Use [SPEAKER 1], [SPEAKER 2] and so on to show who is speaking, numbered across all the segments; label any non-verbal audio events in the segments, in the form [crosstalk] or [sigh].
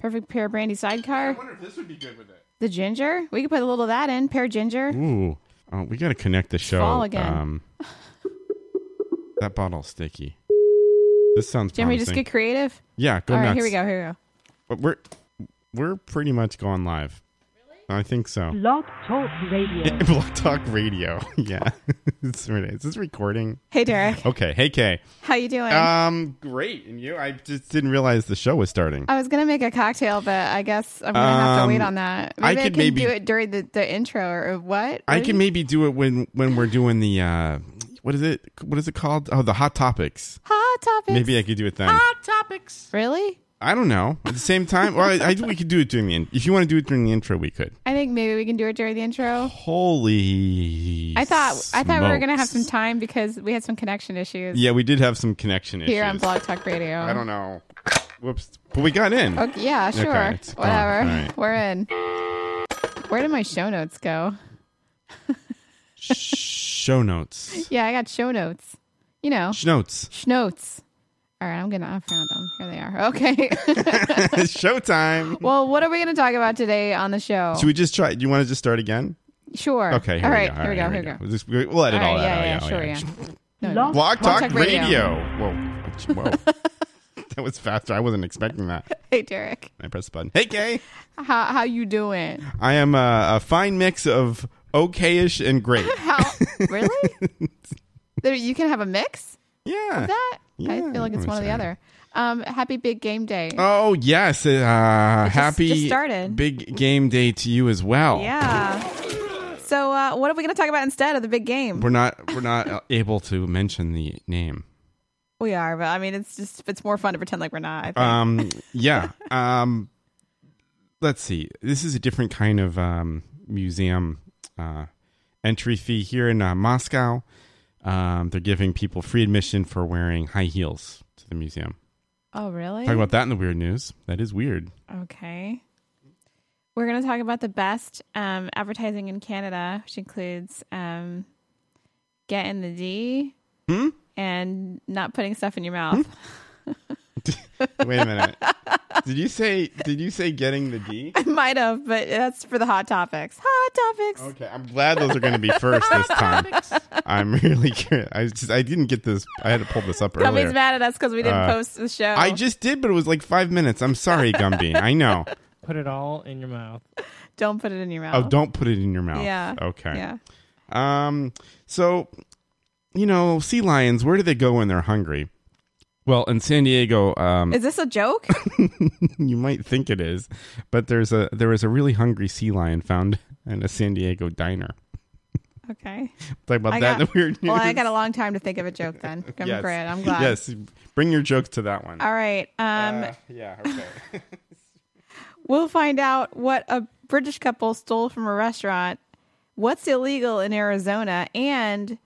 [SPEAKER 1] Perfect pear brandy
[SPEAKER 2] I
[SPEAKER 1] sidecar.
[SPEAKER 2] wonder if this would be good with it.
[SPEAKER 1] The ginger. We could put a little of that in. Pear ginger.
[SPEAKER 3] Ooh, oh, we got to connect the show.
[SPEAKER 1] fall again. [laughs]
[SPEAKER 3] Um, that bottle's sticky. This sounds.
[SPEAKER 1] Jimmy, just
[SPEAKER 3] promising.
[SPEAKER 1] get creative.
[SPEAKER 3] yeah, go
[SPEAKER 1] All right,
[SPEAKER 3] nuts.
[SPEAKER 1] here we go. Here we go.
[SPEAKER 3] But we're we're pretty much gone live. I think so.
[SPEAKER 1] Hmm.
[SPEAKER 4] Blog Talk Radio.
[SPEAKER 3] [laughs] Yeah, Block Talk Radio. [laughs] yeah, that's what it is. Is this recording?
[SPEAKER 1] Hey,
[SPEAKER 3] [laughs]
[SPEAKER 1] Derek.
[SPEAKER 3] Okay. Hey, Kay.
[SPEAKER 1] How you doing?
[SPEAKER 3] Um, great. And you? I just didn't realize the show was starting.
[SPEAKER 1] I was gonna make a cocktail, but I guess I'm gonna have to
[SPEAKER 3] Um,
[SPEAKER 1] wait on that. Maybe
[SPEAKER 3] I
[SPEAKER 1] I,
[SPEAKER 3] could
[SPEAKER 1] can
[SPEAKER 3] maybe-
[SPEAKER 1] do it during the, the intro or what?
[SPEAKER 3] I
[SPEAKER 1] What
[SPEAKER 3] can
[SPEAKER 1] is-
[SPEAKER 3] maybe do it when when we're doing the uh, what is it? What is it called? Oh, the hot topics.
[SPEAKER 1] hot topics.
[SPEAKER 3] Maybe I could do it then.
[SPEAKER 1] really.
[SPEAKER 3] I don't know. At the same time, well, I, I think we could do it during the in- if you want to do it during the intro, we could.
[SPEAKER 1] I think maybe we can do it during the intro.
[SPEAKER 3] Holy!
[SPEAKER 1] I thought I thought we were gonna have some
[SPEAKER 3] smokes.
[SPEAKER 1] time because we had some connection issues
[SPEAKER 3] Yeah, we did have some connection
[SPEAKER 1] here on
[SPEAKER 3] issues.
[SPEAKER 1] Blog Talk Radio.
[SPEAKER 3] I don't know. Whoops! But we got in.
[SPEAKER 1] Okay, yeah,
[SPEAKER 3] Okay,
[SPEAKER 1] sure,
[SPEAKER 3] it's gone.
[SPEAKER 1] whatever.
[SPEAKER 3] All right.
[SPEAKER 1] We're in. Where did my show notes go?
[SPEAKER 3] Sh- Show notes.
[SPEAKER 1] Yeah, I got show notes. You know,
[SPEAKER 3] Sh- notes. [laughs]
[SPEAKER 1] schnotes. All right, I'm gonna. I found them. Here they are. Okay. [laughs]
[SPEAKER 3] it's showtime.
[SPEAKER 1] well, what are we gonna talk about today on the show?
[SPEAKER 3] Should we just try? Do you want to just start again?
[SPEAKER 1] Sure.
[SPEAKER 3] Okay. Here
[SPEAKER 1] all
[SPEAKER 3] we
[SPEAKER 1] right.
[SPEAKER 3] go.
[SPEAKER 1] Here we go.
[SPEAKER 3] all right,
[SPEAKER 1] Here we go.
[SPEAKER 3] We'll, just, we'll edit all,
[SPEAKER 1] All right,
[SPEAKER 3] that out.
[SPEAKER 1] yeah,
[SPEAKER 3] oh,
[SPEAKER 1] yeah, sure, yeah. [laughs] No,
[SPEAKER 4] Blog-
[SPEAKER 3] Blog Talk,
[SPEAKER 1] Talk
[SPEAKER 3] Radio.
[SPEAKER 1] Radio.
[SPEAKER 3] Whoa. Whoa. [laughs] that was faster. I wasn't expecting that.
[SPEAKER 1] Hey, Derek.
[SPEAKER 3] I pressed the button. Hey, Kay.
[SPEAKER 1] How how you doing?
[SPEAKER 3] I am a, a fine mix of okayish and great.
[SPEAKER 1] [laughs] How
[SPEAKER 3] [laughs]
[SPEAKER 1] really? There- you can have a mix
[SPEAKER 3] Yeah.
[SPEAKER 1] of that.
[SPEAKER 3] Yeah,
[SPEAKER 1] I feel like it's
[SPEAKER 3] I'm
[SPEAKER 1] one or the other.
[SPEAKER 3] excited.
[SPEAKER 1] Um, happy big game day.
[SPEAKER 3] Oh, yes. Uh, happy
[SPEAKER 1] just started.
[SPEAKER 3] big game day to you as well.
[SPEAKER 1] Yeah. So uh, what are we going to talk about instead of the big game?
[SPEAKER 3] We're
[SPEAKER 1] [laughs]
[SPEAKER 3] not we're not uh, able to mention the name.
[SPEAKER 1] We are, but I mean, it's just it's more fun to pretend like we're not. I think.
[SPEAKER 3] Um
[SPEAKER 1] [laughs]
[SPEAKER 3] yeah. Um let's see. This is a different kind of um museum uh entry fee here in uh, Moscow. Um they're giving people free admission for wearing high heels to the museum.
[SPEAKER 1] oh, really?
[SPEAKER 3] Talk about that in the weird news. That is weird.
[SPEAKER 1] Okay. We're going to talk about the best um, advertising in Canada, which includes um, get in the D
[SPEAKER 3] Hmm?
[SPEAKER 1] and not putting stuff in your mouth.
[SPEAKER 3] Wait a minute. did you say did you say getting the D?
[SPEAKER 1] [laughs] I might have, but that's for the hot topics. Hot topics.
[SPEAKER 3] Okay, I'm glad those are going to be first this time. I'm really curious. I just I didn't get this. I had to pull this up
[SPEAKER 1] Somebody's
[SPEAKER 3] earlier.
[SPEAKER 1] mad at us because we didn't
[SPEAKER 3] Uh,
[SPEAKER 1] post the show.
[SPEAKER 3] I just did, but it was like five minutes. I'm sorry, Gumby.
[SPEAKER 1] [laughs]
[SPEAKER 3] I know.
[SPEAKER 5] Put it all in your mouth.
[SPEAKER 1] don't put it in your
[SPEAKER 3] Oh,
[SPEAKER 1] mouth.
[SPEAKER 3] don't put it in your mouth.
[SPEAKER 1] Yeah.
[SPEAKER 3] Okay.
[SPEAKER 1] Yeah.
[SPEAKER 3] Um. So, you know, sea lions. Where do they go when they're hungry? Well, in San Diego, um,
[SPEAKER 1] Is this a joke?
[SPEAKER 3] [laughs] you might think it is, but there's a there was a really hungry sea lion found in a San Diego diner.
[SPEAKER 1] okay.
[SPEAKER 3] Talk about
[SPEAKER 1] I
[SPEAKER 3] that. in
[SPEAKER 1] got-
[SPEAKER 3] the weird news.
[SPEAKER 1] Well, I got a long time to think of a joke then. I'm
[SPEAKER 3] Yes.
[SPEAKER 1] great. I'm glad.
[SPEAKER 3] Yes. Bring your jokes to that one.
[SPEAKER 1] All right. Um,
[SPEAKER 3] Uh, yeah. Okay. [laughs]
[SPEAKER 1] We'll find out what a British couple stole from a restaurant, what's illegal in Arizona, and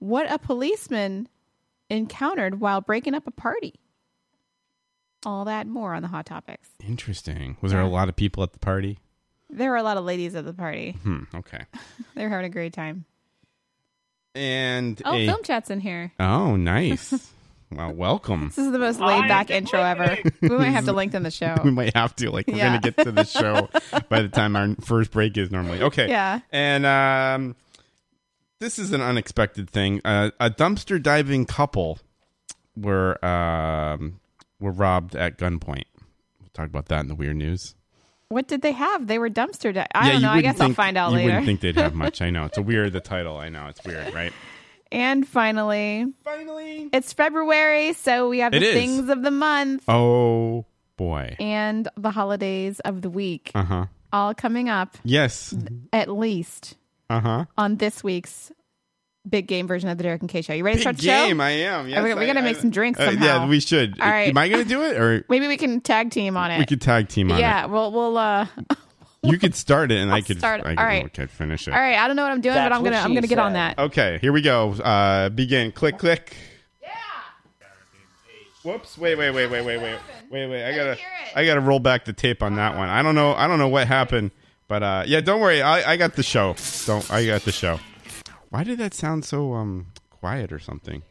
[SPEAKER 1] what a policeman encountered while breaking up a party. All that and more on the hot topics.
[SPEAKER 3] Interesting. Was there a lot of people at the party?
[SPEAKER 1] There were a lot of ladies at the party.
[SPEAKER 3] Hmm. Okay.
[SPEAKER 1] They were having a great time.
[SPEAKER 3] And
[SPEAKER 1] Oh,
[SPEAKER 3] a-
[SPEAKER 1] film chat's in here.
[SPEAKER 3] [laughs] oh, nice. well, welcome.
[SPEAKER 1] [laughs] This is the most laid back intro ever. [laughs] We might have to link in the show.
[SPEAKER 3] [laughs] We might have to like we're
[SPEAKER 1] Yeah.
[SPEAKER 3] gonna
[SPEAKER 1] [laughs]
[SPEAKER 3] get to the show by the time our first break is normally okay.
[SPEAKER 1] Yeah.
[SPEAKER 3] And um, this is an unexpected thing. Uh, a dumpster diving couple were um were robbed at gunpoint. We'll talk about that in the weird news.
[SPEAKER 1] What did they have? They were dumpster. Di- I
[SPEAKER 3] Yeah,
[SPEAKER 1] don't
[SPEAKER 3] you
[SPEAKER 1] know. I
[SPEAKER 3] wouldn't
[SPEAKER 1] guess I'll
[SPEAKER 3] think-
[SPEAKER 1] find out
[SPEAKER 3] you
[SPEAKER 1] later.
[SPEAKER 3] wouldn't think they'd have much. I know it's a weird the title. I know it's weird, right?
[SPEAKER 1] and finally,
[SPEAKER 3] Finally.
[SPEAKER 1] it's February, so we have
[SPEAKER 3] It
[SPEAKER 1] the
[SPEAKER 3] is.
[SPEAKER 1] things of the month.
[SPEAKER 3] Oh boy.
[SPEAKER 1] and the holidays of the week
[SPEAKER 3] Uh huh.
[SPEAKER 1] all coming up
[SPEAKER 3] Yes.
[SPEAKER 1] at least
[SPEAKER 3] Uh huh.
[SPEAKER 1] on this week's big game version of the Derek and K show. You ready to start the
[SPEAKER 3] game.
[SPEAKER 1] show?
[SPEAKER 3] I am. Yes,
[SPEAKER 1] we- we
[SPEAKER 3] I-
[SPEAKER 1] gotta make
[SPEAKER 3] I-
[SPEAKER 1] some drinks
[SPEAKER 3] Uh, yeah,
[SPEAKER 1] somehow.
[SPEAKER 3] we should.
[SPEAKER 1] All right.
[SPEAKER 3] Am I gonna do it, or
[SPEAKER 1] Maybe we can tag team on [laughs] it.
[SPEAKER 3] we could tag team on
[SPEAKER 1] yeah, we'll we'll uh
[SPEAKER 3] it? You could start it, and I
[SPEAKER 1] I'll
[SPEAKER 3] could
[SPEAKER 1] start it.
[SPEAKER 3] I could,
[SPEAKER 1] All right.
[SPEAKER 3] I could finish it.
[SPEAKER 1] all right, I don't know what I'm doing, but
[SPEAKER 5] That's
[SPEAKER 1] I'm gonna
[SPEAKER 5] what
[SPEAKER 1] I'm
[SPEAKER 5] she
[SPEAKER 1] gonna get on
[SPEAKER 5] said.
[SPEAKER 1] that.
[SPEAKER 3] Okay, here we go. Uh, begin. Click, click. Yeah. Whoops! Wait, wait, wait, wait, wait, wait, wait, wait! I gotta, I gotta roll back the tape on that one. I don't know, I don't know what happened, but uh, yeah, don't worry. I, I got the show. Don't, I got the show. Why did that sound so um quiet or something?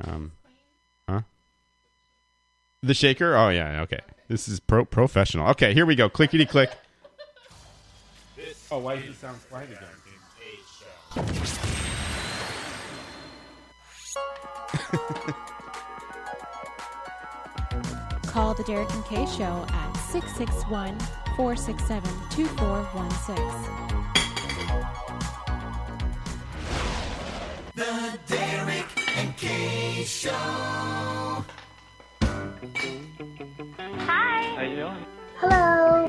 [SPEAKER 3] Um, huh? The shaker? Oh yeah, okay. This is pro- professional. Okay, here we go. Clickety click. Oh, why is the sound quiet again?
[SPEAKER 2] Call the Derek and Kay Show at 661 467 2416.
[SPEAKER 4] Hello. Hi.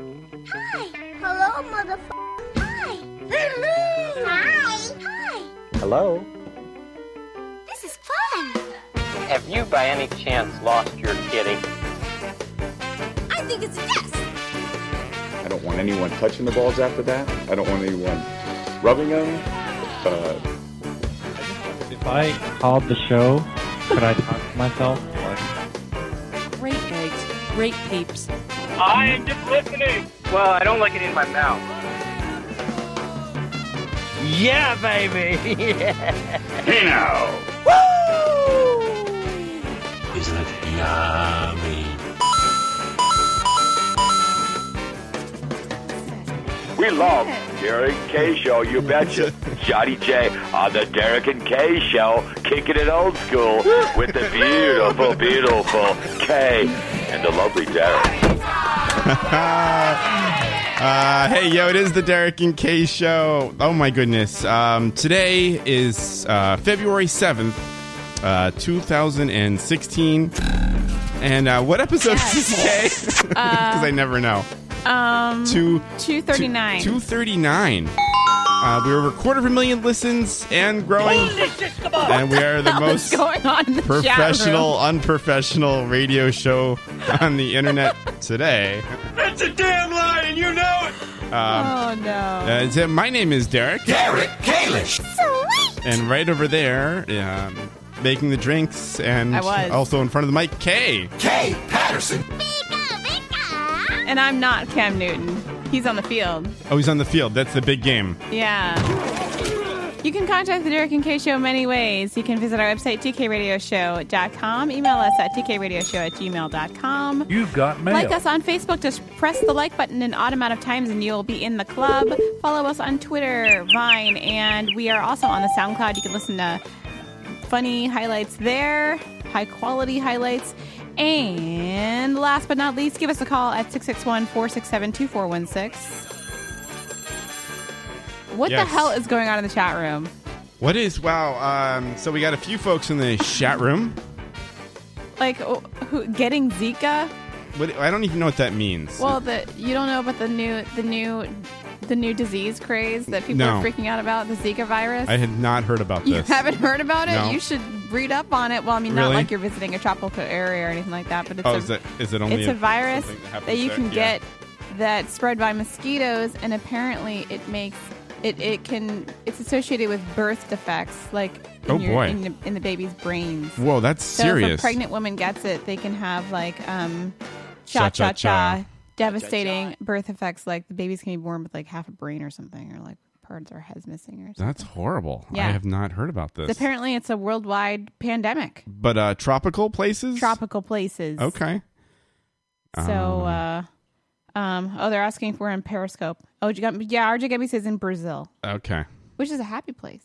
[SPEAKER 4] Hello, motherfucker. Hi. Hello. Hi. Hi.
[SPEAKER 6] Hello?
[SPEAKER 4] This is fun.
[SPEAKER 7] Have you by any chance lost your kitty?
[SPEAKER 4] I think it's a yes.
[SPEAKER 6] I don't want anyone touching the balls after that. I don't want anyone rubbing them. Uh,
[SPEAKER 5] If I called the show, could I talk to myself? Like,
[SPEAKER 8] Great eggs, great peeps.
[SPEAKER 7] I am just listening. Well, I don't like it in my mouth. Yeah, baby.
[SPEAKER 6] hey now! Woo! Isn't it yummy? We love Derek K Show, you betcha.
[SPEAKER 3] [laughs]
[SPEAKER 6] Johnny J on the Derek and K Show, kicking it old school with the beautiful, beautiful K and the lovely Derek.
[SPEAKER 3] Uh, hey, yo, it is the Derek and Kay Show. Oh, my goodness. Um, today is uh, February 7th, uh, 2016. And uh, what episode is this, [laughs] Kay? Because I never know.
[SPEAKER 1] Um,
[SPEAKER 3] Two,
[SPEAKER 1] 239.
[SPEAKER 3] 239. Uh, we are a quarter of a million listens and growing. And we
[SPEAKER 1] [laughs]
[SPEAKER 3] are the
[SPEAKER 1] [laughs] What's
[SPEAKER 3] most
[SPEAKER 1] going on in the chat room?
[SPEAKER 3] professional, unprofessional radio show on the internet today. um,
[SPEAKER 1] Oh no.
[SPEAKER 3] Uh, so my name is Derek.
[SPEAKER 4] Sweet.
[SPEAKER 3] And right over there, um, making the drinks, and
[SPEAKER 1] I was.
[SPEAKER 3] also in front of the mic, Kay.
[SPEAKER 4] Bika, bika.
[SPEAKER 1] and I'm not Cam Newton. He's on the field.
[SPEAKER 3] Oh, he's on the field. That's the big game.
[SPEAKER 1] Yeah. You can contact the Derek and Kay Show many ways. You can visit our website, tkradioshow.com. Email us at tkradioshow at gmail.com. You got mail. Like us on Facebook. Just press the like button an odd amount of times and you'll be in the club. Follow us on Twitter, Vine, and we are also on the SoundCloud. You can listen to funny highlights there, high quality highlights. And last but not least, give us a call at 661 467 2416. What
[SPEAKER 3] Yes.
[SPEAKER 1] the hell is going on in the chat room?
[SPEAKER 3] What is wow? Um, so we got a few folks in the chat room.
[SPEAKER 1] Like, oh, who, getting Zika?
[SPEAKER 3] What, I don't even know what that means.
[SPEAKER 1] [laughs] Well, the you don't know about the new the new the new disease craze that people
[SPEAKER 3] No.
[SPEAKER 1] are freaking out about the Zika virus.
[SPEAKER 3] I had not heard about
[SPEAKER 1] you
[SPEAKER 3] this.
[SPEAKER 1] haven't heard about it.
[SPEAKER 3] No.
[SPEAKER 1] You should read up on it. Well, I mean,
[SPEAKER 3] Really?
[SPEAKER 1] not like you're visiting a tropical area or anything like that, but it's
[SPEAKER 3] Oh,
[SPEAKER 1] a,
[SPEAKER 3] is it? Is it only?
[SPEAKER 1] it's a virus
[SPEAKER 3] something
[SPEAKER 1] that,
[SPEAKER 3] happens
[SPEAKER 1] you
[SPEAKER 3] there?
[SPEAKER 1] can
[SPEAKER 3] Yeah.
[SPEAKER 1] get that's spread by mosquitoes and apparently it makes it, it can it's associated with birth defects like in,
[SPEAKER 3] Oh,
[SPEAKER 1] your,
[SPEAKER 3] boy.
[SPEAKER 1] In, the, in the baby's brains
[SPEAKER 3] Whoa, that's
[SPEAKER 1] so if a
[SPEAKER 3] serious.
[SPEAKER 1] pregnant woman gets it they can have like um cha cha
[SPEAKER 3] Cha-cha-cha.
[SPEAKER 1] cha devastating birth effects like the babies can be born with like half a brain or something or like parts of their heads missing or something
[SPEAKER 3] That's horrible. I
[SPEAKER 1] Yeah.
[SPEAKER 3] have not heard about this.
[SPEAKER 1] apparently it's a worldwide pandemic
[SPEAKER 3] but uh, tropical places.
[SPEAKER 1] tropical places
[SPEAKER 3] Okay. Ah.
[SPEAKER 1] So, uh, um, oh, they're asking if we're in Periscope. Oh, you got- yeah, RJ Gabby says in Brazil,
[SPEAKER 3] Okay.
[SPEAKER 1] which is a happy place.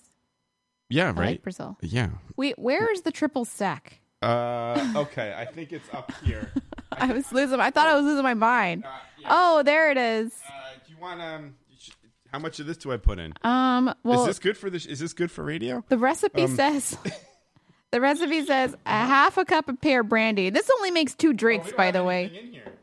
[SPEAKER 3] Yeah.
[SPEAKER 1] I like
[SPEAKER 3] Right.
[SPEAKER 1] Brazil.
[SPEAKER 3] Yeah.
[SPEAKER 1] Wait, where is the triple sec? [laughs]
[SPEAKER 3] Uh, okay. I think it's up here.
[SPEAKER 1] I was losing. I thought I was losing my mind.
[SPEAKER 3] Uh, yeah.
[SPEAKER 1] Oh, there it is.
[SPEAKER 3] Uh, do you want um? you sh- How much of this do I put in?
[SPEAKER 1] Um,
[SPEAKER 3] is
[SPEAKER 1] well,
[SPEAKER 3] this good for this? Is this good for radio?
[SPEAKER 1] the recipe
[SPEAKER 3] Um,
[SPEAKER 1] says. [laughs] The recipe says a half a cup of pear brandy. This only makes two drinks, by the way.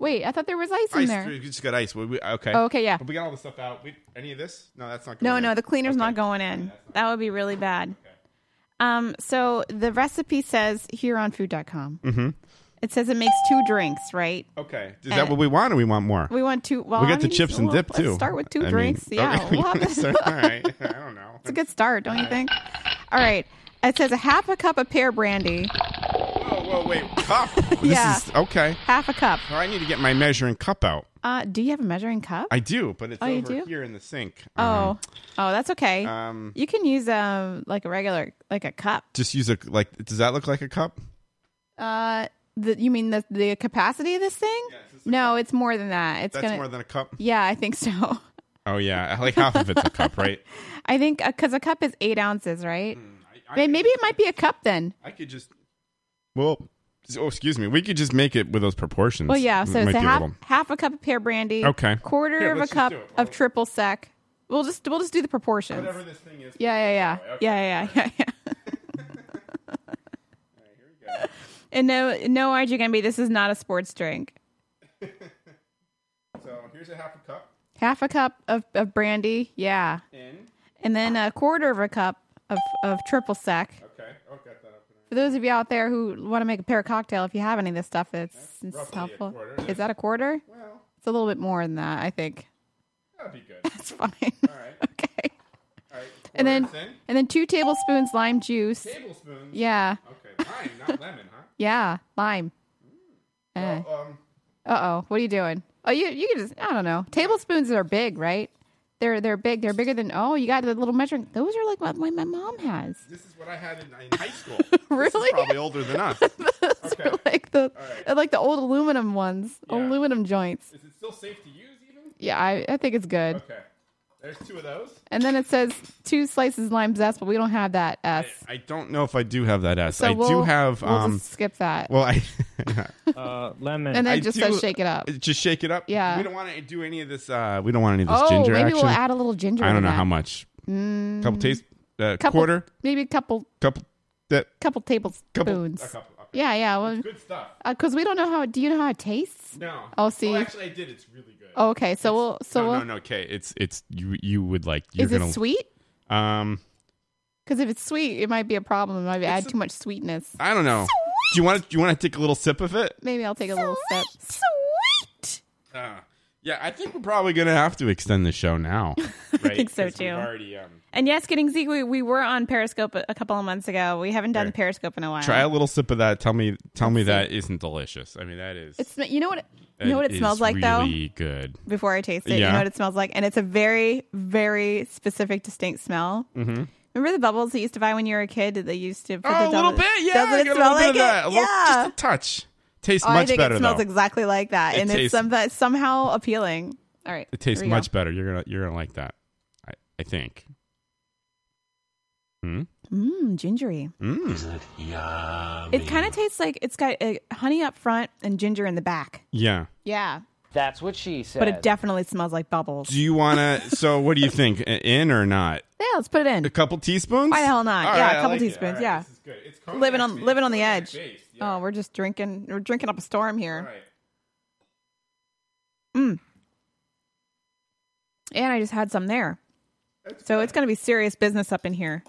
[SPEAKER 1] Wait, I thought there was ice, in
[SPEAKER 3] Ice.
[SPEAKER 1] there.
[SPEAKER 3] We just got ice. We, we, okay.
[SPEAKER 1] Oh, okay, yeah.
[SPEAKER 3] But we got all the stuff out. We, any of this? No, that's not. Going
[SPEAKER 1] No,
[SPEAKER 3] in.
[SPEAKER 1] no, the cleaner's
[SPEAKER 3] Okay.
[SPEAKER 1] not going in. That would be really bad. Um, so the recipe says here on food.com. Mm-hmm. It says it makes two drinks, right?
[SPEAKER 3] Okay. Is that what we want, or we want more?
[SPEAKER 1] Eh. We want two. Well,
[SPEAKER 3] We
[SPEAKER 1] I
[SPEAKER 3] got the
[SPEAKER 1] mean,
[SPEAKER 3] chips and
[SPEAKER 1] well,
[SPEAKER 3] dip
[SPEAKER 1] let's
[SPEAKER 3] too.
[SPEAKER 1] Start with
[SPEAKER 3] I
[SPEAKER 1] two
[SPEAKER 3] mean,
[SPEAKER 1] drinks. yeah,
[SPEAKER 3] [laughs] okay,
[SPEAKER 1] we'll have
[SPEAKER 3] yes,
[SPEAKER 1] [laughs] it.
[SPEAKER 3] sir. all right. I don't know.
[SPEAKER 1] It's a good start, don't you think? All right. It says a half a cup of pear brandy,
[SPEAKER 3] Whoa, whoa, Oh, wait.
[SPEAKER 1] [laughs]
[SPEAKER 3] Cup.
[SPEAKER 1] Yeah.
[SPEAKER 3] This is okay.
[SPEAKER 1] half a cup.
[SPEAKER 3] Oh, I need to get my measuring cup out.
[SPEAKER 1] Uh, do you have a measuring cup?
[SPEAKER 3] I do, but it's
[SPEAKER 1] Oh, you
[SPEAKER 3] over
[SPEAKER 1] do?
[SPEAKER 3] here in the sink.
[SPEAKER 1] oh, oh, that's okay.
[SPEAKER 3] Um, um,
[SPEAKER 1] you can use um like a regular like a cup.
[SPEAKER 3] just use a like. Does that look like a cup?
[SPEAKER 1] Uh, the, you mean the the capacity of this thing?
[SPEAKER 3] Yeah, it's just
[SPEAKER 1] No, it's more than that. It's
[SPEAKER 3] That's
[SPEAKER 1] gonna.
[SPEAKER 3] more than a cup.
[SPEAKER 1] yeah, I think so. [laughs]
[SPEAKER 3] Oh yeah, like half of it's a cup, right? Mm,
[SPEAKER 1] I think because a cup is eight ounces, right? Then Maybe it might be a cup then.
[SPEAKER 3] I could just. Well, s- oh, excuse me. We could just make it with those proportions.
[SPEAKER 1] Well, yeah.
[SPEAKER 3] It
[SPEAKER 1] So it's
[SPEAKER 3] might
[SPEAKER 1] a
[SPEAKER 3] be
[SPEAKER 1] half,
[SPEAKER 3] little-
[SPEAKER 1] half a cup of pear brandy.
[SPEAKER 3] Okay.
[SPEAKER 1] Quarter
[SPEAKER 3] Here,
[SPEAKER 1] of a
[SPEAKER 3] let's just
[SPEAKER 1] cup
[SPEAKER 3] do it.
[SPEAKER 1] of triple sec. We'll just we'll just do the proportions.
[SPEAKER 3] Whatever Oh, this thing is.
[SPEAKER 1] Yeah, yeah, yeah, yeah, yeah, yeah, yeah.
[SPEAKER 3] [laughs]
[SPEAKER 1] [laughs] And no, no, RJ Gumby, this is not a sports drink.
[SPEAKER 3] So here's a half a cup.
[SPEAKER 1] Half a cup of, of brandy, yeah,
[SPEAKER 3] In.
[SPEAKER 1] and then a quarter of a cup of, of triple sec.
[SPEAKER 3] Okay. Oh, got that up.
[SPEAKER 1] For those of you out there who want to make a pear cocktail, if you have any of this stuff, it's, it's
[SPEAKER 3] roughly a
[SPEAKER 1] helpful.
[SPEAKER 3] quarter, yeah.
[SPEAKER 1] Is that a quarter?
[SPEAKER 3] Well,
[SPEAKER 1] It's a little bit more than that, I think. [laughs]
[SPEAKER 3] that'd be good.
[SPEAKER 1] That's fine. [laughs]
[SPEAKER 3] All right.
[SPEAKER 1] okay.
[SPEAKER 3] All right.
[SPEAKER 1] [laughs] And then,
[SPEAKER 3] quarters in.
[SPEAKER 1] and then two tablespoons lime juice.
[SPEAKER 3] tablespoons.
[SPEAKER 1] Yeah,
[SPEAKER 3] Okay. Lime, not lemon, huh?
[SPEAKER 1] yeah, lime. Uh.
[SPEAKER 3] Um.
[SPEAKER 1] Uh oh, what are you doing? Oh, you you can just I don't know. Tablespoons are big, right? They're they're big. They're bigger than oh, you got the little measuring. Those are like what my, my mom has. [laughs]
[SPEAKER 3] This is what I had in, in high school. This is
[SPEAKER 1] Really?
[SPEAKER 3] probably older than us.
[SPEAKER 1] [laughs] Those are
[SPEAKER 3] Okay.
[SPEAKER 1] like the
[SPEAKER 3] right.
[SPEAKER 1] they're like the old aluminum ones,
[SPEAKER 3] Yeah.
[SPEAKER 1] aluminum joints.
[SPEAKER 3] [laughs] Is it still safe to use even?
[SPEAKER 1] Yeah, I, I think it's good.
[SPEAKER 3] Okay. There's two of those.
[SPEAKER 1] And then it says two slices lime zest, but we don't have that S.
[SPEAKER 3] I don't know if I do have that S.
[SPEAKER 1] So
[SPEAKER 3] I
[SPEAKER 1] we'll,
[SPEAKER 3] do have
[SPEAKER 1] We'll
[SPEAKER 3] um
[SPEAKER 1] just skip that.
[SPEAKER 3] well I [laughs]
[SPEAKER 5] Uh, lemon.
[SPEAKER 1] and then
[SPEAKER 3] I
[SPEAKER 1] it just
[SPEAKER 3] do-
[SPEAKER 1] says shake it up.
[SPEAKER 3] just shake it up.
[SPEAKER 1] Yeah.
[SPEAKER 3] We don't want to do any of this uh we don't want any of this
[SPEAKER 1] oh,
[SPEAKER 3] ginger
[SPEAKER 1] maybe
[SPEAKER 3] action.
[SPEAKER 1] we'll add a little ginger.
[SPEAKER 3] I
[SPEAKER 1] to
[SPEAKER 3] don't know
[SPEAKER 1] that. Mm.
[SPEAKER 3] how much. couple taste uh,
[SPEAKER 1] Couple-
[SPEAKER 3] quarter,
[SPEAKER 1] Maybe a couple
[SPEAKER 3] couple that
[SPEAKER 1] couple
[SPEAKER 3] couple
[SPEAKER 1] tablespoons.
[SPEAKER 3] a couple. Okay.
[SPEAKER 1] Yeah, yeah. Well,
[SPEAKER 3] Good stuff.
[SPEAKER 1] because we don't know how. Do you know how it tastes?
[SPEAKER 3] No.
[SPEAKER 1] I'll see.
[SPEAKER 3] Oh, actually I did. It's really good.
[SPEAKER 1] Oh, okay, so we'll so
[SPEAKER 3] no,
[SPEAKER 1] we'll,
[SPEAKER 3] no, no, okay. It's it's you you would like you're
[SPEAKER 1] is
[SPEAKER 3] gonna
[SPEAKER 1] it sweet?
[SPEAKER 3] um
[SPEAKER 1] Because if it's sweet, it might be a problem. It might add too much sweetness.
[SPEAKER 3] I don't know. Do you want to do you want to take a little sip of it?
[SPEAKER 1] Maybe I'll take a little sip.
[SPEAKER 4] Sweet!
[SPEAKER 3] Uh, yeah, I think we're probably gonna have to extend the
[SPEAKER 1] [laughs]
[SPEAKER 3] show now. Right?
[SPEAKER 1] think so,
[SPEAKER 3] 'Cause we've
[SPEAKER 1] too.
[SPEAKER 3] already, um,
[SPEAKER 1] And yes, getting Zeke, we, we were on Periscope a, a couple of months ago. We haven't done
[SPEAKER 3] Right.
[SPEAKER 1] Periscope in a while.
[SPEAKER 3] try a little sip of that. Tell me, tell me that isn't delicious. I mean, that is.
[SPEAKER 1] It's you know what
[SPEAKER 3] that
[SPEAKER 1] you know what it
[SPEAKER 3] is
[SPEAKER 1] smells like though.
[SPEAKER 3] Really good.
[SPEAKER 1] Before I taste it, you
[SPEAKER 3] Yeah.
[SPEAKER 1] know what it smells like, and it's a very very specific, distinct smell. Mm-hmm. Remember the bubbles that you used to buy when you were a kid? That they used to put the
[SPEAKER 3] Oh, a little
[SPEAKER 1] double-
[SPEAKER 3] bit. Yeah, I
[SPEAKER 1] Doesn't
[SPEAKER 3] got
[SPEAKER 1] it smell
[SPEAKER 3] a little
[SPEAKER 1] like
[SPEAKER 3] bit of that.
[SPEAKER 1] it?
[SPEAKER 3] A little,
[SPEAKER 1] yeah.
[SPEAKER 3] Just a touch. Tastes
[SPEAKER 1] Oh,
[SPEAKER 3] much
[SPEAKER 1] I think
[SPEAKER 3] better
[SPEAKER 1] it smells
[SPEAKER 3] though.
[SPEAKER 1] exactly like that,
[SPEAKER 3] It
[SPEAKER 1] and
[SPEAKER 3] tastes-
[SPEAKER 1] it's some, somehow appealing. All right,
[SPEAKER 3] it tastes
[SPEAKER 1] here we go.
[SPEAKER 3] much better. You're gonna you're gonna like that. I I think. Hmm.
[SPEAKER 1] Mmm, gingery.
[SPEAKER 3] Mm.
[SPEAKER 1] It kind of tastes like it's got uh, honey up front and ginger in the back.
[SPEAKER 3] Yeah.
[SPEAKER 1] Yeah,
[SPEAKER 9] That's what she said.
[SPEAKER 1] but it definitely smells like bubbles.
[SPEAKER 3] Do you wanna? so what do you think? In or not?
[SPEAKER 1] Yeah, let's put it in.
[SPEAKER 3] A couple teaspoons?
[SPEAKER 1] Why the hell not?
[SPEAKER 3] All
[SPEAKER 1] yeah,
[SPEAKER 3] right, I
[SPEAKER 1] a couple
[SPEAKER 3] like it.
[SPEAKER 1] teaspoons.
[SPEAKER 3] All right,
[SPEAKER 1] Yeah,
[SPEAKER 3] this is good. It's cognac
[SPEAKER 1] living on
[SPEAKER 3] based.
[SPEAKER 1] living on the
[SPEAKER 3] Cognac
[SPEAKER 1] edge.
[SPEAKER 3] based, yeah.
[SPEAKER 1] Oh, we're just drinking. We're drinking up a storm here. Mm.
[SPEAKER 3] All right.
[SPEAKER 1] And I just had some there, so it's gonna be serious business up in here.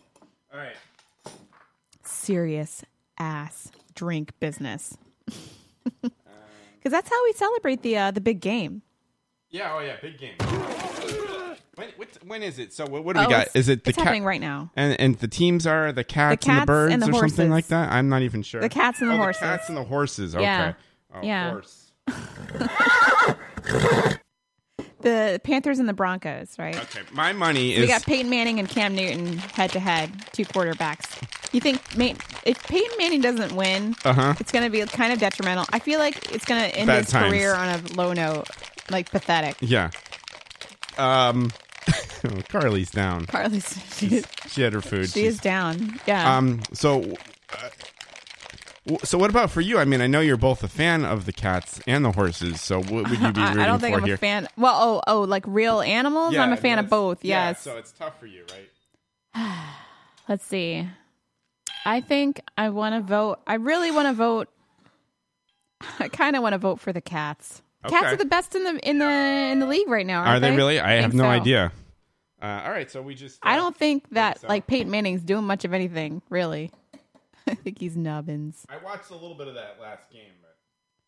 [SPEAKER 3] All right.
[SPEAKER 1] Serious ass drink business. [laughs] Because that's how we celebrate the uh, the big game.
[SPEAKER 3] Yeah. Oh, yeah. Big game. When, what, when is it? So what, what do
[SPEAKER 1] Oh,
[SPEAKER 3] we got?
[SPEAKER 1] it's-
[SPEAKER 3] Is it the
[SPEAKER 1] it's
[SPEAKER 3] cat?
[SPEAKER 1] happening right now.
[SPEAKER 3] And and the teams are the cats, and
[SPEAKER 1] cats
[SPEAKER 3] the birds
[SPEAKER 1] and the
[SPEAKER 3] or
[SPEAKER 1] horses.
[SPEAKER 3] something like that. I'm not even sure.
[SPEAKER 1] The cats and the
[SPEAKER 3] Oh,
[SPEAKER 1] horses.
[SPEAKER 3] The cats and the horses. Okay.
[SPEAKER 1] Yeah.
[SPEAKER 3] Oh,
[SPEAKER 1] Yeah.
[SPEAKER 3] Horse.
[SPEAKER 1] The Panthers and the Broncos, right?
[SPEAKER 3] Okay. My money
[SPEAKER 1] We
[SPEAKER 3] is.
[SPEAKER 1] got Peyton Manning and Cam Newton head to head, two quarterbacks. You think Ma- if Peyton Manning doesn't win,
[SPEAKER 3] Uh huh.
[SPEAKER 1] it's going to be kind of detrimental. I feel like it's going to end
[SPEAKER 3] Bad
[SPEAKER 1] his
[SPEAKER 3] times.
[SPEAKER 1] career on a low note, like
[SPEAKER 3] [laughs]
[SPEAKER 1] pathetic.
[SPEAKER 3] Yeah. Um. [laughs] Carly's down.
[SPEAKER 1] Carly's she,
[SPEAKER 3] She had her food.
[SPEAKER 1] she is down. Yeah.
[SPEAKER 3] Um. So. Uh, w- so what about for you? I mean, I know you're both a fan of the cats and the horses. So what would you
[SPEAKER 1] [laughs]
[SPEAKER 3] be rooting
[SPEAKER 1] I, I don't think
[SPEAKER 3] for
[SPEAKER 1] I'm
[SPEAKER 3] here?
[SPEAKER 1] a fan. Well, oh, oh, like real animals. I'm a
[SPEAKER 3] Yeah,
[SPEAKER 1] fan of
[SPEAKER 3] yes.
[SPEAKER 1] both.
[SPEAKER 3] Yeah,
[SPEAKER 1] Yes.
[SPEAKER 3] so it's tough for you, right?
[SPEAKER 1] Let's see. I think I want to vote. I really want to vote. [laughs] I kind of want to vote for the cats. Cats
[SPEAKER 3] Okay.
[SPEAKER 1] are the best in the in the in the league right now.
[SPEAKER 3] Are
[SPEAKER 1] Aren't
[SPEAKER 3] they,
[SPEAKER 1] they,
[SPEAKER 3] really? I have
[SPEAKER 1] think
[SPEAKER 3] no
[SPEAKER 1] so.
[SPEAKER 3] idea. Uh, all right, so we just.
[SPEAKER 1] I don't think that
[SPEAKER 3] so.
[SPEAKER 1] like Peyton Manning's doing much of anything really. [laughs] I think he's nubbins.
[SPEAKER 3] uh, I watched a little bit of that last game, but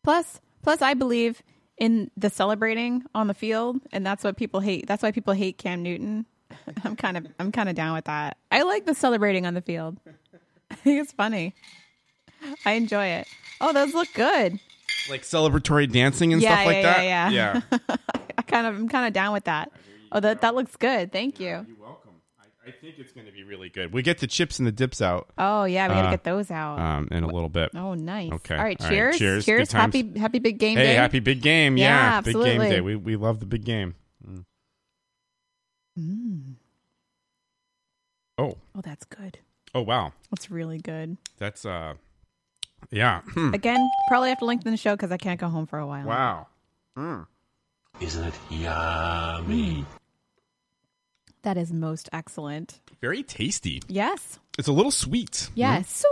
[SPEAKER 1] Plus, plus I believe in the celebrating on the field, and that's what people hate. That's why people hate Cam Newton. [laughs] I'm kind of I'm kind of down with that. I like the celebrating on the field. [laughs] I think it's funny. I enjoy it. Oh, those look good.
[SPEAKER 3] like celebratory dancing and
[SPEAKER 1] Yeah,
[SPEAKER 3] stuff like
[SPEAKER 1] yeah,
[SPEAKER 3] that.
[SPEAKER 1] yeah, yeah.
[SPEAKER 3] yeah.
[SPEAKER 1] I kind of I'm kind of down with that. Oh, that that looks good. Thank you.
[SPEAKER 3] [laughs] You're welcome. I, I think it's going to be really good. We get the chips and the dips out
[SPEAKER 1] Oh yeah, we gotta
[SPEAKER 3] Uh,
[SPEAKER 1] get those out.
[SPEAKER 3] um, in a little bit.
[SPEAKER 1] oh nice.
[SPEAKER 3] okay.
[SPEAKER 1] All right.
[SPEAKER 3] All right,
[SPEAKER 1] Cheers.
[SPEAKER 3] cheers. Good times.
[SPEAKER 1] Happy happy big game
[SPEAKER 3] hey,
[SPEAKER 1] day.
[SPEAKER 3] happy big game! Yeah,
[SPEAKER 1] Yeah,
[SPEAKER 3] big game
[SPEAKER 1] absolutely.
[SPEAKER 3] day. We we love the big game.
[SPEAKER 1] Mm.
[SPEAKER 3] Oh,
[SPEAKER 1] Oh, that's good.
[SPEAKER 3] oh wow,
[SPEAKER 1] That's really good.
[SPEAKER 3] that's uh, yeah, Hmm.
[SPEAKER 1] Again, probably have to lengthen the show because I can't go home for a while.
[SPEAKER 3] wow. Mm.
[SPEAKER 9] Isn't it yummy?
[SPEAKER 1] That is most excellent.
[SPEAKER 3] Very tasty.
[SPEAKER 1] Yes.
[SPEAKER 3] It's a little sweet.
[SPEAKER 1] Yes.
[SPEAKER 4] Sweet,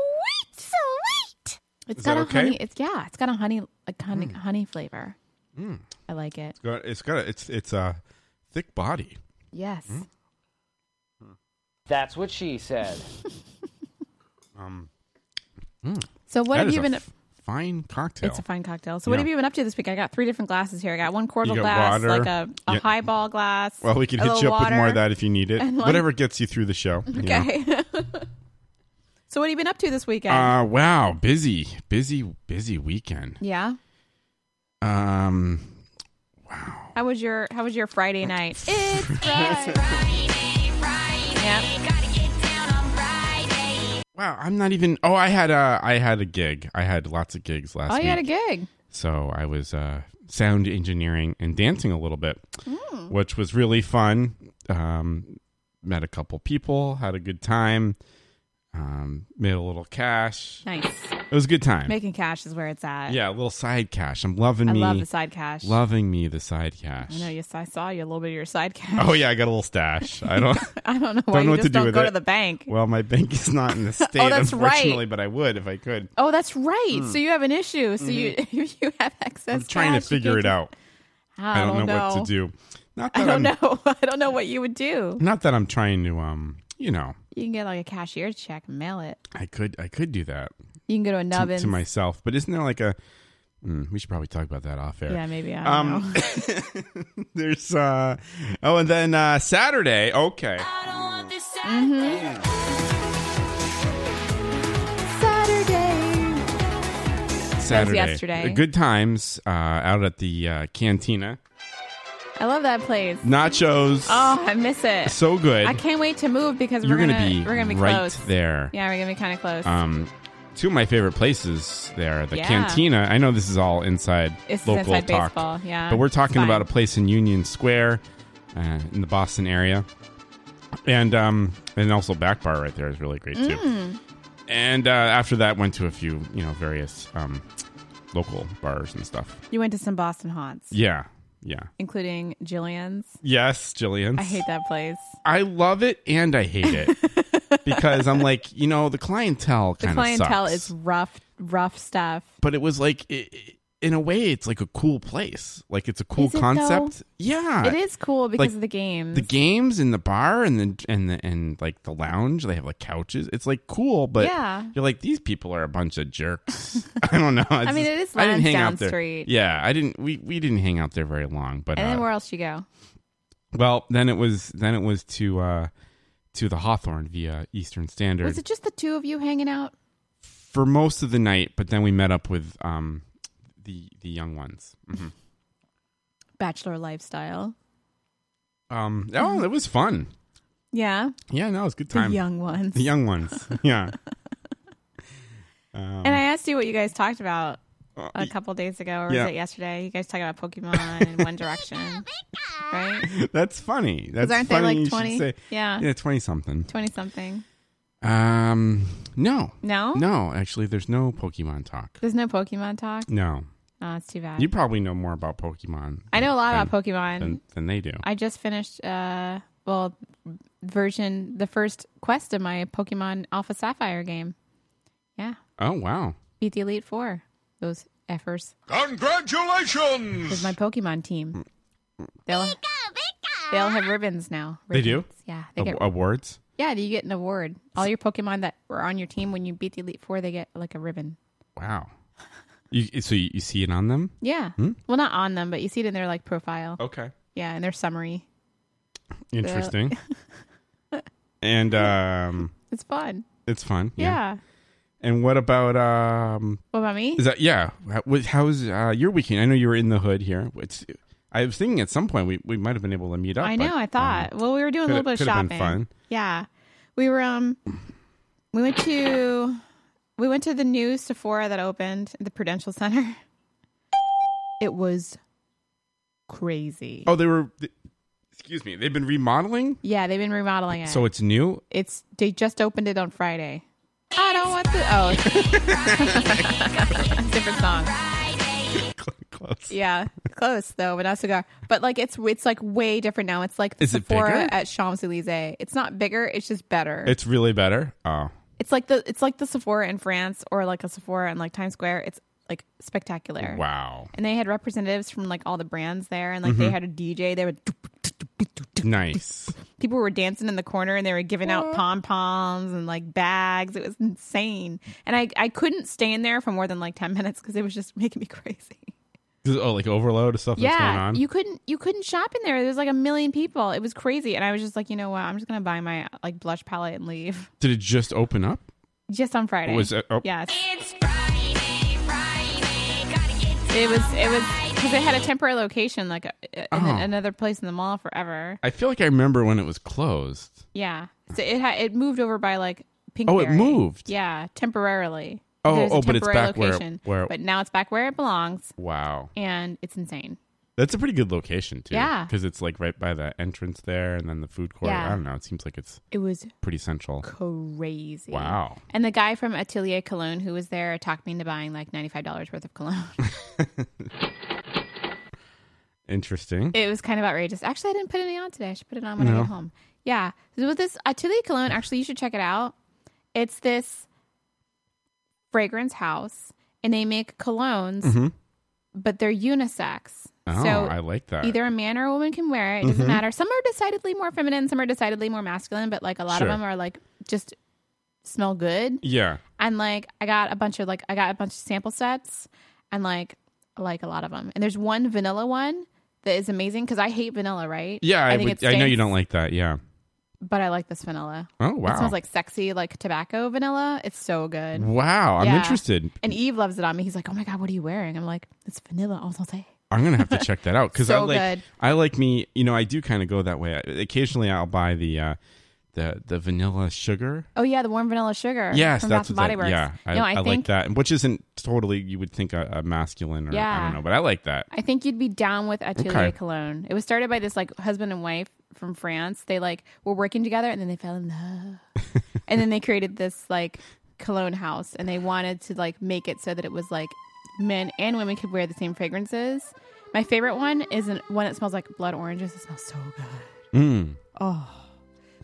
[SPEAKER 4] sweet.
[SPEAKER 1] It's
[SPEAKER 3] Mm-hmm. Is
[SPEAKER 1] got
[SPEAKER 3] that
[SPEAKER 1] a
[SPEAKER 3] okay?
[SPEAKER 1] honey. It's yeah. It's got a honey like honey, honey flavor.
[SPEAKER 3] Mm.
[SPEAKER 1] I like it.
[SPEAKER 3] It's got it's got a, it's it's a thick body.
[SPEAKER 1] Yes.
[SPEAKER 3] Mm.
[SPEAKER 10] That's what she said.
[SPEAKER 3] Um,
[SPEAKER 1] So what
[SPEAKER 3] that
[SPEAKER 1] have
[SPEAKER 3] is
[SPEAKER 1] you
[SPEAKER 3] a
[SPEAKER 1] been?
[SPEAKER 3] f- fine cocktail?
[SPEAKER 1] It's a fine cocktail. So what
[SPEAKER 3] Yeah.
[SPEAKER 1] have you been up to this week? I got three different glasses here. I got one quarter
[SPEAKER 3] got
[SPEAKER 1] glass,
[SPEAKER 3] water.
[SPEAKER 1] like a, a
[SPEAKER 3] Yeah.
[SPEAKER 1] highball glass.
[SPEAKER 3] well, we can
[SPEAKER 1] a
[SPEAKER 3] hit
[SPEAKER 1] little
[SPEAKER 3] you up with more
[SPEAKER 1] water.
[SPEAKER 3] of that if you need it.
[SPEAKER 1] And, like-
[SPEAKER 3] Whatever gets you through the show. you know.
[SPEAKER 1] Okay. [laughs] so what have you been up to this weekend?
[SPEAKER 3] Uh, wow, busy, busy, busy weekend.
[SPEAKER 1] yeah.
[SPEAKER 3] Um,
[SPEAKER 1] How was your How was your Friday night? It's
[SPEAKER 4] Friday, Friday. Gotta get down on Friday.
[SPEAKER 3] wow, I'm not even. Oh, I had a I had a gig. I had lots of gigs last
[SPEAKER 1] oh,
[SPEAKER 3] week.
[SPEAKER 1] you had a gig.
[SPEAKER 3] So I was uh, sound engineering and dancing a little bit,
[SPEAKER 1] Mm.
[SPEAKER 3] which was really fun. Um, met a couple people, had a good time, um, made a little cash.
[SPEAKER 1] Nice.
[SPEAKER 3] It was a good time.
[SPEAKER 1] Making cash is where it's at.
[SPEAKER 3] yeah, a little side cash. I'm loving
[SPEAKER 1] I
[SPEAKER 3] me,
[SPEAKER 1] love the side cash.
[SPEAKER 3] loving me the side cash.
[SPEAKER 1] I know. Yes, I saw you a little bit of your side cash.
[SPEAKER 3] Oh yeah, I got a little stash. I don't.
[SPEAKER 1] [laughs] I don't know why
[SPEAKER 3] Don't know
[SPEAKER 1] you
[SPEAKER 3] what
[SPEAKER 1] just
[SPEAKER 3] to do
[SPEAKER 1] don't
[SPEAKER 3] with
[SPEAKER 1] go
[SPEAKER 3] it.
[SPEAKER 1] to the bank.
[SPEAKER 3] well, my bank is not in the
[SPEAKER 1] [laughs]
[SPEAKER 3] state,
[SPEAKER 1] Oh, that's right.
[SPEAKER 3] unfortunately, but I would if I could.
[SPEAKER 1] Oh, that's right. So you have an issue. So [laughs] you you have excess.
[SPEAKER 3] Hmm. Mm-hmm. I'm trying to
[SPEAKER 1] cash, you
[SPEAKER 3] figure
[SPEAKER 1] can't
[SPEAKER 3] it
[SPEAKER 1] just-
[SPEAKER 3] out.
[SPEAKER 1] I don't,
[SPEAKER 3] know, what to do. Um, Not that
[SPEAKER 1] Oh, [laughs] I don't
[SPEAKER 3] am
[SPEAKER 1] know. [laughs] I don't know what you would do.
[SPEAKER 3] Not that I'm trying to. Um, you know,
[SPEAKER 1] You can get like a cashier's check and mail it.
[SPEAKER 3] I could. I could do that.
[SPEAKER 1] You can go to a
[SPEAKER 3] to-
[SPEAKER 1] nubbins.
[SPEAKER 3] to myself. But isn't there like a? Mm, we should probably talk about that off air.
[SPEAKER 1] yeah, maybe. I don't know.
[SPEAKER 3] Um, [laughs]
[SPEAKER 1] [laughs]
[SPEAKER 3] there's uh oh, and then uh Saturday. Okay,
[SPEAKER 4] I don't want this Saturday.
[SPEAKER 3] Saturday.
[SPEAKER 1] yesterday.
[SPEAKER 3] Uh, Good times uh out at the uh, cantina.
[SPEAKER 1] I love that place.
[SPEAKER 3] Nachos.
[SPEAKER 1] Oh, I miss it.
[SPEAKER 3] so good.
[SPEAKER 1] I can't wait to move because
[SPEAKER 3] You're
[SPEAKER 1] we're
[SPEAKER 3] gonna,
[SPEAKER 1] gonna,
[SPEAKER 3] be
[SPEAKER 1] we're gonna be
[SPEAKER 3] right
[SPEAKER 1] close.
[SPEAKER 3] there.
[SPEAKER 1] Yeah, we're gonna be kind of close.
[SPEAKER 3] Um, two of my favorite places there. The
[SPEAKER 1] Yeah.
[SPEAKER 3] cantina. I know this is all inside
[SPEAKER 1] This is
[SPEAKER 3] local
[SPEAKER 1] inside
[SPEAKER 3] talk,
[SPEAKER 1] baseball, yeah.
[SPEAKER 3] but we're
[SPEAKER 1] It's
[SPEAKER 3] talking
[SPEAKER 1] fine.
[SPEAKER 3] about a place in Union Square, uh, in the Boston area, and um, and also back bar right there is really great too.
[SPEAKER 1] Mm.
[SPEAKER 3] And uh, after that, went to a few you know various um, local bars and stuff.
[SPEAKER 1] you went to some Boston haunts,
[SPEAKER 3] Yeah, yeah,
[SPEAKER 1] including Jillian's.
[SPEAKER 3] yes, Jillian's.
[SPEAKER 1] I hate that place.
[SPEAKER 3] I love it and I hate it
[SPEAKER 1] [laughs]
[SPEAKER 3] because I'm like you know the clientele
[SPEAKER 1] The
[SPEAKER 3] kind of
[SPEAKER 1] clientele
[SPEAKER 3] sucks.
[SPEAKER 1] is rough, rough stuff.
[SPEAKER 3] but it was like i i in a way it's like a cool place like it's a cool
[SPEAKER 1] Is it,
[SPEAKER 3] concept yeah
[SPEAKER 1] it is cool because
[SPEAKER 3] like,
[SPEAKER 1] of the games.
[SPEAKER 3] the games and the bar and the and the and like the lounge they have like couches it's like cool but
[SPEAKER 1] Yeah.
[SPEAKER 3] you're like these people are a bunch of jerks [laughs] i don't know i
[SPEAKER 1] mean, it is
[SPEAKER 3] i didn't hang out
[SPEAKER 1] Lansdowne
[SPEAKER 3] there
[SPEAKER 1] Street.
[SPEAKER 3] yeah i didn't we we didn't hang out there very long but
[SPEAKER 1] and
[SPEAKER 3] uh,
[SPEAKER 1] then where else you go?
[SPEAKER 3] well then it was then it was to uh to the hawthorne via eastern standard
[SPEAKER 1] Was it just the two of you hanging out?
[SPEAKER 3] for most of the night but then we met up with um the the young ones Mhm.
[SPEAKER 1] Bachelor lifestyle.
[SPEAKER 3] um oh it was fun
[SPEAKER 1] Yeah,
[SPEAKER 3] Yeah, no, it's good
[SPEAKER 1] Mm-hmm. the
[SPEAKER 3] time.
[SPEAKER 1] young ones.
[SPEAKER 3] The
[SPEAKER 1] [laughs]
[SPEAKER 3] young ones. yeah. Um,
[SPEAKER 1] And I asked you what you guys talked about
[SPEAKER 3] uh,
[SPEAKER 1] a couple days ago, or
[SPEAKER 3] Yeah.
[SPEAKER 1] was it yesterday? You guys talked about Pokemon and One [laughs] Direction, right?
[SPEAKER 3] that's funny. That's
[SPEAKER 1] 'Cause aren't
[SPEAKER 3] funny.
[SPEAKER 1] they
[SPEAKER 3] you
[SPEAKER 1] like
[SPEAKER 3] should
[SPEAKER 1] twenty?
[SPEAKER 3] say.
[SPEAKER 1] Yeah,
[SPEAKER 3] Yeah, twenty something.
[SPEAKER 1] twenty something.
[SPEAKER 3] Um, no,
[SPEAKER 1] No,
[SPEAKER 3] no. Actually, there's no Pokemon talk.
[SPEAKER 1] There's no Pokemon talk.
[SPEAKER 3] No,
[SPEAKER 1] No, that's too bad.
[SPEAKER 3] you probably know more about Pokemon.
[SPEAKER 1] I know a lot
[SPEAKER 3] than,
[SPEAKER 1] about Pokemon.
[SPEAKER 3] than, than they do.
[SPEAKER 1] I just finished, uh, well, version the first quest of my Pokemon Alpha Sapphire game. Yeah,
[SPEAKER 3] oh wow,
[SPEAKER 1] beat the Elite Four. Those effers
[SPEAKER 6] Congratulations!
[SPEAKER 1] with my Pokemon team. They'll they all
[SPEAKER 4] Bika,
[SPEAKER 1] have ribbons now.
[SPEAKER 3] They do? Oh,
[SPEAKER 1] Ribbons. Yeah, they get
[SPEAKER 3] A- awards.
[SPEAKER 1] yeah. You get an award. All your Pokemon that were on your team when you beat the Elite Four, they get like a ribbon. [laughs]
[SPEAKER 3] Wow. You so you, you see it on them?
[SPEAKER 1] Yeah. Well, not on them, but you see it in their like profile.
[SPEAKER 3] Okay.
[SPEAKER 1] Yeah, in their summary.
[SPEAKER 3] Interesting.
[SPEAKER 1] [laughs]
[SPEAKER 3] and um,
[SPEAKER 1] It's fun.
[SPEAKER 3] it's fun.
[SPEAKER 1] Yeah.
[SPEAKER 3] And what about um,
[SPEAKER 1] What about me?
[SPEAKER 3] Is that yeah? How, was- how was uh, your weekend? I know you were in the hood here. It's I was thinking at some point we, we might have been able to meet up.
[SPEAKER 1] I know.
[SPEAKER 3] but,
[SPEAKER 1] I thought.
[SPEAKER 3] um,
[SPEAKER 1] well, we were doing a
[SPEAKER 3] coulda-
[SPEAKER 1] little bit of
[SPEAKER 3] coulda
[SPEAKER 1] shopping.
[SPEAKER 3] been fun.
[SPEAKER 1] Yeah, we were. Um, we went to we went to the new Sephora that opened at the Prudential Center. [laughs] It was crazy.
[SPEAKER 3] oh, they were. th- excuse me. They've been remodeling,
[SPEAKER 1] Yeah, they've been remodeling it.
[SPEAKER 3] so it's new. [laughs]
[SPEAKER 1] it's they just opened it on Friday. I don't want to. Oh,
[SPEAKER 3] [laughs]
[SPEAKER 1] different song.
[SPEAKER 3] Close.
[SPEAKER 1] Yeah, close though, but not cigar. But like it's it's like way different now. It's like the
[SPEAKER 3] Is it
[SPEAKER 1] Sephora
[SPEAKER 3] bigger?
[SPEAKER 1] at Champs Elysees. It's not bigger. It's just better. It's,
[SPEAKER 3] It's really better. Oh,
[SPEAKER 1] like the it's like the Sephora in France or like a Sephora in like Times Square. It's like spectacular.
[SPEAKER 3] wow.
[SPEAKER 1] And they had representatives from like all the brands there, and like
[SPEAKER 3] Mm-hmm.
[SPEAKER 1] they had a DJ. They would [laughs]
[SPEAKER 3] Nice.
[SPEAKER 1] people were dancing in the corner and they were giving out pom poms and like bags. It was insane, and I I couldn't stay in there for more than like ten minutes because it was just [laughs] making me crazy.
[SPEAKER 3] 'Cause- Oh, like overload of stuff that's going
[SPEAKER 1] yeah
[SPEAKER 3] on.
[SPEAKER 1] you couldn't you couldn't shop in there there was like a million people it was crazy and i was just like you know what i'm just gonna buy my like blush palette and leave [laughs]
[SPEAKER 3] Did it just open up?
[SPEAKER 1] just on friday
[SPEAKER 3] Was it- oh.
[SPEAKER 1] yes
[SPEAKER 4] It's Friday, Friday. Gotta get down
[SPEAKER 1] it was it was because it had a temporary location like a, in
[SPEAKER 3] Oh.
[SPEAKER 1] another place in the mall forever
[SPEAKER 3] I feel like I remember when it was closed.
[SPEAKER 1] yeah so it had it moved over by like pink
[SPEAKER 3] Oh, it moved.
[SPEAKER 1] yeah temporarily
[SPEAKER 3] Oh,
[SPEAKER 1] There's a
[SPEAKER 3] oh, but it's
[SPEAKER 1] temporary
[SPEAKER 3] back where it-
[SPEAKER 1] location,
[SPEAKER 3] where it-
[SPEAKER 1] but now it's back where it belongs
[SPEAKER 3] Wow.
[SPEAKER 1] and it's insane
[SPEAKER 3] That's a pretty good location too.
[SPEAKER 1] Yeah.
[SPEAKER 3] Because it's like right by the entrance there, and then the food court.
[SPEAKER 1] Yeah.
[SPEAKER 3] I don't know. It seems like it's
[SPEAKER 1] it was
[SPEAKER 3] pretty central.
[SPEAKER 1] crazy
[SPEAKER 3] Wow.
[SPEAKER 1] And the guy from Atelier Cologne who was there talked me into buying like $95 worth of cologne.
[SPEAKER 3] Interesting.
[SPEAKER 1] it was kind of outrageous. Actually, I didn't put any on today. I should put it on when I
[SPEAKER 3] No.
[SPEAKER 1] get home. Yeah. So with this Atelier Cologne, actually, you should check it out. It's this fragrance house and they make colognes,
[SPEAKER 3] Mhm.
[SPEAKER 1] but they're unisex.
[SPEAKER 3] oh,
[SPEAKER 1] so
[SPEAKER 3] I like that. Mm-hmm.
[SPEAKER 1] either a man or a woman can wear it. It doesn't matter. Some are decidedly more feminine, some are decidedly more masculine, but like a lot
[SPEAKER 3] Sure.
[SPEAKER 1] of them are like just smell good.
[SPEAKER 3] Yeah.
[SPEAKER 1] and like I got a bunch of like I got a bunch of sample sets and like I like a lot of them. And there's one vanilla one that is amazing because I hate vanilla, right?
[SPEAKER 3] Yeah. I,
[SPEAKER 1] think
[SPEAKER 3] would,
[SPEAKER 1] it
[SPEAKER 3] I know you
[SPEAKER 1] stinks,
[SPEAKER 3] don't like that. Yeah.
[SPEAKER 1] but I like this vanilla.
[SPEAKER 3] Oh wow.
[SPEAKER 1] It smells like sexy, like tobacco vanilla. It's so good.
[SPEAKER 3] Wow. I'm
[SPEAKER 1] Yeah.
[SPEAKER 3] interested.
[SPEAKER 1] And Eve loves it on me. He's like, "Oh my god, what are you wearing?" I'm like, "It's vanilla all day."
[SPEAKER 3] I'm gonna have to check that out because
[SPEAKER 1] [laughs]
[SPEAKER 3] I
[SPEAKER 1] So
[SPEAKER 3] like
[SPEAKER 1] good.
[SPEAKER 3] I like me. You know, I do kind of go that way. I, occasionally, I'll buy the uh, the the vanilla sugar.
[SPEAKER 1] Oh yeah, the warm vanilla sugar.
[SPEAKER 3] Yes,
[SPEAKER 1] from Bath
[SPEAKER 3] that's
[SPEAKER 1] and
[SPEAKER 3] what
[SPEAKER 1] Body
[SPEAKER 3] that-
[SPEAKER 1] Works.
[SPEAKER 3] Yeah, I,
[SPEAKER 1] no,
[SPEAKER 3] I,
[SPEAKER 1] I, think
[SPEAKER 3] like that, which isn't totally. You would think a, a masculine or I
[SPEAKER 1] Yeah.
[SPEAKER 3] don't know, but I like that.
[SPEAKER 1] I think you'd be down with Atelier
[SPEAKER 3] Okay.
[SPEAKER 1] Cologne. It was started by this like husband and wife from France. They like were working together and then they fell in
[SPEAKER 3] [laughs]
[SPEAKER 1] love. and then they created this like cologne house and they wanted to like make it so that it was like men and women could wear the same fragrances. My favorite one is an, one that smells like blood oranges. It smells so good.
[SPEAKER 3] Mm.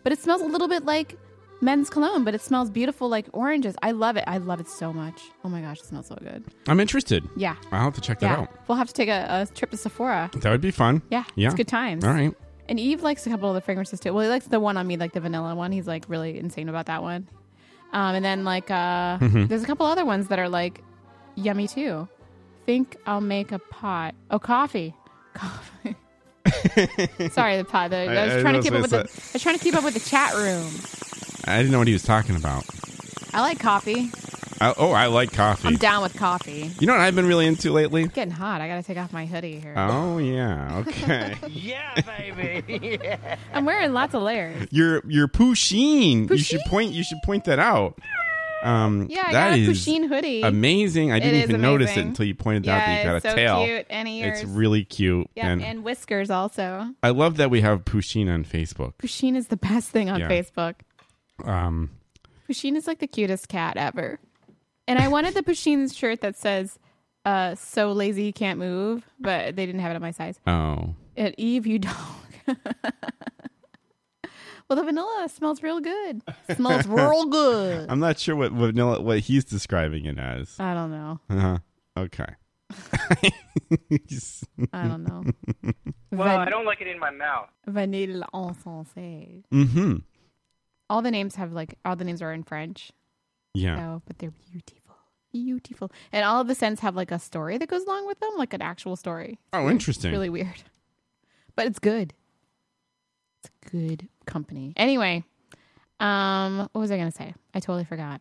[SPEAKER 1] But it smells a little bit like men's cologne, but it smells beautiful like oranges. I love it. I love it so much. Oh my gosh, it smells so good.
[SPEAKER 3] I'm interested.
[SPEAKER 1] Yeah.
[SPEAKER 3] I'll have to check that
[SPEAKER 1] Yeah.
[SPEAKER 3] out.
[SPEAKER 1] We'll have to take a, a trip to Sephora.
[SPEAKER 3] That would be fun.
[SPEAKER 1] Yeah,
[SPEAKER 3] Yeah.
[SPEAKER 1] it's good times.
[SPEAKER 3] All right.
[SPEAKER 1] And Eve likes a couple of the fragrances too. Well, he likes the one on me, like the vanilla one. He's like really insane about that one. Um, and then like uh,
[SPEAKER 3] Mm-hmm.
[SPEAKER 1] there's a couple other ones that are like yummy too. Think I'll make a pot. Oh, coffee. Coffee. [laughs] Sorry, the pot. The, I,
[SPEAKER 3] I- I
[SPEAKER 1] was trying
[SPEAKER 3] know
[SPEAKER 1] to keep up with the,
[SPEAKER 3] what
[SPEAKER 1] I
[SPEAKER 3] I said.
[SPEAKER 1] was trying to keep up with the chat room.
[SPEAKER 3] I didn't know what he was talking about.
[SPEAKER 1] I like coffee.
[SPEAKER 3] I, oh, I like coffee.
[SPEAKER 1] I'm down with coffee.
[SPEAKER 3] you know what I've been really into lately?
[SPEAKER 1] Getting hot. I gotta take off my hoodie here.
[SPEAKER 3] Oh yeah.
[SPEAKER 1] [laughs]
[SPEAKER 3] Okay.
[SPEAKER 1] I'm wearing lots of layers.
[SPEAKER 3] your your Pusheen. You should
[SPEAKER 1] Pusheen?
[SPEAKER 3] point. You should point that out. Um,
[SPEAKER 1] Yeah, I
[SPEAKER 3] that
[SPEAKER 1] got a
[SPEAKER 3] is
[SPEAKER 1] Pusheen hoodie.
[SPEAKER 3] Amazing. I didn't
[SPEAKER 1] is
[SPEAKER 3] even notice it
[SPEAKER 1] amazing.
[SPEAKER 3] until you pointed out that you
[SPEAKER 1] Yeah,
[SPEAKER 3] got a
[SPEAKER 1] it's so
[SPEAKER 3] tail.
[SPEAKER 1] cute and ears.
[SPEAKER 3] It's really cute.
[SPEAKER 1] yeah,
[SPEAKER 3] and,
[SPEAKER 1] and whiskers also.
[SPEAKER 3] I love that we have Pusheen on Facebook.
[SPEAKER 1] Pusheen is the best thing on
[SPEAKER 3] Yeah.
[SPEAKER 1] Facebook.
[SPEAKER 3] Um,
[SPEAKER 1] Pusheen is like the cutest cat ever. And I wanted the Pusheen shirt that says, uh, so lazy you can't move, but they didn't have it on my size.
[SPEAKER 3] oh,
[SPEAKER 1] At Eve, you dog. [laughs] well, the vanilla smells real good. Smells real good.
[SPEAKER 3] [laughs] I'm not sure what vanilla what he's describing it as.
[SPEAKER 1] I don't know.
[SPEAKER 3] Uh-huh. Okay. [laughs]
[SPEAKER 1] I don't know.
[SPEAKER 7] Well, Uh, I don't like it in my mouth.
[SPEAKER 1] Vanilla encensé.
[SPEAKER 3] mm-hmm.
[SPEAKER 1] All the names have like, all the names are in French.
[SPEAKER 3] Yeah.
[SPEAKER 1] No, but they're beautiful. Beautiful. And all of the scents have like a story that goes along with them, like an actual story.
[SPEAKER 3] Oh, interesting.
[SPEAKER 1] Really weird. But it's good. It's good company. Anyway, um, what was I gonna say? I totally forgot.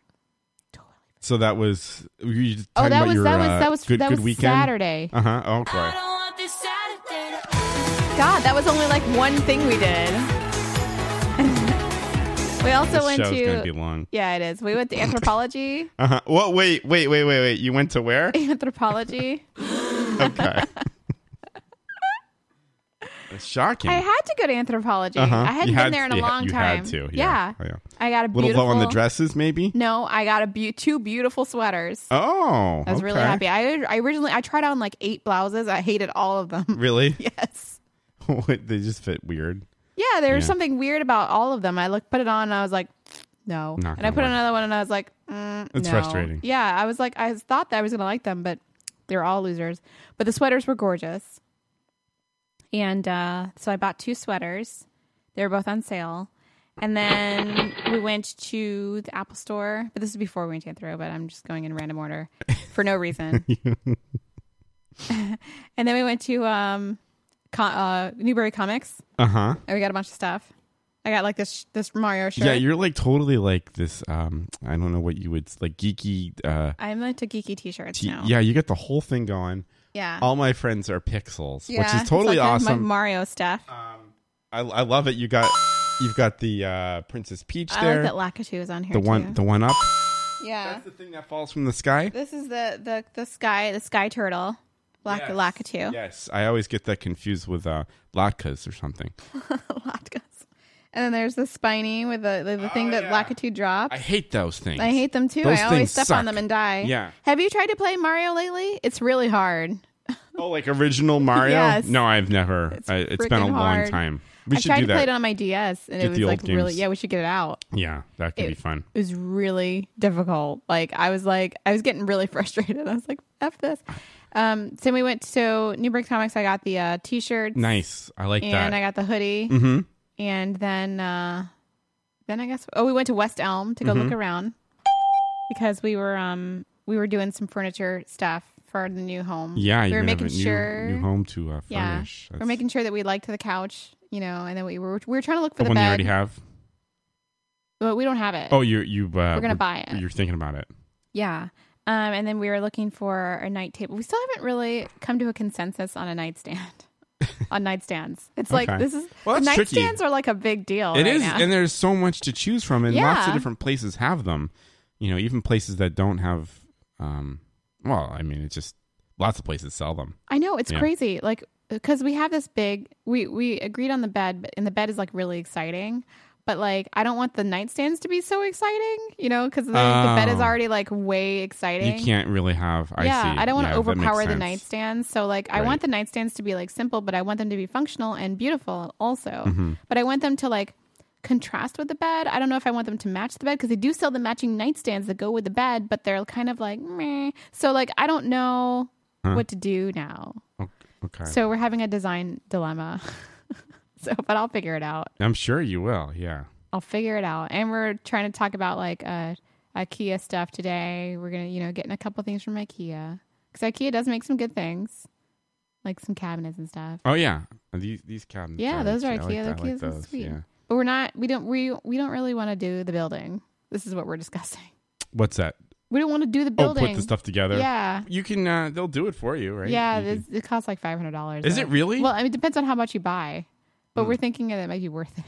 [SPEAKER 3] So that was were you talking
[SPEAKER 1] Oh, that
[SPEAKER 3] about
[SPEAKER 1] was
[SPEAKER 3] your
[SPEAKER 1] that was
[SPEAKER 3] uh,
[SPEAKER 1] that was
[SPEAKER 3] good
[SPEAKER 1] that
[SPEAKER 3] good
[SPEAKER 1] was
[SPEAKER 3] weekend.
[SPEAKER 1] Saturday.
[SPEAKER 3] Uh huh. Uh-huh. Okay.
[SPEAKER 4] I don't want this Saturday.
[SPEAKER 1] God, that was only like one thing we did. [laughs] we also
[SPEAKER 3] this
[SPEAKER 1] went
[SPEAKER 3] show's
[SPEAKER 1] to.
[SPEAKER 3] gonna be long.
[SPEAKER 1] yeah, it is. We went to
[SPEAKER 3] [laughs]
[SPEAKER 1] anthropology.
[SPEAKER 3] Uh huh. Well, wait, wait, wait, wait, wait. You went to where?
[SPEAKER 1] [laughs] anthropology. [laughs]
[SPEAKER 3] Okay. That's shocking.
[SPEAKER 1] I had to go to anthropology.
[SPEAKER 3] Uh-huh.
[SPEAKER 1] I hadn't been
[SPEAKER 3] You had-
[SPEAKER 1] there in a
[SPEAKER 3] you ha-
[SPEAKER 1] long
[SPEAKER 3] you
[SPEAKER 1] time.
[SPEAKER 3] had to, yeah. Oh,
[SPEAKER 1] Yeah.
[SPEAKER 3] Yeah.
[SPEAKER 1] I got a
[SPEAKER 3] little
[SPEAKER 1] beautiful,
[SPEAKER 3] low on the dresses, maybe.
[SPEAKER 1] No, I got a be- two beautiful sweaters.
[SPEAKER 3] Oh,
[SPEAKER 1] I was really
[SPEAKER 3] okay.
[SPEAKER 1] happy. I I originally I tried on like eight blouses. I hated all of them. [laughs]
[SPEAKER 3] Really?
[SPEAKER 1] yes.
[SPEAKER 3] [laughs] What, they just fit weird. [laughs]
[SPEAKER 1] Yeah, there was
[SPEAKER 3] Yeah.
[SPEAKER 1] something weird about all of them. I looked, put it on, and I was like, no.
[SPEAKER 3] Not
[SPEAKER 1] and I
[SPEAKER 3] gonna
[SPEAKER 1] put
[SPEAKER 3] work.
[SPEAKER 1] another one, and I was like, mm,
[SPEAKER 3] It's
[SPEAKER 1] no.
[SPEAKER 3] frustrating.
[SPEAKER 1] Yeah, I was like, I thought that I was gonna like them, but they were all losers. But the sweaters were gorgeous, and uh, so I bought two sweaters. They were both on sale, and then we went to the Apple Store. But this is before we went to Anthro. But I'm just going in random order for no
[SPEAKER 3] [laughs]
[SPEAKER 1] reason.
[SPEAKER 3] Uh-huh.
[SPEAKER 1] and then we went to um, co uh, Newberry Comics.
[SPEAKER 3] Uh huh.
[SPEAKER 1] And we got a bunch of stuff. I got like this this Mario shirt.
[SPEAKER 3] Yeah, you're like totally like this. Um, I don't know what you would like geeky. Uh,
[SPEAKER 1] I'm into geeky t-shirts
[SPEAKER 3] t-
[SPEAKER 1] now.
[SPEAKER 3] yeah, you get the whole thing going.
[SPEAKER 1] yeah.
[SPEAKER 3] All my friends are pixels,
[SPEAKER 1] Yeah,
[SPEAKER 3] which
[SPEAKER 1] it's
[SPEAKER 3] is
[SPEAKER 1] like
[SPEAKER 3] totally
[SPEAKER 1] my- My
[SPEAKER 3] awesome. Uh,
[SPEAKER 1] Mario stuff.
[SPEAKER 3] I, I love it. You got you've got the uh, Princess Peach
[SPEAKER 1] I
[SPEAKER 3] there.
[SPEAKER 1] like that Lakitu is on here.
[SPEAKER 3] the one,
[SPEAKER 1] too.
[SPEAKER 3] the one up.
[SPEAKER 1] yeah.
[SPEAKER 3] That's the thing that falls from the sky.
[SPEAKER 1] This is the the the sky the sky turtle, Lak-
[SPEAKER 3] Yes.
[SPEAKER 1] Lakitu.
[SPEAKER 3] Yes, I always get that confused with uh, latkes or something.
[SPEAKER 1] [laughs] Latkes. And then there's the spiny with the the, the thing
[SPEAKER 3] Oh,
[SPEAKER 1] that
[SPEAKER 3] yeah.
[SPEAKER 1] Lakitu drops.
[SPEAKER 3] I
[SPEAKER 1] I,
[SPEAKER 3] hate those things.
[SPEAKER 1] hate them too.
[SPEAKER 3] Those
[SPEAKER 1] I always
[SPEAKER 3] things
[SPEAKER 1] step
[SPEAKER 3] suck.
[SPEAKER 1] on them and die.
[SPEAKER 3] Yeah.
[SPEAKER 1] Have you tried to play Mario lately? It's really hard.
[SPEAKER 3] Oh, like original Mario?
[SPEAKER 1] Yes.
[SPEAKER 3] No, I've never. I, it's been a
[SPEAKER 1] freaking
[SPEAKER 3] long
[SPEAKER 1] hard.
[SPEAKER 3] time. We
[SPEAKER 1] I
[SPEAKER 3] should
[SPEAKER 1] tried
[SPEAKER 3] do
[SPEAKER 1] to play
[SPEAKER 3] that.
[SPEAKER 1] it on my DS, and
[SPEAKER 3] Get
[SPEAKER 1] it was
[SPEAKER 3] the
[SPEAKER 1] like
[SPEAKER 3] old
[SPEAKER 1] really
[SPEAKER 3] games.
[SPEAKER 1] yeah. We should get it out.
[SPEAKER 3] yeah, that could
[SPEAKER 1] it-
[SPEAKER 3] be fun.
[SPEAKER 1] It was really difficult. Like I was like I was getting really [laughs] frustrated. I was like, "F this." Um, so we went to Newberg Comics. I got the uh, t-shirts
[SPEAKER 3] Nice. I like
[SPEAKER 1] and
[SPEAKER 3] that.
[SPEAKER 1] I got the hoodie,
[SPEAKER 3] mm-hmm.
[SPEAKER 1] and then uh, then I guess oh we went to West Elm to go
[SPEAKER 3] Mm-hmm.
[SPEAKER 1] look around because we were um we were doing some furniture stuff for the new home.
[SPEAKER 3] Yeah,
[SPEAKER 1] we
[SPEAKER 3] you're
[SPEAKER 1] were
[SPEAKER 3] gonna have
[SPEAKER 1] making
[SPEAKER 3] a new,
[SPEAKER 1] sure
[SPEAKER 3] new home to uh, furnish.
[SPEAKER 1] Yeah, we're
[SPEAKER 3] That's-
[SPEAKER 1] making sure that we liked the couch, you know, and then we were we were trying to look for
[SPEAKER 3] the
[SPEAKER 1] the,
[SPEAKER 3] one
[SPEAKER 1] bed,
[SPEAKER 3] you already have.
[SPEAKER 1] but we don't have it.
[SPEAKER 3] Oh, you you. Uh, we're
[SPEAKER 1] gonna buy it.
[SPEAKER 3] You're thinking about it.
[SPEAKER 1] Yeah. Um, and then we were looking for a night table. We still haven't really come to a consensus on a nightstand. [laughs] on nightstands, it's like
[SPEAKER 3] Okay.
[SPEAKER 1] this is
[SPEAKER 3] Well, that's
[SPEAKER 1] nightstands
[SPEAKER 3] tricky.
[SPEAKER 1] are like a big deal.
[SPEAKER 3] It
[SPEAKER 1] right
[SPEAKER 3] is,
[SPEAKER 1] now.
[SPEAKER 3] and there's so much to choose from, and lots
[SPEAKER 1] Yeah.
[SPEAKER 3] of different places have them. You know, even places that don't have. Um, well, I mean, it's just lots of places sell them.
[SPEAKER 1] I know it's
[SPEAKER 3] Yeah.
[SPEAKER 1] crazy. Like because we have this big, we we agreed on the bed, but and the bed is like really exciting. But like, I don't want the nightstands to be so exciting, you know, because the, the bed is
[SPEAKER 3] Oh.
[SPEAKER 1] already like way exciting.
[SPEAKER 3] You can't really have. I
[SPEAKER 1] yeah,
[SPEAKER 3] see.
[SPEAKER 1] I don't want to
[SPEAKER 3] Yeah, that makes
[SPEAKER 1] overpower the
[SPEAKER 3] sense.
[SPEAKER 1] nightstands. So like I
[SPEAKER 3] Right.
[SPEAKER 1] want the nightstands to be like simple, but I want them to be functional and beautiful also.
[SPEAKER 3] Mm-hmm.
[SPEAKER 1] But I want them to like contrast with the bed. I don't know if I want them to match the bed because they do sell the matching nightstands that go with the bed, but they're kind of like meh. So like I don't know
[SPEAKER 3] Huh.
[SPEAKER 1] what to do now.
[SPEAKER 3] O- Okay.
[SPEAKER 1] So we're having a design dilemma. [laughs] so but I'll figure it out.
[SPEAKER 3] I'm sure you will. Yeah.
[SPEAKER 1] I'll figure it out. And we're trying to talk about like uh, IKEA stuff today. We're gonna, you know, getting a couple things from IKEA because IKEA does make some good things, like some cabinets and stuff.
[SPEAKER 3] Oh yeah. These these cabinets.
[SPEAKER 1] Yeah, those are IKEA.
[SPEAKER 3] actually- I like,
[SPEAKER 1] They're
[SPEAKER 3] I like
[SPEAKER 1] cute and
[SPEAKER 3] those,
[SPEAKER 1] sweet.
[SPEAKER 3] Yeah.
[SPEAKER 1] But we're not. We don't. We we don't really want to do the building. This is what we're discussing.
[SPEAKER 3] What's that?
[SPEAKER 1] We don't want to do the building.
[SPEAKER 3] Oh, put the stuff together.
[SPEAKER 1] Yeah.
[SPEAKER 3] You can. Uh, they'll do it for you, right?
[SPEAKER 1] Yeah,
[SPEAKER 3] You
[SPEAKER 1] this, it costs like five hundred dollars.
[SPEAKER 3] Is it really? Hmm.
[SPEAKER 1] Well, I mean, it depends on how much you buy, but we're thinking that it might be worth it.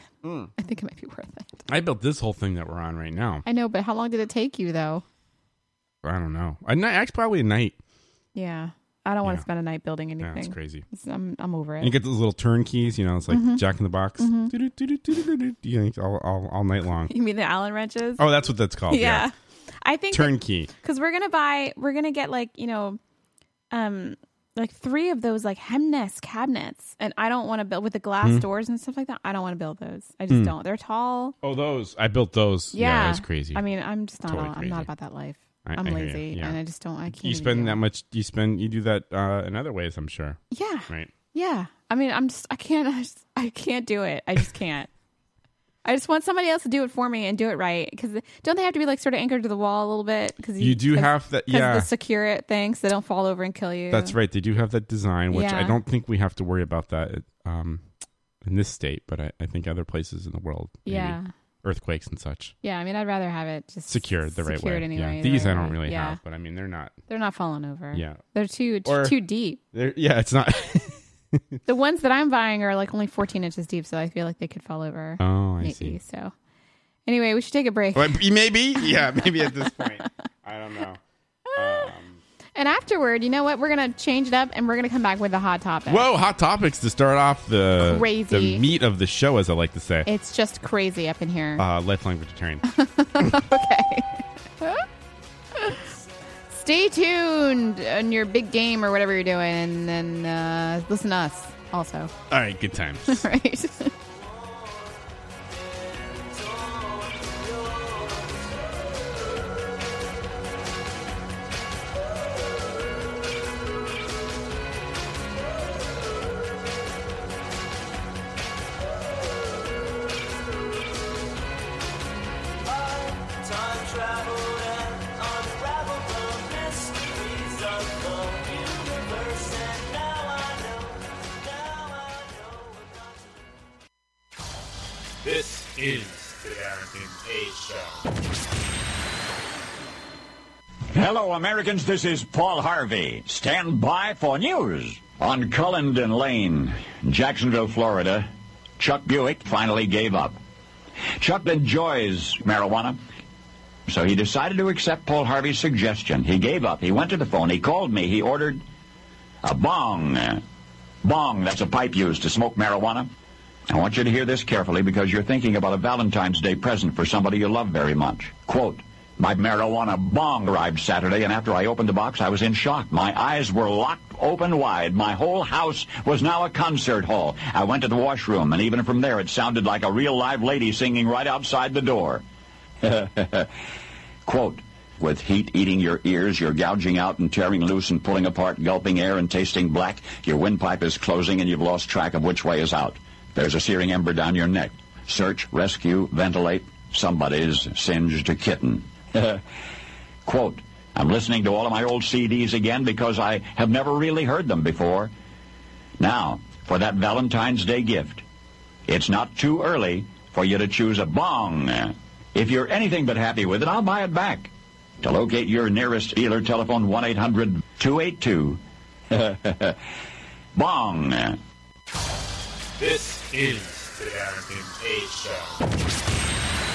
[SPEAKER 1] [laughs] I think it might be worth it.
[SPEAKER 3] can- I built this whole thing that we're on right now.
[SPEAKER 1] I know, but how long did it take you though?
[SPEAKER 3] I don't know. A night. Actually, probably a night.
[SPEAKER 1] Yeah, I don't want to
[SPEAKER 3] Yeah.
[SPEAKER 1] spend a night building
[SPEAKER 3] Yeah,
[SPEAKER 1] anything.
[SPEAKER 3] that's crazy.
[SPEAKER 1] It's- I'm I'm over it. [laughs]
[SPEAKER 3] And you get those little turnkeys. You know, it's like
[SPEAKER 1] Mm-hmm.
[SPEAKER 3] Jack in the Box. Doo-doo, doo-doo, doo-doo, doo-doo, You know, all, all all night long.
[SPEAKER 1] You mean the Allen wrenches?
[SPEAKER 3] Oh, that's what that's called. Yeah.
[SPEAKER 1] I [laughs] think
[SPEAKER 3] Turnkey.
[SPEAKER 1] because we're gonna buy, we're gonna get like you know, um, like three of those like Hemnes cabinets, and I don't want to build with the glass
[SPEAKER 3] Hmm.
[SPEAKER 1] doors and stuff like that. I don't want to build those. I just don't. They're tall.
[SPEAKER 3] Oh, those. I built those.
[SPEAKER 1] Yeah,
[SPEAKER 3] Hmm. that's crazy.
[SPEAKER 1] I mean, I'm just not.
[SPEAKER 3] Totally
[SPEAKER 1] I'm not
[SPEAKER 3] crazy.
[SPEAKER 1] about that life.
[SPEAKER 3] I-
[SPEAKER 1] I, am
[SPEAKER 3] I hear you.
[SPEAKER 1] lazy,
[SPEAKER 3] Yeah.
[SPEAKER 1] and I just don't. I can't. even
[SPEAKER 3] you
[SPEAKER 1] do
[SPEAKER 3] spend that
[SPEAKER 1] it.
[SPEAKER 3] much. You spend. You do that uh, in other ways. I'm sure.
[SPEAKER 1] Yeah. [laughs]
[SPEAKER 3] Right.
[SPEAKER 1] Yeah. I mean, I'm just. I can't. [laughs] I, just, I can't do it. I just can't. [laughs] I just want somebody else to do it for me and do it right. Because don't they have to be like sort of anchored to the wall a little bit? Because
[SPEAKER 3] You do have that.
[SPEAKER 1] because
[SPEAKER 3] Yeah.
[SPEAKER 1] the secure it thing so they don't fall over and kill you.
[SPEAKER 3] That's right. They do have that design, which I
[SPEAKER 1] Yeah.
[SPEAKER 3] don't think we have to worry about that um, in this state, but I, I think other places in the world, maybe.
[SPEAKER 1] Yeah.
[SPEAKER 3] earthquakes and such,
[SPEAKER 1] Yeah. I mean, I'd rather have it just
[SPEAKER 3] secured the right
[SPEAKER 1] secured
[SPEAKER 3] way.
[SPEAKER 1] Anyway,
[SPEAKER 3] yeah,
[SPEAKER 1] the
[SPEAKER 3] these
[SPEAKER 1] right
[SPEAKER 3] I don't
[SPEAKER 1] way.
[SPEAKER 3] really
[SPEAKER 1] yeah.
[SPEAKER 3] have, but I mean they're not.
[SPEAKER 1] They're not falling over.
[SPEAKER 3] Yeah,
[SPEAKER 1] They're too
[SPEAKER 3] Or-
[SPEAKER 1] too deep. [laughs]
[SPEAKER 3] they're, yeah, it's not. [laughs]
[SPEAKER 1] The ones that I'm buying are like only 14 inches deep, so I feel like they could fall over.
[SPEAKER 3] Oh, I
[SPEAKER 1] maybe.
[SPEAKER 3] see.
[SPEAKER 1] So, anyway, we should take a break.
[SPEAKER 3] But maybe, yeah, [laughs] maybe at this point, I don't know. Um,
[SPEAKER 1] And afterward, you know what? We're gonna change it up, and we're gonna come back with a hot topic.
[SPEAKER 3] whoa, hot topics to start off the
[SPEAKER 1] Crazy.
[SPEAKER 3] the meat of the show, as I like to say.
[SPEAKER 1] It's just crazy up in here.
[SPEAKER 3] uh, lifelong
[SPEAKER 11] [laughs]
[SPEAKER 3] vegetarian.
[SPEAKER 1] okay. Stay tuned on your big game or whatever you're doing, and then uh, listen to us also. [laughs]
[SPEAKER 3] All right,
[SPEAKER 11] [laughs]
[SPEAKER 3] good times.
[SPEAKER 1] Right?
[SPEAKER 9] This is the American K Show.
[SPEAKER 10] Hello, Americans. This is Paul Harvey. Stand by for news. On Cullendon Lane, Jacksonville, Florida, Chuck Buick finally gave up. Chuck enjoys marijuana, so he decided to accept Paul Harvey's suggestion. He gave up. He went to the phone. He called me. He ordered a bong. Bong, that's a pipe used to smoke marijuana. I want you to hear this carefully because you're thinking about a Valentine's Day present for somebody you love very much. Quote, my marijuana bong arrived Saturday, and after I opened the box, I was in shock. My eyes were locked open wide. My whole house was now a concert hall. I went to the washroom, and even from there, it sounded like a real live lady singing right outside the door. Quote, with heat eating your ears, you're gouging out and tearing loose and pulling apart, gulping air and tasting black. Your windpipe is closing and you've lost track of which way is out. There's a searing ember down your neck. Search, rescue, ventilate. Somebody's singed a kitten. [laughs] Quote, I'm listening to all of my old CDs again because I have never really heard them before. Now, for that Valentine's Day gift. It's not too early for you to choose a bong. If you're anything but happy with it, I'll buy it back. To locate your nearest dealer, telephone 1 800 282 [laughs] Bong.
[SPEAKER 9] This is the American K Show.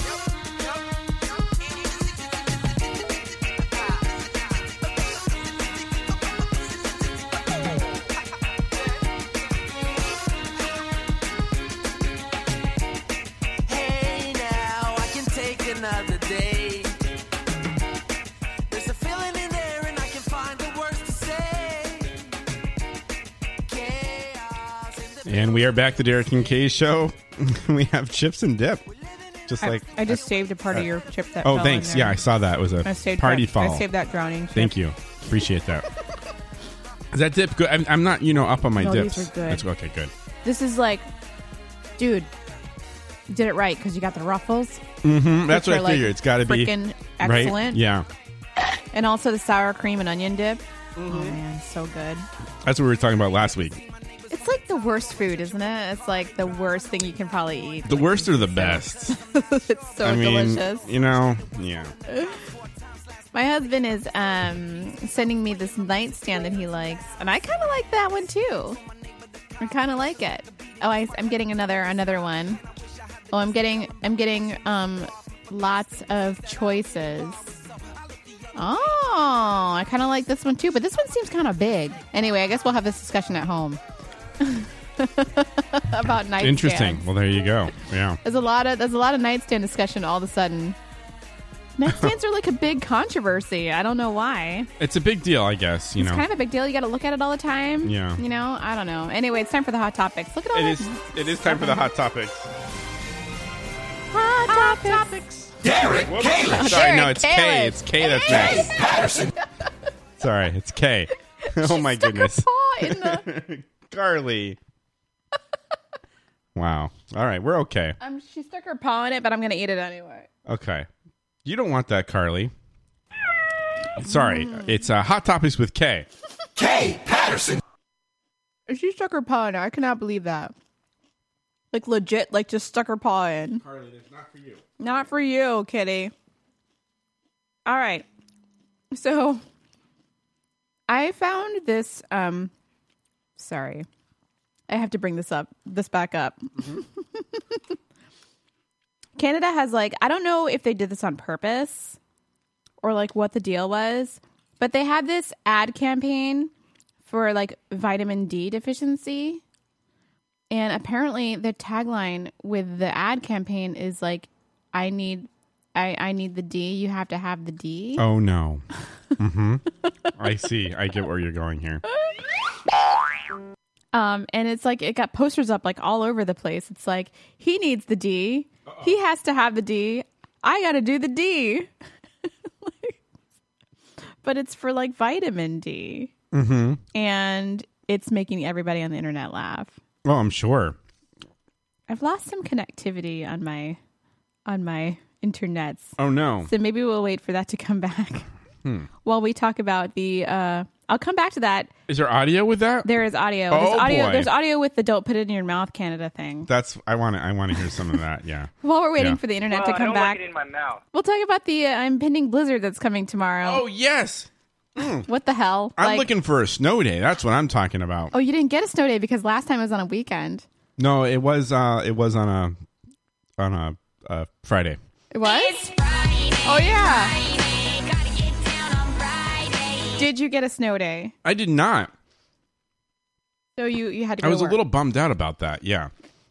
[SPEAKER 4] Hey now, I can take another day. There's a feeling in there, and I can find the words to say. Chaos in the
[SPEAKER 3] And we are back to Derek and Kay's show. [laughs] we have chips and dip, just like
[SPEAKER 11] I, I just saved a part of your chip that.
[SPEAKER 3] Oh,
[SPEAKER 11] fell
[SPEAKER 3] thanks.
[SPEAKER 11] In there.
[SPEAKER 3] Yeah, I saw that. It was a
[SPEAKER 11] I saved
[SPEAKER 3] party
[SPEAKER 11] that,
[SPEAKER 3] fall.
[SPEAKER 11] I saved that drowning. Chip.
[SPEAKER 3] Thank you. Appreciate that. is that dip good? I'm, I'm not, you know, up on my
[SPEAKER 1] No, these
[SPEAKER 3] dips.
[SPEAKER 1] were good.
[SPEAKER 3] That's- okay, good.
[SPEAKER 1] this is like, dude, you did it right because you got the ruffles,
[SPEAKER 3] hmm That's
[SPEAKER 1] Which are,
[SPEAKER 3] what I
[SPEAKER 1] like,
[SPEAKER 3] figured. it's got to be
[SPEAKER 1] frickin'
[SPEAKER 3] right?
[SPEAKER 1] excellent.
[SPEAKER 3] Yeah,
[SPEAKER 1] and also the sour cream and onion dip.
[SPEAKER 11] Mm-hmm.
[SPEAKER 1] Oh man, so good.
[SPEAKER 3] that's what we were talking about last week.
[SPEAKER 1] It's like the worst food, isn't it? It's like the worst thing you can probably eat. [laughs]
[SPEAKER 3] The worst are the best.
[SPEAKER 1] it's so
[SPEAKER 3] I mean,
[SPEAKER 1] Oh, delicious.
[SPEAKER 3] you know, yeah.
[SPEAKER 1] My husband is um, sending me this nightstand that he likes, and I kind of like that one too. I kind of like it. Oh, I, am getting another another one. Oh, I'm getting I'm getting um, lots of choices. Oh, I kind of like this one too, but this one seems kind of big. Anyway, I guess we'll have this discussion at home [laughs] about nightstands.
[SPEAKER 3] Interesting. Well, there you go. Yeah.
[SPEAKER 1] There's a lot of there's a lot of nightstand discussion all of a sudden. Nightstands are like a big controversy. I don't know why.
[SPEAKER 3] It's a big deal, I guess. You
[SPEAKER 1] It's
[SPEAKER 3] know,
[SPEAKER 1] kind of a big deal. You got to look at it all the time.
[SPEAKER 3] Yeah.
[SPEAKER 1] You know, I don't know. Anyway, it's time for the hot topics. Look at all
[SPEAKER 3] it
[SPEAKER 1] this
[SPEAKER 3] is. It is time for the hot topics.
[SPEAKER 1] hot, topics. Oh,
[SPEAKER 10] Derek
[SPEAKER 3] Whoops.
[SPEAKER 10] Kalish.
[SPEAKER 3] Sorry, no,
[SPEAKER 1] Derek
[SPEAKER 3] it's K.
[SPEAKER 1] Kalish.
[SPEAKER 3] It's K that's next.
[SPEAKER 10] Patterson.
[SPEAKER 3] Sorry,
[SPEAKER 1] [laughs]
[SPEAKER 3] it's K. oh my
[SPEAKER 1] Stuck her [laughs]
[SPEAKER 3] goodness,
[SPEAKER 1] paw in the-
[SPEAKER 3] Carly. Wow. All right, we're okay.
[SPEAKER 1] Um, she stuck her paw in it, but I'm gonna eat it anyway.
[SPEAKER 3] Okay. You don't want that, Carly. Sorry, it's uh, Hot Topics with K.
[SPEAKER 1] K Patterson. She stuck her paw in it. I cannot believe that. Like legit, like just stuck her paw in.
[SPEAKER 3] Carly, that's not for you.
[SPEAKER 1] Not for you, kitty. All right. [laughs] So I found this um sorry. I have to bring this up. This back up. [laughs] Canada has like I don't know if they did this on purpose or like what the deal was, but they had this ad campaign for like vitamin D deficiency. And apparently the tagline with the ad campaign is like I need I, I need the D, you have to have the D.
[SPEAKER 3] Oh no. hmm [laughs] I see. I get where you're going here.
[SPEAKER 1] Um, and it's like it got posters up like all over the place. It's like he needs the D. He has to have the D. I got to do the D. [laughs] Like, but it's for like vitamin D,
[SPEAKER 3] Mm-hmm.
[SPEAKER 1] and it's making everybody on the internet laugh.
[SPEAKER 3] Oh, I'm sure.
[SPEAKER 1] I've lost some connectivity on my on my internets.
[SPEAKER 3] Oh no.
[SPEAKER 1] So maybe we'll wait for that to come [laughs] back
[SPEAKER 3] Hmm.
[SPEAKER 1] while we talk about the. Uh, I'll come back to that.
[SPEAKER 3] Is there audio with that?
[SPEAKER 1] There is audio.
[SPEAKER 3] Oh,
[SPEAKER 1] there's audio.
[SPEAKER 3] boy.
[SPEAKER 1] There's audio with the "Don't put it in your mouth" Canada thing.
[SPEAKER 3] That's I want to I want to hear some of that. Yeah.
[SPEAKER 1] While we're waiting
[SPEAKER 3] Yeah.
[SPEAKER 1] for the internet
[SPEAKER 7] Well,
[SPEAKER 1] to
[SPEAKER 7] Uh, I
[SPEAKER 1] come
[SPEAKER 7] don't
[SPEAKER 1] back,
[SPEAKER 7] like it in my mouth.
[SPEAKER 1] we'll talk about the uh, impending blizzard that's coming tomorrow.
[SPEAKER 3] [laughs] Oh yes. Mm.
[SPEAKER 1] What the hell?
[SPEAKER 3] I'm
[SPEAKER 1] Like-
[SPEAKER 3] looking for a snow day. That's what I'm talking about.
[SPEAKER 1] Oh, you didn't get a snow day because last time it was on a weekend.
[SPEAKER 3] No, it was uh it was on a on a uh, Friday.
[SPEAKER 1] It was. oh yeah. Did you get a snow day?
[SPEAKER 3] I did not.
[SPEAKER 1] So you you had to. Go
[SPEAKER 3] I was
[SPEAKER 1] to
[SPEAKER 3] a
[SPEAKER 1] work.
[SPEAKER 3] little bummed out about that. Yeah.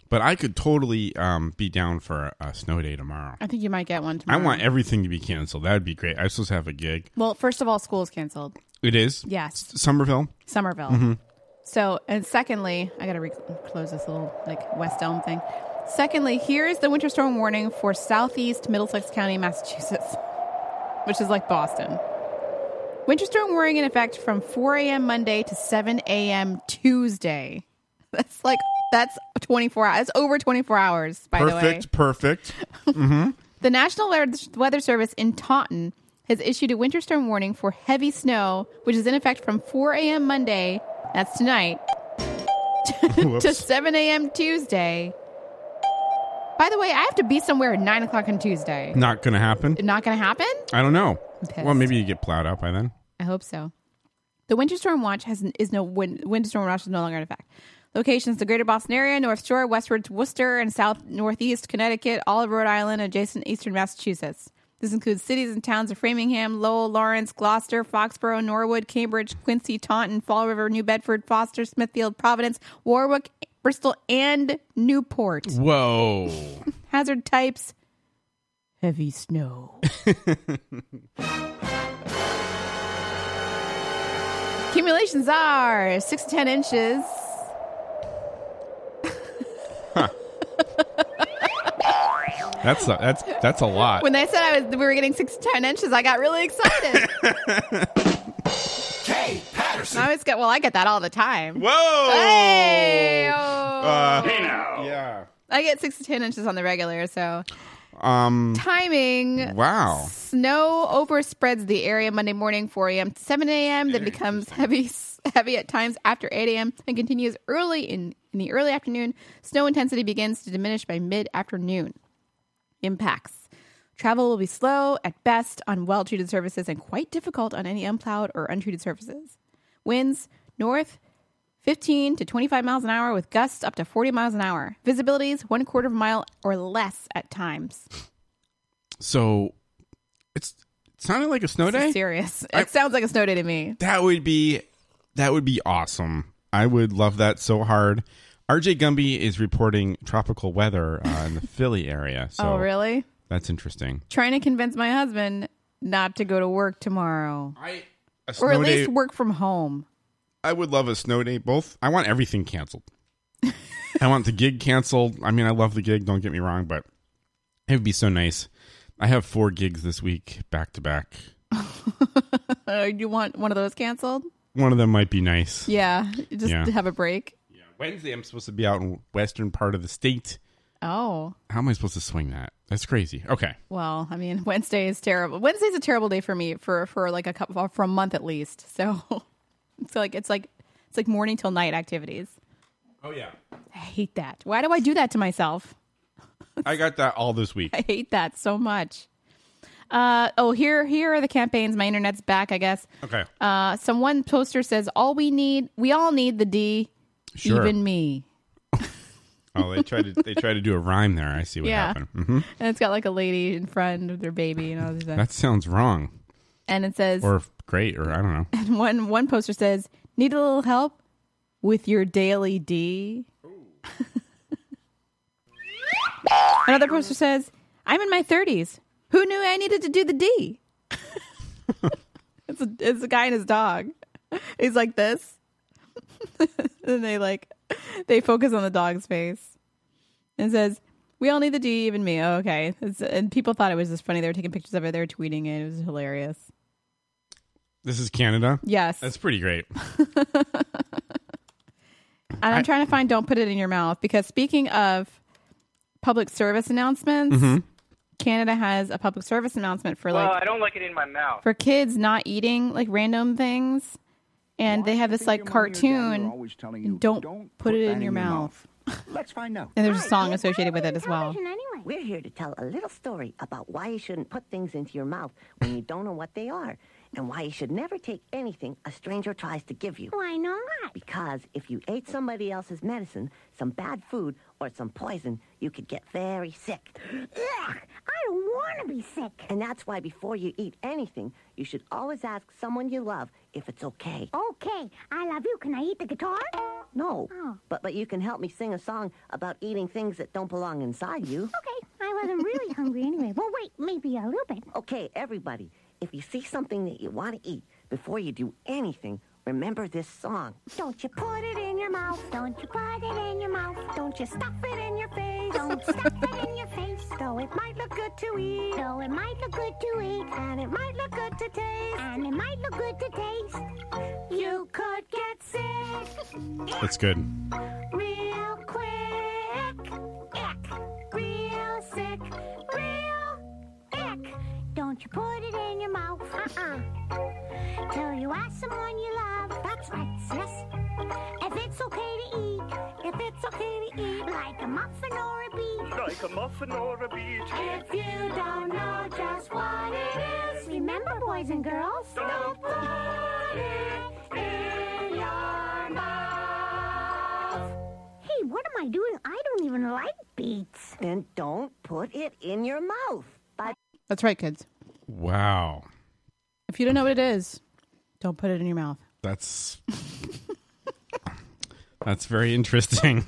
[SPEAKER 3] But I could totally um, be down for a, a snow day tomorrow.
[SPEAKER 1] I think you might get one
[SPEAKER 3] I
[SPEAKER 1] tomorrow.
[SPEAKER 3] want everything to be canceled. That would be great. I'm supposed to have a gig.
[SPEAKER 1] Well, first of all, school's canceled.
[SPEAKER 3] It is.
[SPEAKER 1] Yes,
[SPEAKER 3] Somerville.
[SPEAKER 1] Somerville.
[SPEAKER 3] Mhm.
[SPEAKER 1] So, and secondly, I got to reclose this little like West Elm thing. Secondly, here is the winter storm warning for southeast Middlesex County, Massachusetts, [laughs] which is like Boston. Winter storm warning in effect from 4 a.m. Monday to 7 a.m. Tuesday. [laughs] That's like that's 24 hours. That's over 24 hours. By the way, [laughs]
[SPEAKER 3] perfect, perfect. mm-hmm.
[SPEAKER 1] the National Weather- Weather Service in Taunton has issued a winter storm warning for heavy snow, which is in effect from 4 a.m. Monday, that's tonight, to
[SPEAKER 12] Whoops.
[SPEAKER 1] 7 a.m. Tuesday. By the way, I have to be somewhere at 9 o'clock on Tuesday.
[SPEAKER 3] Not going to happen.
[SPEAKER 1] Not going to happen?
[SPEAKER 3] I don't know.
[SPEAKER 1] I'm pissed.
[SPEAKER 3] Well, maybe you get plowed out by then.
[SPEAKER 1] I hope so. The winter storm watch has is no win, winter storm watch is no longer in effect. Locations: the Greater Boston area, North Shore, westward to Worcester, and south northeast Connecticut, all of Rhode Island, adjacent eastern Massachusetts. This includes cities and towns of Framingham, Lowell, Lawrence, Gloucester, Foxborough, Norwood, Cambridge, Quincy, Taunton, Fall River, New Bedford, Foster, Smithfield, Providence, Warwick, Bristol, and Newport.
[SPEAKER 3] Whoa.
[SPEAKER 1] Hazard types: heavy snow. [laughs] Accumulations are six to ten inches.
[SPEAKER 3] [laughs] That's a, that's that's a lot.
[SPEAKER 1] When they said I was, we were getting six to ten inches, I got really
[SPEAKER 3] [laughs]
[SPEAKER 1] excited. K Patterson. I always get. Well, I get that all the time.
[SPEAKER 3] Whoa!
[SPEAKER 1] Hey!
[SPEAKER 3] Uh, yeah.
[SPEAKER 1] I get six to ten inches on the regular. So
[SPEAKER 3] Um.
[SPEAKER 1] timing.
[SPEAKER 3] Wow.
[SPEAKER 1] Snow overspreads the area Monday morning, 4 a.m. to 7 a.m. Then becomes heavy, [laughs] heavy at times after 8 a.m. and continues early in, in the early afternoon. Snow intensity begins to diminish by mid-afternoon. Impacts: Travel will be slow at best on well-treated surfaces and quite difficult on any unplowed or untreated surfaces. Winds north 15 to 25 miles an hour with gusts up to 40 miles an hour. Visibilities one quarter of a mile or less at times.
[SPEAKER 3] So it's it sounded like a snow
[SPEAKER 1] This is
[SPEAKER 3] day.
[SPEAKER 1] serious. It sounds like a snow day to me.
[SPEAKER 3] That would be that would be awesome. I would love that so hard. RJ Gumby is reporting tropical weather uh,
[SPEAKER 1] [laughs]
[SPEAKER 3] in the Philly area. So
[SPEAKER 1] oh, really?
[SPEAKER 3] That's interesting.
[SPEAKER 1] Trying to convince my husband not to go to work tomorrow.
[SPEAKER 3] I,
[SPEAKER 1] or at
[SPEAKER 3] snow day-
[SPEAKER 1] least work from home.
[SPEAKER 3] I would love a snow day. Both. I want
[SPEAKER 1] [laughs]
[SPEAKER 3] everything canceled. I want the gig canceled. I mean, I love the gig. Don't get me wrong, but it would be so nice. I have four gigs this week back to back.
[SPEAKER 1] Uh, you want one of those canceled?
[SPEAKER 3] One of them might be nice.
[SPEAKER 1] Yeah. Just
[SPEAKER 3] Yeah.
[SPEAKER 1] to have a break.
[SPEAKER 3] Wednesday, I'm supposed to be out in western part of the state.
[SPEAKER 1] Oh,
[SPEAKER 3] How am I supposed to swing that? That's crazy. Okay.
[SPEAKER 1] well, I mean, [laughs] Wednesday is terrible. Wednesday's a terrible day for me for for like a couple for a month at least. So [laughs] it's like it's like it's like morning till night activities.
[SPEAKER 3] Oh yeah.
[SPEAKER 1] I hate that. Why do I do that to myself? [laughs]
[SPEAKER 3] I got that all this week.
[SPEAKER 1] I hate that so much. Uh, oh, here here are the campaigns. My internet's back, I guess.
[SPEAKER 3] Okay.
[SPEAKER 1] [laughs] Uh, some one poster says, "All we need, we all need the D,
[SPEAKER 3] Sure.
[SPEAKER 1] even [laughs] me."
[SPEAKER 3] Oh, they tried to they tried to do a rhyme there. I see what
[SPEAKER 1] Yeah.
[SPEAKER 3] happened. hmm
[SPEAKER 1] And it's got like a lady in front with their baby and all this stuff.
[SPEAKER 3] That sounds wrong
[SPEAKER 1] and it says,
[SPEAKER 3] or great or I don't know.
[SPEAKER 1] [laughs] and one one poster says, "Need a little help with your daily D." Another poster says, "I'm in my 30s. Who knew I needed to do the D?" [laughs] it's a it's a guy and his dog. He's like this, [laughs] and they like they focus on the dog's face and says, "We all need the D, even me." Oh, okay, it's, and people thought it was just funny. They were taking pictures of it. They were tweeting it. It was hilarious.
[SPEAKER 3] This is Canada.
[SPEAKER 1] Yes.
[SPEAKER 3] that's pretty great.
[SPEAKER 1] And I'm trying to find don't put it in your mouth because speaking of public service announcements,
[SPEAKER 7] Mhm.
[SPEAKER 1] Canada has a public service announcement for
[SPEAKER 7] well, Uh, I
[SPEAKER 1] like
[SPEAKER 7] don't like it in my mouth.
[SPEAKER 1] for kids not eating like random things. And they have this like cartoon don't, put it in your mouth.
[SPEAKER 13] Let's find out.
[SPEAKER 1] And there's a song associated with it as well.
[SPEAKER 13] Anyway. We're here to tell a little story about why you shouldn't put things into your mouth when you don't know what they are, and why you should never take anything a stranger tries to give you. Why not? Because if you ate somebody else's medicine, some bad food, or some poison, you could get very sick. Ugh, I don't want to be sick. And that's why before you eat anything, you should always ask someone you love if it's okay. Okay, I love you. Can I eat the guitar? Oh. No, but but you can help me sing a song about eating things that don't belong inside you. Okay, I wasn't really hungry anyway. Well, wait, maybe a little bit. Okay, everybody, if you see something that you want to eat before you do anything, remember this song.
[SPEAKER 14] Don't you put it in your mouth. Don't you put it in your mouth. Don't you stuff it in your face. Don't stuff it in your face. Though it might look good to eat. Though it might look good to eat. And it might look good to taste. And it might look good to taste. You could get sick.
[SPEAKER 3] That's good.
[SPEAKER 14] Real quick. Ick. Real sick. Real ick. Don't you put it in your mouth. Uh-uh. Till you ask someone you love. That's right, sis. If it's okay to eat. If it's okay to eat. Like a muffin or a beet.
[SPEAKER 9] Like a muffin or a beat.
[SPEAKER 14] If you don't know just what it is, remember, boys and girls, don't put it in your mouth.
[SPEAKER 13] Hey, what am I doing? I don't even like beets. Then don't put it in your mouth. Bye.
[SPEAKER 1] That's right, kids.
[SPEAKER 3] Wow,
[SPEAKER 1] If you don't know what it is, don't put it in your mouth.
[SPEAKER 3] that's that's very interesting.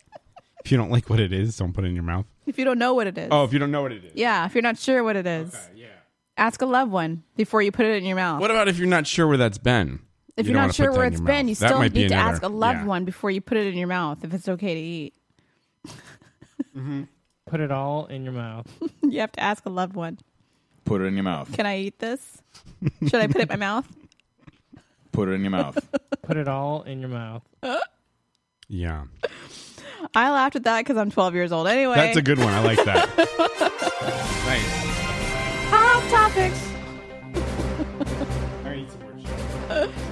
[SPEAKER 3] [laughs] if you don't like what it is, don't put it in your mouth.
[SPEAKER 1] If you don't know what it is.
[SPEAKER 3] Oh, if you don't know what it is.
[SPEAKER 1] Yeah, if you're not sure what it is. yeah. Ask a loved one before you put it in your mouth.
[SPEAKER 3] What about if you're not sure where that's been?
[SPEAKER 1] If
[SPEAKER 3] You
[SPEAKER 1] you're
[SPEAKER 3] don't
[SPEAKER 1] not
[SPEAKER 3] wanna
[SPEAKER 1] sure
[SPEAKER 3] put that
[SPEAKER 1] where
[SPEAKER 3] in
[SPEAKER 1] it's
[SPEAKER 3] your
[SPEAKER 1] been,
[SPEAKER 3] mouth.
[SPEAKER 1] you
[SPEAKER 3] That
[SPEAKER 1] still
[SPEAKER 3] might
[SPEAKER 1] need
[SPEAKER 3] be
[SPEAKER 1] to
[SPEAKER 3] another-
[SPEAKER 1] ask a loved
[SPEAKER 3] yeah.
[SPEAKER 1] one before you put it in your mouth if it's okay to eat.
[SPEAKER 5] Put it all in your mouth.
[SPEAKER 1] you have to ask a loved one.
[SPEAKER 15] Put it in your mouth.
[SPEAKER 1] Can I eat this? Should I put it in my mouth?
[SPEAKER 15] Put it in your mouth.
[SPEAKER 5] Put it all in your mouth.
[SPEAKER 3] Yeah.
[SPEAKER 1] I laughed at that because I'm 12 years old. Anyway,
[SPEAKER 3] That's a good one. I like that. nice.
[SPEAKER 1] Hot topics.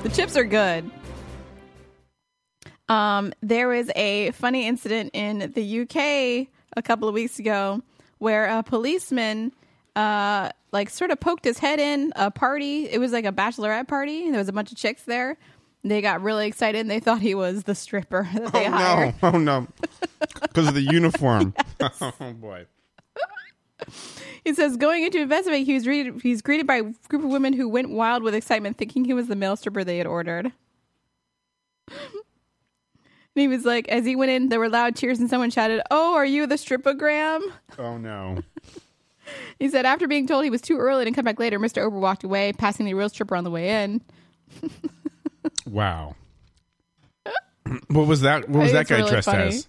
[SPEAKER 1] the chips are good. Um, there was a funny incident in the UK a couple of weeks ago where a policeman, uh, like sort of poked his head in a party. It was like a bachelorette party, and there was a bunch of chicks there. They got really excited. and They thought he was the stripper [laughs] that they
[SPEAKER 3] Oh
[SPEAKER 1] hired.
[SPEAKER 3] no! [laughs] Oh no! Because of
[SPEAKER 1] [laughs]
[SPEAKER 3] the uniform. [laughs] Oh boy.
[SPEAKER 1] He says going into investigate, he was greeted, he's greeted by a group of women who went wild with excitement, thinking he was the male stripper they had ordered. and he was like, as he went in, there were loud cheers, and someone shouted, "Oh, are you the stripogram?"
[SPEAKER 3] Oh no.
[SPEAKER 1] He said after being told he was too early to come back later, Mister Ober walked away, passing the real stripper on the way in.
[SPEAKER 3] Wow. what was that? What was that
[SPEAKER 1] It's
[SPEAKER 3] guy
[SPEAKER 1] really
[SPEAKER 3] dressed
[SPEAKER 1] funny.
[SPEAKER 3] as?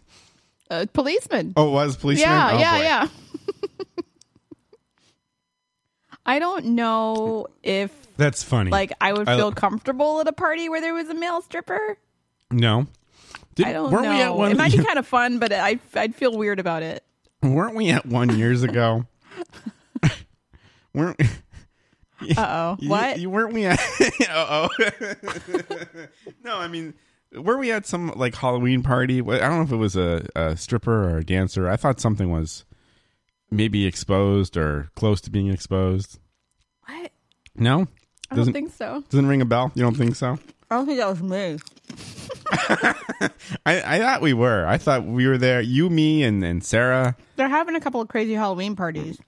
[SPEAKER 1] A policeman.
[SPEAKER 3] Oh, it was policeman.
[SPEAKER 1] Yeah,
[SPEAKER 3] Oh,
[SPEAKER 1] yeah,
[SPEAKER 3] boy.
[SPEAKER 1] yeah. [laughs] I don't know if
[SPEAKER 3] That's funny.
[SPEAKER 1] like I would feel
[SPEAKER 3] I-
[SPEAKER 1] comfortable at a party where there was a male stripper.
[SPEAKER 3] No. Did-
[SPEAKER 1] I don't
[SPEAKER 3] weren't
[SPEAKER 1] know.
[SPEAKER 3] we at one-
[SPEAKER 1] it might be kind of fun, but I I'd feel weird about it.
[SPEAKER 3] [laughs] Weren't we at one
[SPEAKER 1] [laughs]
[SPEAKER 3] years ago? [laughs] weren't
[SPEAKER 1] Uh oh.
[SPEAKER 3] [laughs] you-
[SPEAKER 1] What?
[SPEAKER 3] you weren't we at? [laughs] uh oh. no, I mean, were we at some like Halloween party? Wh- I don't know if it was a, a stripper or a dancer. I thought something was maybe exposed or close to being exposed.
[SPEAKER 1] What?
[SPEAKER 3] No,
[SPEAKER 1] I don't think so.
[SPEAKER 3] Doesn't ring a bell. You don't think so?
[SPEAKER 1] I don't think that was me.
[SPEAKER 3] I, I thought we were. I thought we were there. You, me, and and Sarah.
[SPEAKER 1] They're having a couple of crazy Halloween parties.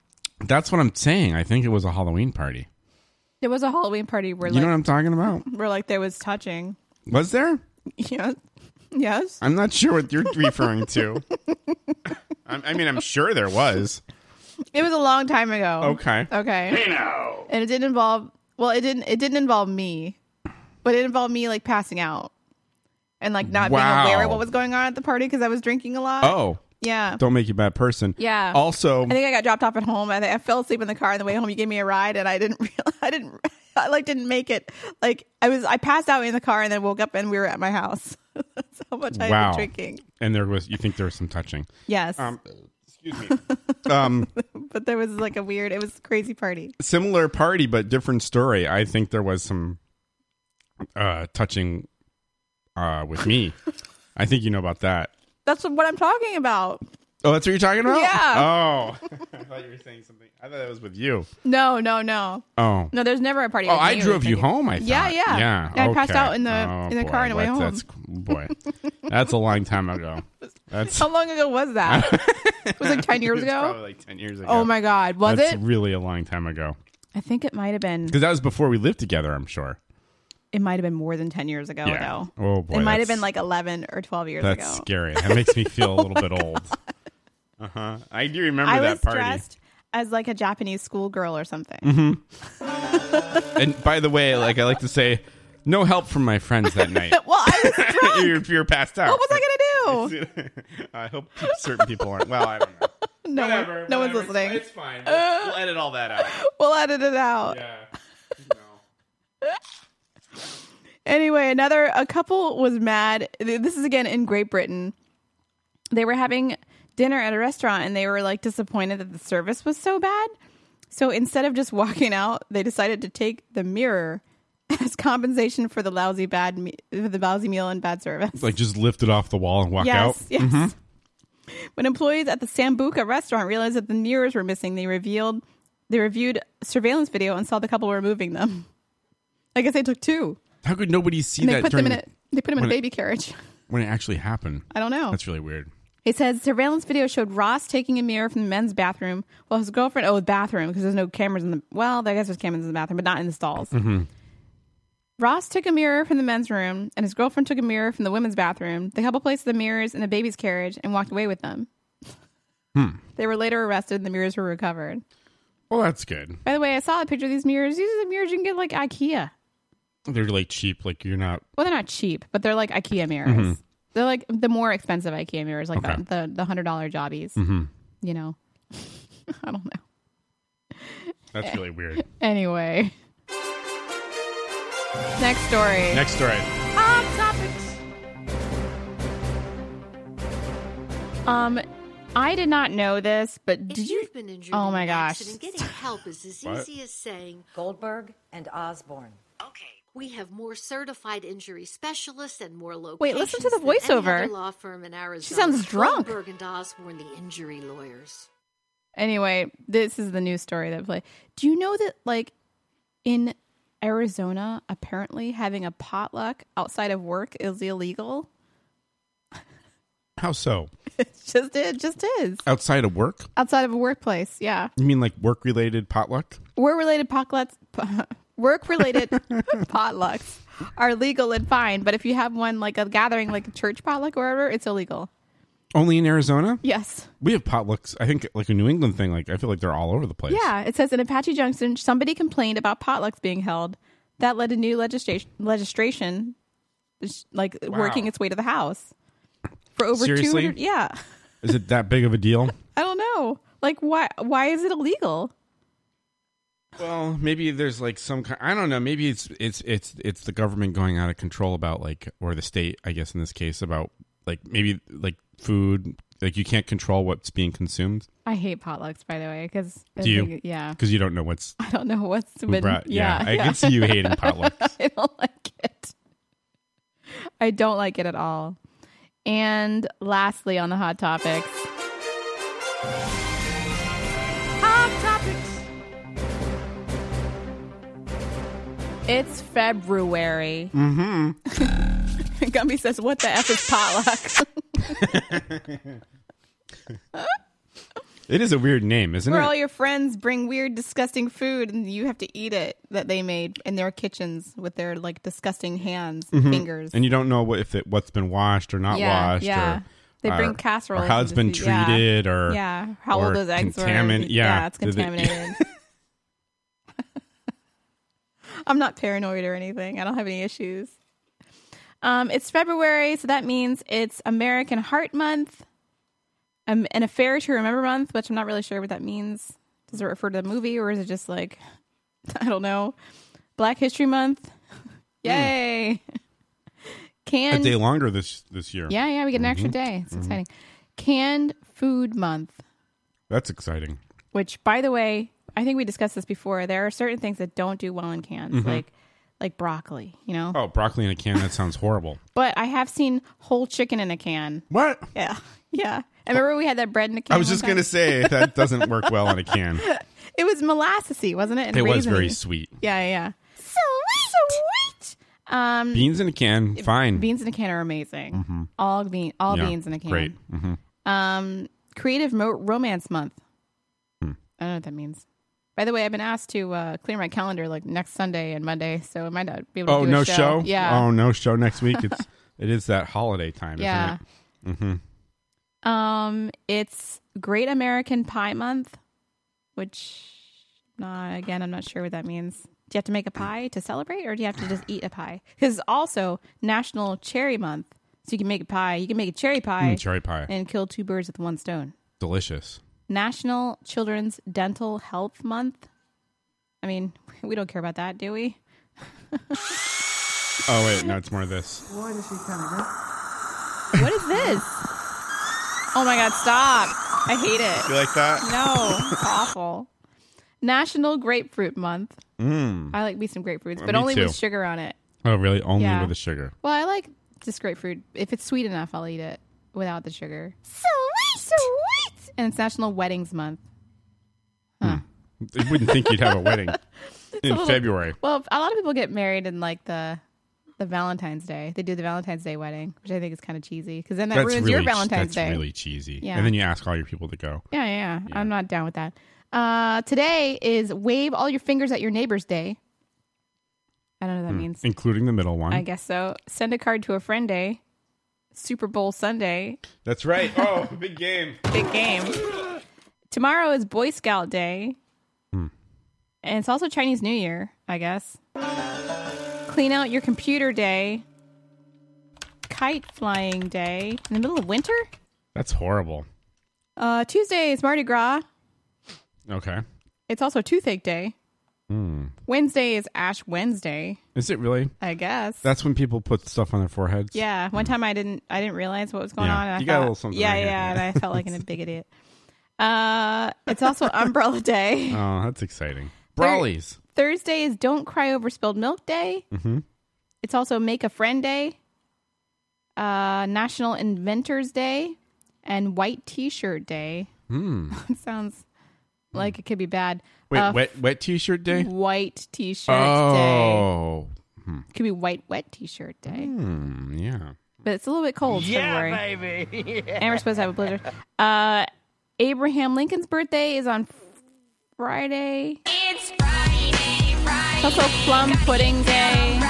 [SPEAKER 3] That's what I'm saying. I think it was a Halloween party.
[SPEAKER 1] There was a Halloween party where
[SPEAKER 3] you
[SPEAKER 1] like
[SPEAKER 3] know what I'm talking about?
[SPEAKER 1] where like there was touching. [laughs]
[SPEAKER 3] Was there?
[SPEAKER 1] Yes. Yes.
[SPEAKER 3] I'm not sure what you're
[SPEAKER 1] [laughs]
[SPEAKER 3] referring to. I'm, I mean, I'm sure there was.
[SPEAKER 1] It was a long time ago.
[SPEAKER 3] Okay.
[SPEAKER 1] Okay.
[SPEAKER 3] Hey now.
[SPEAKER 1] And it didn't involve well, it didn't it didn't involve me. But it involved me like passing out. And like not
[SPEAKER 3] Wow.
[SPEAKER 1] being aware of what was going on at the party because I was drinking a lot.
[SPEAKER 3] Oh,
[SPEAKER 1] Yeah.
[SPEAKER 3] don't make you a bad person.
[SPEAKER 1] Yeah.
[SPEAKER 3] Also,
[SPEAKER 1] I think I got dropped off at home. I, think I fell asleep in the car on the way home. You gave me a ride, and I didn't. [laughs] Real, I didn't. I like didn't make it. Like I was. I passed out in the car, and then woke up, and we were at my house. [laughs] That's how much I
[SPEAKER 3] wow.
[SPEAKER 1] was drinking.
[SPEAKER 3] And there was. You think there was some touching?
[SPEAKER 1] Yes.
[SPEAKER 3] Um, excuse me. [laughs] um,
[SPEAKER 1] but there was like a weird. It was a crazy party.
[SPEAKER 3] similar party, but different story. I think there was some uh touching uh with me. I think you know about that.
[SPEAKER 1] That's what I'm talking about.
[SPEAKER 3] Oh, that's what you're talking about.
[SPEAKER 1] Yeah.
[SPEAKER 3] Oh, [laughs] I thought you were saying something. I thought that was with you.
[SPEAKER 1] No, no, no,
[SPEAKER 3] Oh.
[SPEAKER 1] no. There's never a party.
[SPEAKER 3] Oh,
[SPEAKER 1] with me.
[SPEAKER 3] I
[SPEAKER 1] It
[SPEAKER 3] drove
[SPEAKER 1] was
[SPEAKER 3] you
[SPEAKER 1] like-
[SPEAKER 3] home. I thought.
[SPEAKER 1] Yeah, yeah,
[SPEAKER 3] yeah.
[SPEAKER 1] And I passed
[SPEAKER 3] okay.
[SPEAKER 1] out in the
[SPEAKER 3] Oh,
[SPEAKER 1] in the
[SPEAKER 3] boy.
[SPEAKER 1] car on the way
[SPEAKER 3] That-
[SPEAKER 1] home.
[SPEAKER 3] That's boy. That's a long
[SPEAKER 1] [laughs]
[SPEAKER 3] time ago. That's
[SPEAKER 1] How long ago was
[SPEAKER 3] [laughs]
[SPEAKER 1] that? it was like ten years
[SPEAKER 3] It's
[SPEAKER 1] ago.
[SPEAKER 3] probably like ten years ago.
[SPEAKER 1] Oh my god, was
[SPEAKER 3] That's
[SPEAKER 1] it?
[SPEAKER 3] really a long time ago?
[SPEAKER 1] I think it might have been.
[SPEAKER 3] Because that was before we lived together. I'm sure.
[SPEAKER 1] It might have been more than ten years ago,
[SPEAKER 3] Yeah.
[SPEAKER 1] though.
[SPEAKER 3] Oh, boy,
[SPEAKER 1] it might
[SPEAKER 3] that's-
[SPEAKER 1] have been like eleven or twelve years
[SPEAKER 3] That's
[SPEAKER 1] ago.
[SPEAKER 3] scary. That makes me feel a
[SPEAKER 1] [laughs]
[SPEAKER 3] little bit old. Uh huh. I do remember
[SPEAKER 1] I
[SPEAKER 3] that
[SPEAKER 1] was
[SPEAKER 3] party.
[SPEAKER 1] dressed as like a Japanese schoolgirl or something.
[SPEAKER 3] hmm and by the way, like I like to say, no help from my friends
[SPEAKER 1] [laughs]
[SPEAKER 3] that night.
[SPEAKER 1] well, I was
[SPEAKER 3] [laughs] you're, you're passed out.
[SPEAKER 1] What was I
[SPEAKER 3] [laughs]
[SPEAKER 1] gonna do?
[SPEAKER 3] I hope certain people aren't. Well, I don't know.
[SPEAKER 1] no, one- no one's listening. Uh.
[SPEAKER 3] It's fine. We'll, we'll edit all
[SPEAKER 1] [laughs]
[SPEAKER 3] that out.
[SPEAKER 1] We'll edit it out.
[SPEAKER 3] Yeah.
[SPEAKER 1] Anyway, another a couple was mad. Th- This is again in Great Britain. They were having dinner at a restaurant and they were like disappointed that the service was so bad. So instead of just [laughs] walking out, they decided to take the mirror [laughs] as compensation for the lousy bad me- for the lousy meal and bad service.
[SPEAKER 3] Like just lift it off the wall and walk
[SPEAKER 1] Yes,
[SPEAKER 3] out.
[SPEAKER 1] yes.
[SPEAKER 3] Mhm.
[SPEAKER 1] When employees at the Sambuca restaurant realized that the mirrors were missing, they revealed they reviewed surveillance video and saw the couple were removing them. I guess they took two.
[SPEAKER 3] How could nobody see
[SPEAKER 1] and they
[SPEAKER 3] that
[SPEAKER 1] put them in
[SPEAKER 3] during-
[SPEAKER 1] a they put them in a
[SPEAKER 3] when it-
[SPEAKER 1] baby carriage.
[SPEAKER 3] when it actually happened?
[SPEAKER 1] I don't know.
[SPEAKER 3] That's really weird.
[SPEAKER 1] It says surveillance video showed Ross taking a mirror from the men's bathroom while his girlfriend oh the bathroom because there's no cameras in the well I guess there's cameras in the bathroom but not in the stalls.
[SPEAKER 14] Mhm.
[SPEAKER 1] Ross took a mirror from the men's room and his girlfriend took a mirror from the women's bathroom. The couple placed the mirrors in the baby's carriage and walked away with them.
[SPEAKER 3] Hmm.
[SPEAKER 1] They were later arrested and the mirrors were recovered.
[SPEAKER 3] Well, that's good.
[SPEAKER 1] By the way, I saw a picture of these mirrors. These are the mirrors you can get like IKEA.
[SPEAKER 3] They're like cheap. Like you're not.
[SPEAKER 1] Well, they're not cheap, but they're like IKEA mirrors.
[SPEAKER 3] Mhm.
[SPEAKER 1] They're like the more expensive IKEA mirrors, like
[SPEAKER 3] Okay.
[SPEAKER 1] the, the the hundred dollar jobbies.
[SPEAKER 3] Mhm.
[SPEAKER 1] You know, [laughs] I don't know.
[SPEAKER 3] That's really weird.
[SPEAKER 1] Anyway, next story.
[SPEAKER 3] Next story.
[SPEAKER 1] Um, I did not know this, but did you?
[SPEAKER 16] You've been injured.
[SPEAKER 1] Oh
[SPEAKER 16] in
[SPEAKER 1] my
[SPEAKER 16] an
[SPEAKER 1] gosh!
[SPEAKER 16] accident. Getting help is as
[SPEAKER 1] What?
[SPEAKER 16] easy as saying Goldberg and Osborne. Okay. We have more certified injury specialists and more locations.
[SPEAKER 1] Wait, listen to the
[SPEAKER 16] than any
[SPEAKER 1] voiceover.
[SPEAKER 16] other law firm in Arizona.
[SPEAKER 1] sounds drunk.
[SPEAKER 16] Goldberg and Osborne, the injury lawyers.
[SPEAKER 1] Anyway, this is the news story that play. Do you know that like in Arizona, apparently having a potluck outside of work is illegal? [laughs]
[SPEAKER 3] How so?
[SPEAKER 1] It just it just is
[SPEAKER 3] Outside of work?
[SPEAKER 1] outside of a workplace. Yeah.
[SPEAKER 3] You mean like work related potluck?
[SPEAKER 1] Work related potlucks, [laughs] work related [laughs] potlucks are legal and fine, but if you have one like a gathering, like a church potluck or whatever, it's illegal.
[SPEAKER 3] Only in Arizona?
[SPEAKER 1] Yes.
[SPEAKER 3] We have potlucks. I think like a New England thing. Like I feel like they're all over the place.
[SPEAKER 1] Yeah. It says in Apache Junction, somebody complained about potlucks being held. That led to new legislation, legislation sh- like
[SPEAKER 3] Wow.
[SPEAKER 1] working its way to the House for over
[SPEAKER 3] Seriously?
[SPEAKER 1] 200. Yeah.
[SPEAKER 3] Is it that big of a deal?
[SPEAKER 1] I don't know. Like, why, why is it illegal?
[SPEAKER 3] Well, maybe there's like some kind. I don't know. Maybe it's it's it's it's the government going out of control about like, or the state, I guess in this case, about like maybe like food like you can't control what's being consumed
[SPEAKER 1] I hate potlucks, by the way, because
[SPEAKER 3] do you
[SPEAKER 1] yeah,
[SPEAKER 3] because you don't know what's
[SPEAKER 1] I don't know what's
[SPEAKER 3] who
[SPEAKER 1] been.
[SPEAKER 3] brought-
[SPEAKER 1] yeah,
[SPEAKER 3] yeah, I can see you hating potlucks.
[SPEAKER 1] [laughs] I don't like it. I don't like it at all. And lastly, on the hot topics,
[SPEAKER 14] Hot topics.
[SPEAKER 1] it's February.
[SPEAKER 3] Mm-hmm.
[SPEAKER 1] [laughs] Gumby says, "What the f is
[SPEAKER 3] [laughs]
[SPEAKER 1] potluck?"
[SPEAKER 3] it is a weird name isn't
[SPEAKER 1] Where
[SPEAKER 3] it
[SPEAKER 1] all your friends bring weird, disgusting food, and you have to eat it that they made in their kitchens with their like disgusting hands, and
[SPEAKER 3] Mhm.
[SPEAKER 1] fingers.
[SPEAKER 3] and you don't know what if it, what's been washed or not
[SPEAKER 1] Yeah,
[SPEAKER 3] washed
[SPEAKER 1] yeah.
[SPEAKER 3] or uh,
[SPEAKER 1] They
[SPEAKER 3] or-
[SPEAKER 1] bring casseroles
[SPEAKER 3] or how
[SPEAKER 1] and
[SPEAKER 3] it's been
[SPEAKER 1] just- yeah.
[SPEAKER 3] treated or
[SPEAKER 1] Yeah, how old
[SPEAKER 3] or
[SPEAKER 1] those eggs were.
[SPEAKER 3] contamin- yeah.
[SPEAKER 1] Yeah, it's
[SPEAKER 3] Did they-
[SPEAKER 1] contaminated.
[SPEAKER 3] [laughs]
[SPEAKER 1] [laughs] I'm not paranoid or anything. I don't have any issues. Um, it's February, so that means it's American Heart Month um, and a Fair to Remember Month, which I'm not really sure what that means. Does it refer to the movie or is it just like, [laughs] I don't know, Black History Month?
[SPEAKER 3] Hmm.
[SPEAKER 1] Yay! [laughs]
[SPEAKER 3] a
[SPEAKER 1] Canned
[SPEAKER 3] day longer this this year
[SPEAKER 1] Yeah, yeah, we get an extra
[SPEAKER 3] Mhm.
[SPEAKER 1] day. It's
[SPEAKER 3] Mhm.
[SPEAKER 1] exciting. Canned Food Month.
[SPEAKER 3] that's exciting
[SPEAKER 1] which by the way i think we discussed this before there are certain things that don't do well in cans
[SPEAKER 3] Mhm.
[SPEAKER 1] like like broccoli you know
[SPEAKER 3] oh broccoli in a can that sounds horrible
[SPEAKER 1] but i have seen whole chicken in a can
[SPEAKER 3] [laughs] what
[SPEAKER 1] yeah [laughs] yeah i remember we had that bread in a can
[SPEAKER 3] I was
[SPEAKER 1] one
[SPEAKER 3] just
[SPEAKER 1] time.
[SPEAKER 3] gonna say that doesn't work well
[SPEAKER 1] [laughs]
[SPEAKER 3] in a can
[SPEAKER 1] it was molassesy wasn't it And
[SPEAKER 3] it was
[SPEAKER 1] raisiny.
[SPEAKER 3] very sweet
[SPEAKER 1] yeah yeah sweet sweet um
[SPEAKER 3] beans in a can fine
[SPEAKER 1] beans in a can are amazing
[SPEAKER 3] Mhm.
[SPEAKER 1] all bean all
[SPEAKER 3] Yeah,
[SPEAKER 1] beans in a can
[SPEAKER 3] great hmm
[SPEAKER 1] Um, Creative Mo- Romance Month. I don't know what that means. By the way, I've been asked to uh, clear my calendar like next Sunday and Monday, so I might not be able to
[SPEAKER 3] oh
[SPEAKER 1] do
[SPEAKER 3] no
[SPEAKER 1] a
[SPEAKER 3] show.
[SPEAKER 1] show. Yeah.
[SPEAKER 3] oh no show next
[SPEAKER 1] [laughs]
[SPEAKER 3] week it's it is that holiday time
[SPEAKER 1] Yeah.
[SPEAKER 3] isn't it? hmm
[SPEAKER 1] Um, it's Great American Pie Month, which, uh, again, I'm not sure what that means. Do you have to make a pie to celebrate, or do you have to just eat a pie? Because also National Cherry Month, so you can make a pie. You can make a cherry pie,
[SPEAKER 3] Mm, cherry pie.
[SPEAKER 1] and kill two birds with one stone.
[SPEAKER 3] delicious
[SPEAKER 1] National Children's Dental Health Month. I mean, [laughs] we don't care about that, do we?
[SPEAKER 3] oh wait no it's more of this
[SPEAKER 1] Why does she come again? What is this? Oh my god, stop. I hate it.
[SPEAKER 3] You like that?
[SPEAKER 1] No, it's awful. National Grapefruit Month.
[SPEAKER 3] mm.
[SPEAKER 1] I like me some grapefruits,
[SPEAKER 3] Uh,
[SPEAKER 1] but
[SPEAKER 3] me
[SPEAKER 1] only
[SPEAKER 3] too.
[SPEAKER 1] with sugar on it.
[SPEAKER 3] oh really only
[SPEAKER 1] Yeah.
[SPEAKER 3] with the sugar
[SPEAKER 1] Well, I like just grapefruit. If it's sweet enough, I'll eat it without the sugar.
[SPEAKER 14] Sweet. Sweet.
[SPEAKER 1] And it's National Weddings Month.
[SPEAKER 3] I wouldn't think you'd have a wedding
[SPEAKER 1] [laughs] It's a
[SPEAKER 3] in
[SPEAKER 1] little-
[SPEAKER 3] February.
[SPEAKER 1] Well, a lot of people get married in like the the Valentine's Day. They do the Valentine's Day wedding, which I think is kind of cheesy because then that ruins your Valentine's
[SPEAKER 3] that's
[SPEAKER 1] Day.
[SPEAKER 3] really cheesy.
[SPEAKER 1] Yeah.
[SPEAKER 3] And then you ask all your people to go.
[SPEAKER 1] yeah, yeah, yeah. I'm not down with that. Uh, today is wave all your fingers at your neighbor's day. I don't know what that
[SPEAKER 3] Mm.
[SPEAKER 1] means.
[SPEAKER 3] Including the middle one.
[SPEAKER 1] I guess so. Send a card to a friend day. Super Bowl Sunday.
[SPEAKER 3] That's right. Oh, [laughs] big game.
[SPEAKER 1] Big game. Tomorrow is Boy Scout Day.
[SPEAKER 3] Hmm.
[SPEAKER 1] And it's also Chinese New Year, I guess. Clean out your computer day. Kite flying day. In the middle of winter?
[SPEAKER 3] That's horrible.
[SPEAKER 1] Uh, Tuesday is Mardi Gras.
[SPEAKER 3] Okay.
[SPEAKER 1] It's also Toothache Day.
[SPEAKER 3] Mm.
[SPEAKER 1] Wednesday is Ash Wednesday,
[SPEAKER 3] Is it really?
[SPEAKER 1] I guess.
[SPEAKER 3] That's when people put stuff on their foreheads.
[SPEAKER 1] Yeah, one time I didn't I didn't realize what was going
[SPEAKER 3] Yeah,
[SPEAKER 1] on. And
[SPEAKER 3] you
[SPEAKER 1] I
[SPEAKER 3] got a
[SPEAKER 1] thought-
[SPEAKER 3] little something
[SPEAKER 1] Yeah,
[SPEAKER 3] right here.
[SPEAKER 1] yeah, and I felt
[SPEAKER 3] [laughs]
[SPEAKER 1] like an- a big idiot. Uh, it's also Umbrella
[SPEAKER 3] [laughs]
[SPEAKER 1] Day.
[SPEAKER 3] Oh, that's exciting.
[SPEAKER 1] Thir-
[SPEAKER 3] Brawlies.
[SPEAKER 1] Thursday is Don't Cry Over Spilled Milk Day.
[SPEAKER 3] hmm
[SPEAKER 1] It's also Make a Friend Day, uh, National Inventors Day, and White T-Shirt Day.
[SPEAKER 3] Hmm.
[SPEAKER 1] [laughs] It sounds like it could be bad.
[SPEAKER 3] Wait,
[SPEAKER 1] Uh,
[SPEAKER 3] wet wet t-shirt day?
[SPEAKER 1] White T-Shirt Day.
[SPEAKER 3] oh. Hmm.
[SPEAKER 1] Could be White Wet T-Shirt Day.
[SPEAKER 3] Hmm, yeah.
[SPEAKER 1] But it's a little bit cold. February.
[SPEAKER 14] baby.
[SPEAKER 1] [laughs] And we're supposed to have a blizzard. Uh, Abraham Lincoln's birthday is on Friday.
[SPEAKER 14] It's Friday, Friday.
[SPEAKER 1] It's also Plum Pudding Day.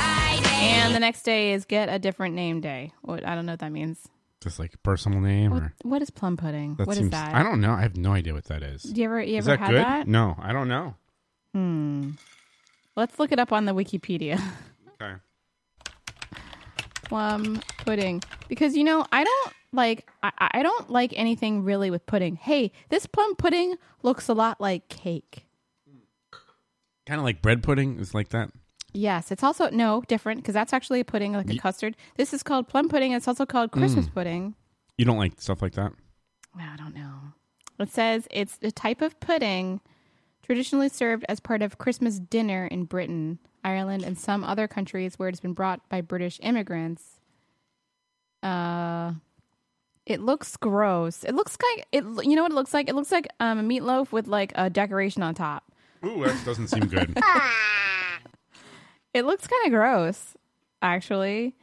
[SPEAKER 1] And the next day is Get a Different Name Day. What I don't know what that means.
[SPEAKER 3] Just like personal name or
[SPEAKER 1] What is plum pudding? What
[SPEAKER 3] that
[SPEAKER 1] is
[SPEAKER 3] seems
[SPEAKER 1] that?
[SPEAKER 3] I don't know. I have no idea what that is.
[SPEAKER 1] Do you ever- you
[SPEAKER 3] is
[SPEAKER 1] ever
[SPEAKER 3] that
[SPEAKER 1] had
[SPEAKER 3] good?
[SPEAKER 1] that?
[SPEAKER 3] No, I don't know.
[SPEAKER 1] Hmm. Let's look it up on the Wikipedia.
[SPEAKER 3] Okay.
[SPEAKER 1] plum pudding because you know I don't like I, I don't like anything really with pudding. Hey, this plum pudding looks a lot like cake.
[SPEAKER 3] Kind of like bread pudding is like that.
[SPEAKER 1] Yes, it's also no different because that's actually a pudding, like a
[SPEAKER 3] Ye-
[SPEAKER 1] custard. This is called plum pudding. It's also called Christmas
[SPEAKER 3] Mm.
[SPEAKER 1] pudding.
[SPEAKER 3] You don't like stuff like that?
[SPEAKER 1] I don't know. It says it's a type of pudding traditionally served as part of Christmas dinner in Britain, Ireland, and some other countries where it's been brought by British immigrants. Uh, it looks gross. It looks like it. You know what it looks like? It looks like um, a meatloaf with like a decoration on top.
[SPEAKER 3] Ooh, that doesn't seem good.
[SPEAKER 1] It looks kind of gross, actually.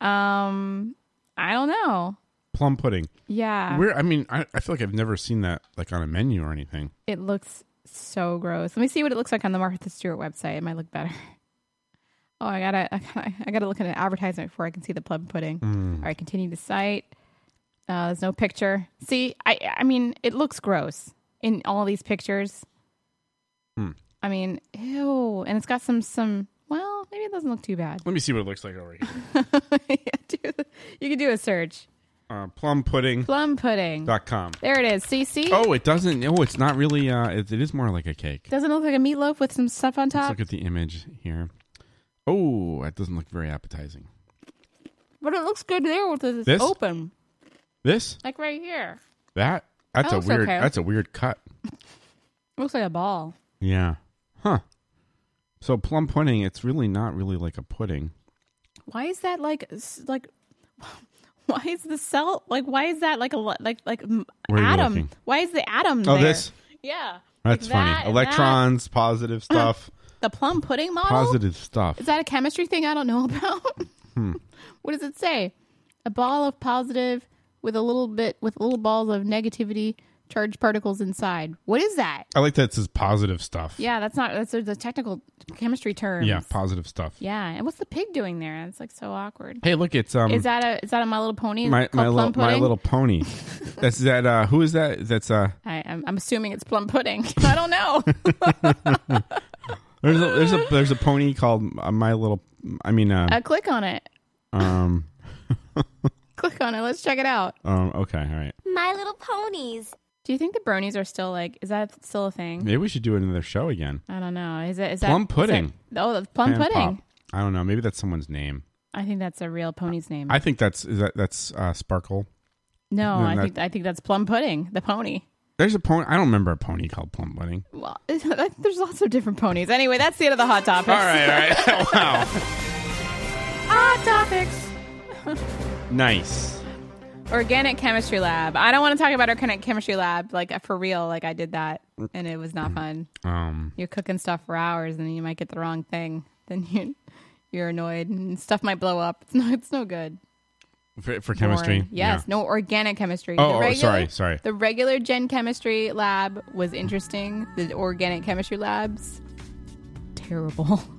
[SPEAKER 1] Um, I don't know.
[SPEAKER 3] [laughs] Plum pudding.
[SPEAKER 1] Yeah.
[SPEAKER 3] Where I mean, I, I feel like I've never seen that like on a menu or anything.
[SPEAKER 1] It looks so gross. Let me see what it looks like on the Martha Stewart website. It might look better. [laughs] Oh, I gotta, I gotta, I gotta look at an advertisement before I can see the plum pudding.
[SPEAKER 3] Mm.
[SPEAKER 1] All right, continue the site. Uh, there's no picture. See, I, I mean, it looks gross in all these pictures.
[SPEAKER 3] Hmm.
[SPEAKER 1] I mean, ew, and it's got some, some. Well, maybe it doesn't look too bad. [laughs]
[SPEAKER 3] Let me see what it looks like over here.
[SPEAKER 1] You could do a search.
[SPEAKER 3] Uh, plum pudding.
[SPEAKER 1] Plum pudding.
[SPEAKER 3] dot com.
[SPEAKER 1] There it is. See, see.
[SPEAKER 3] Oh, it doesn't. Oh, it's not really. Uh, it, it is more like a cake.
[SPEAKER 1] doesn't it look like a meatloaf with some stuff on
[SPEAKER 3] Let's
[SPEAKER 1] top.
[SPEAKER 3] look at the image here. Oh, that doesn't look very appetizing.
[SPEAKER 1] But it looks good there with it's
[SPEAKER 3] This?
[SPEAKER 1] open,
[SPEAKER 3] This
[SPEAKER 1] like right here.
[SPEAKER 3] that that's
[SPEAKER 1] That
[SPEAKER 3] a
[SPEAKER 1] looks
[SPEAKER 3] weird
[SPEAKER 1] okay.
[SPEAKER 3] that's a weird cut.
[SPEAKER 1] It looks like a ball.
[SPEAKER 3] Yeah. Huh. So plum pudding, it's really not really like a pudding.
[SPEAKER 1] Why is that like s- like? [laughs] Why is the cell like? Why is that like a lo- like like m-
[SPEAKER 3] Where are you
[SPEAKER 1] atom?
[SPEAKER 3] looking?
[SPEAKER 1] Why is the atom?
[SPEAKER 3] Oh,
[SPEAKER 1] there?
[SPEAKER 3] this?
[SPEAKER 1] Yeah,
[SPEAKER 3] That's
[SPEAKER 1] Like
[SPEAKER 3] funny.
[SPEAKER 1] that Oh. and that.
[SPEAKER 3] Electrons, positive stuff,
[SPEAKER 1] The plum pudding model.
[SPEAKER 3] positive stuff.
[SPEAKER 1] Is that a chemistry thing I don't know [laughs] about?
[SPEAKER 3] Hmm.
[SPEAKER 1] [laughs] what does it say? A ball of positive with a little bit with little balls of negativity charged particles inside. What is that?
[SPEAKER 3] I like that it says positive stuff.
[SPEAKER 1] Yeah, that's not that's a, the technical chemistry term.
[SPEAKER 3] Yeah, positive stuff.
[SPEAKER 1] Yeah, and what's the pig doing there? It's like so awkward.
[SPEAKER 3] Hey, look, it's um
[SPEAKER 1] is that a is that a My Little Pony?
[SPEAKER 3] my
[SPEAKER 1] called
[SPEAKER 3] my
[SPEAKER 1] Plum
[SPEAKER 3] little, my
[SPEAKER 1] Pudding? [laughs]
[SPEAKER 3] little pony. that's that uh who is that? That's uh
[SPEAKER 1] I, I'm, I'm assuming it's plum pudding. [laughs] I don't know.
[SPEAKER 3] [laughs] there's a there's a there's a pony called uh, my little I mean uh,
[SPEAKER 1] uh, click on it.
[SPEAKER 3] um
[SPEAKER 1] Click on it. Let's check it out.
[SPEAKER 3] um okay, all right.
[SPEAKER 1] My Little Ponies. Do you think the bronies are still like? Is that still a thing?
[SPEAKER 3] Maybe we should do another show again.
[SPEAKER 1] I don't know. Is it is
[SPEAKER 3] Plum
[SPEAKER 1] that is
[SPEAKER 3] pudding.
[SPEAKER 1] that- oh, that's plum
[SPEAKER 3] Pan
[SPEAKER 1] pudding.
[SPEAKER 3] Pop. I don't know. Maybe that's somemeone's name.
[SPEAKER 1] I think that's a real pony's name.
[SPEAKER 3] I think that's is that that's uh, Sparkle.
[SPEAKER 1] no,
[SPEAKER 3] No,
[SPEAKER 1] I
[SPEAKER 3] that-
[SPEAKER 1] think I think that's plum pudding. The pony.
[SPEAKER 3] There's a pony. I don't remember a pony called Plum Pudding.
[SPEAKER 1] Well, [laughs] there's lots of different ponies. Anyway, that's the end of the hot topics.
[SPEAKER 3] All right, all right. wow,
[SPEAKER 1] hot topics.
[SPEAKER 3] [laughs] nice.
[SPEAKER 1] Organic chemistry lab. I don't want to talk about organic chemistry lab like for real. Like I did that and it was not fun.
[SPEAKER 3] Mm-hmm. Um,
[SPEAKER 1] You're cooking stuff for hours and you might get the wrong thing. Then you you're annoyed and stuff might blow up. It's [laughs] no it's no good.
[SPEAKER 3] for, for chemistry,
[SPEAKER 1] Boring. Yes, no organic chemistry.
[SPEAKER 3] Oh, oh, sorry, sorry.
[SPEAKER 1] The regular gen chemistry lab was interesting. The organic chemistry labs terrible. [laughs]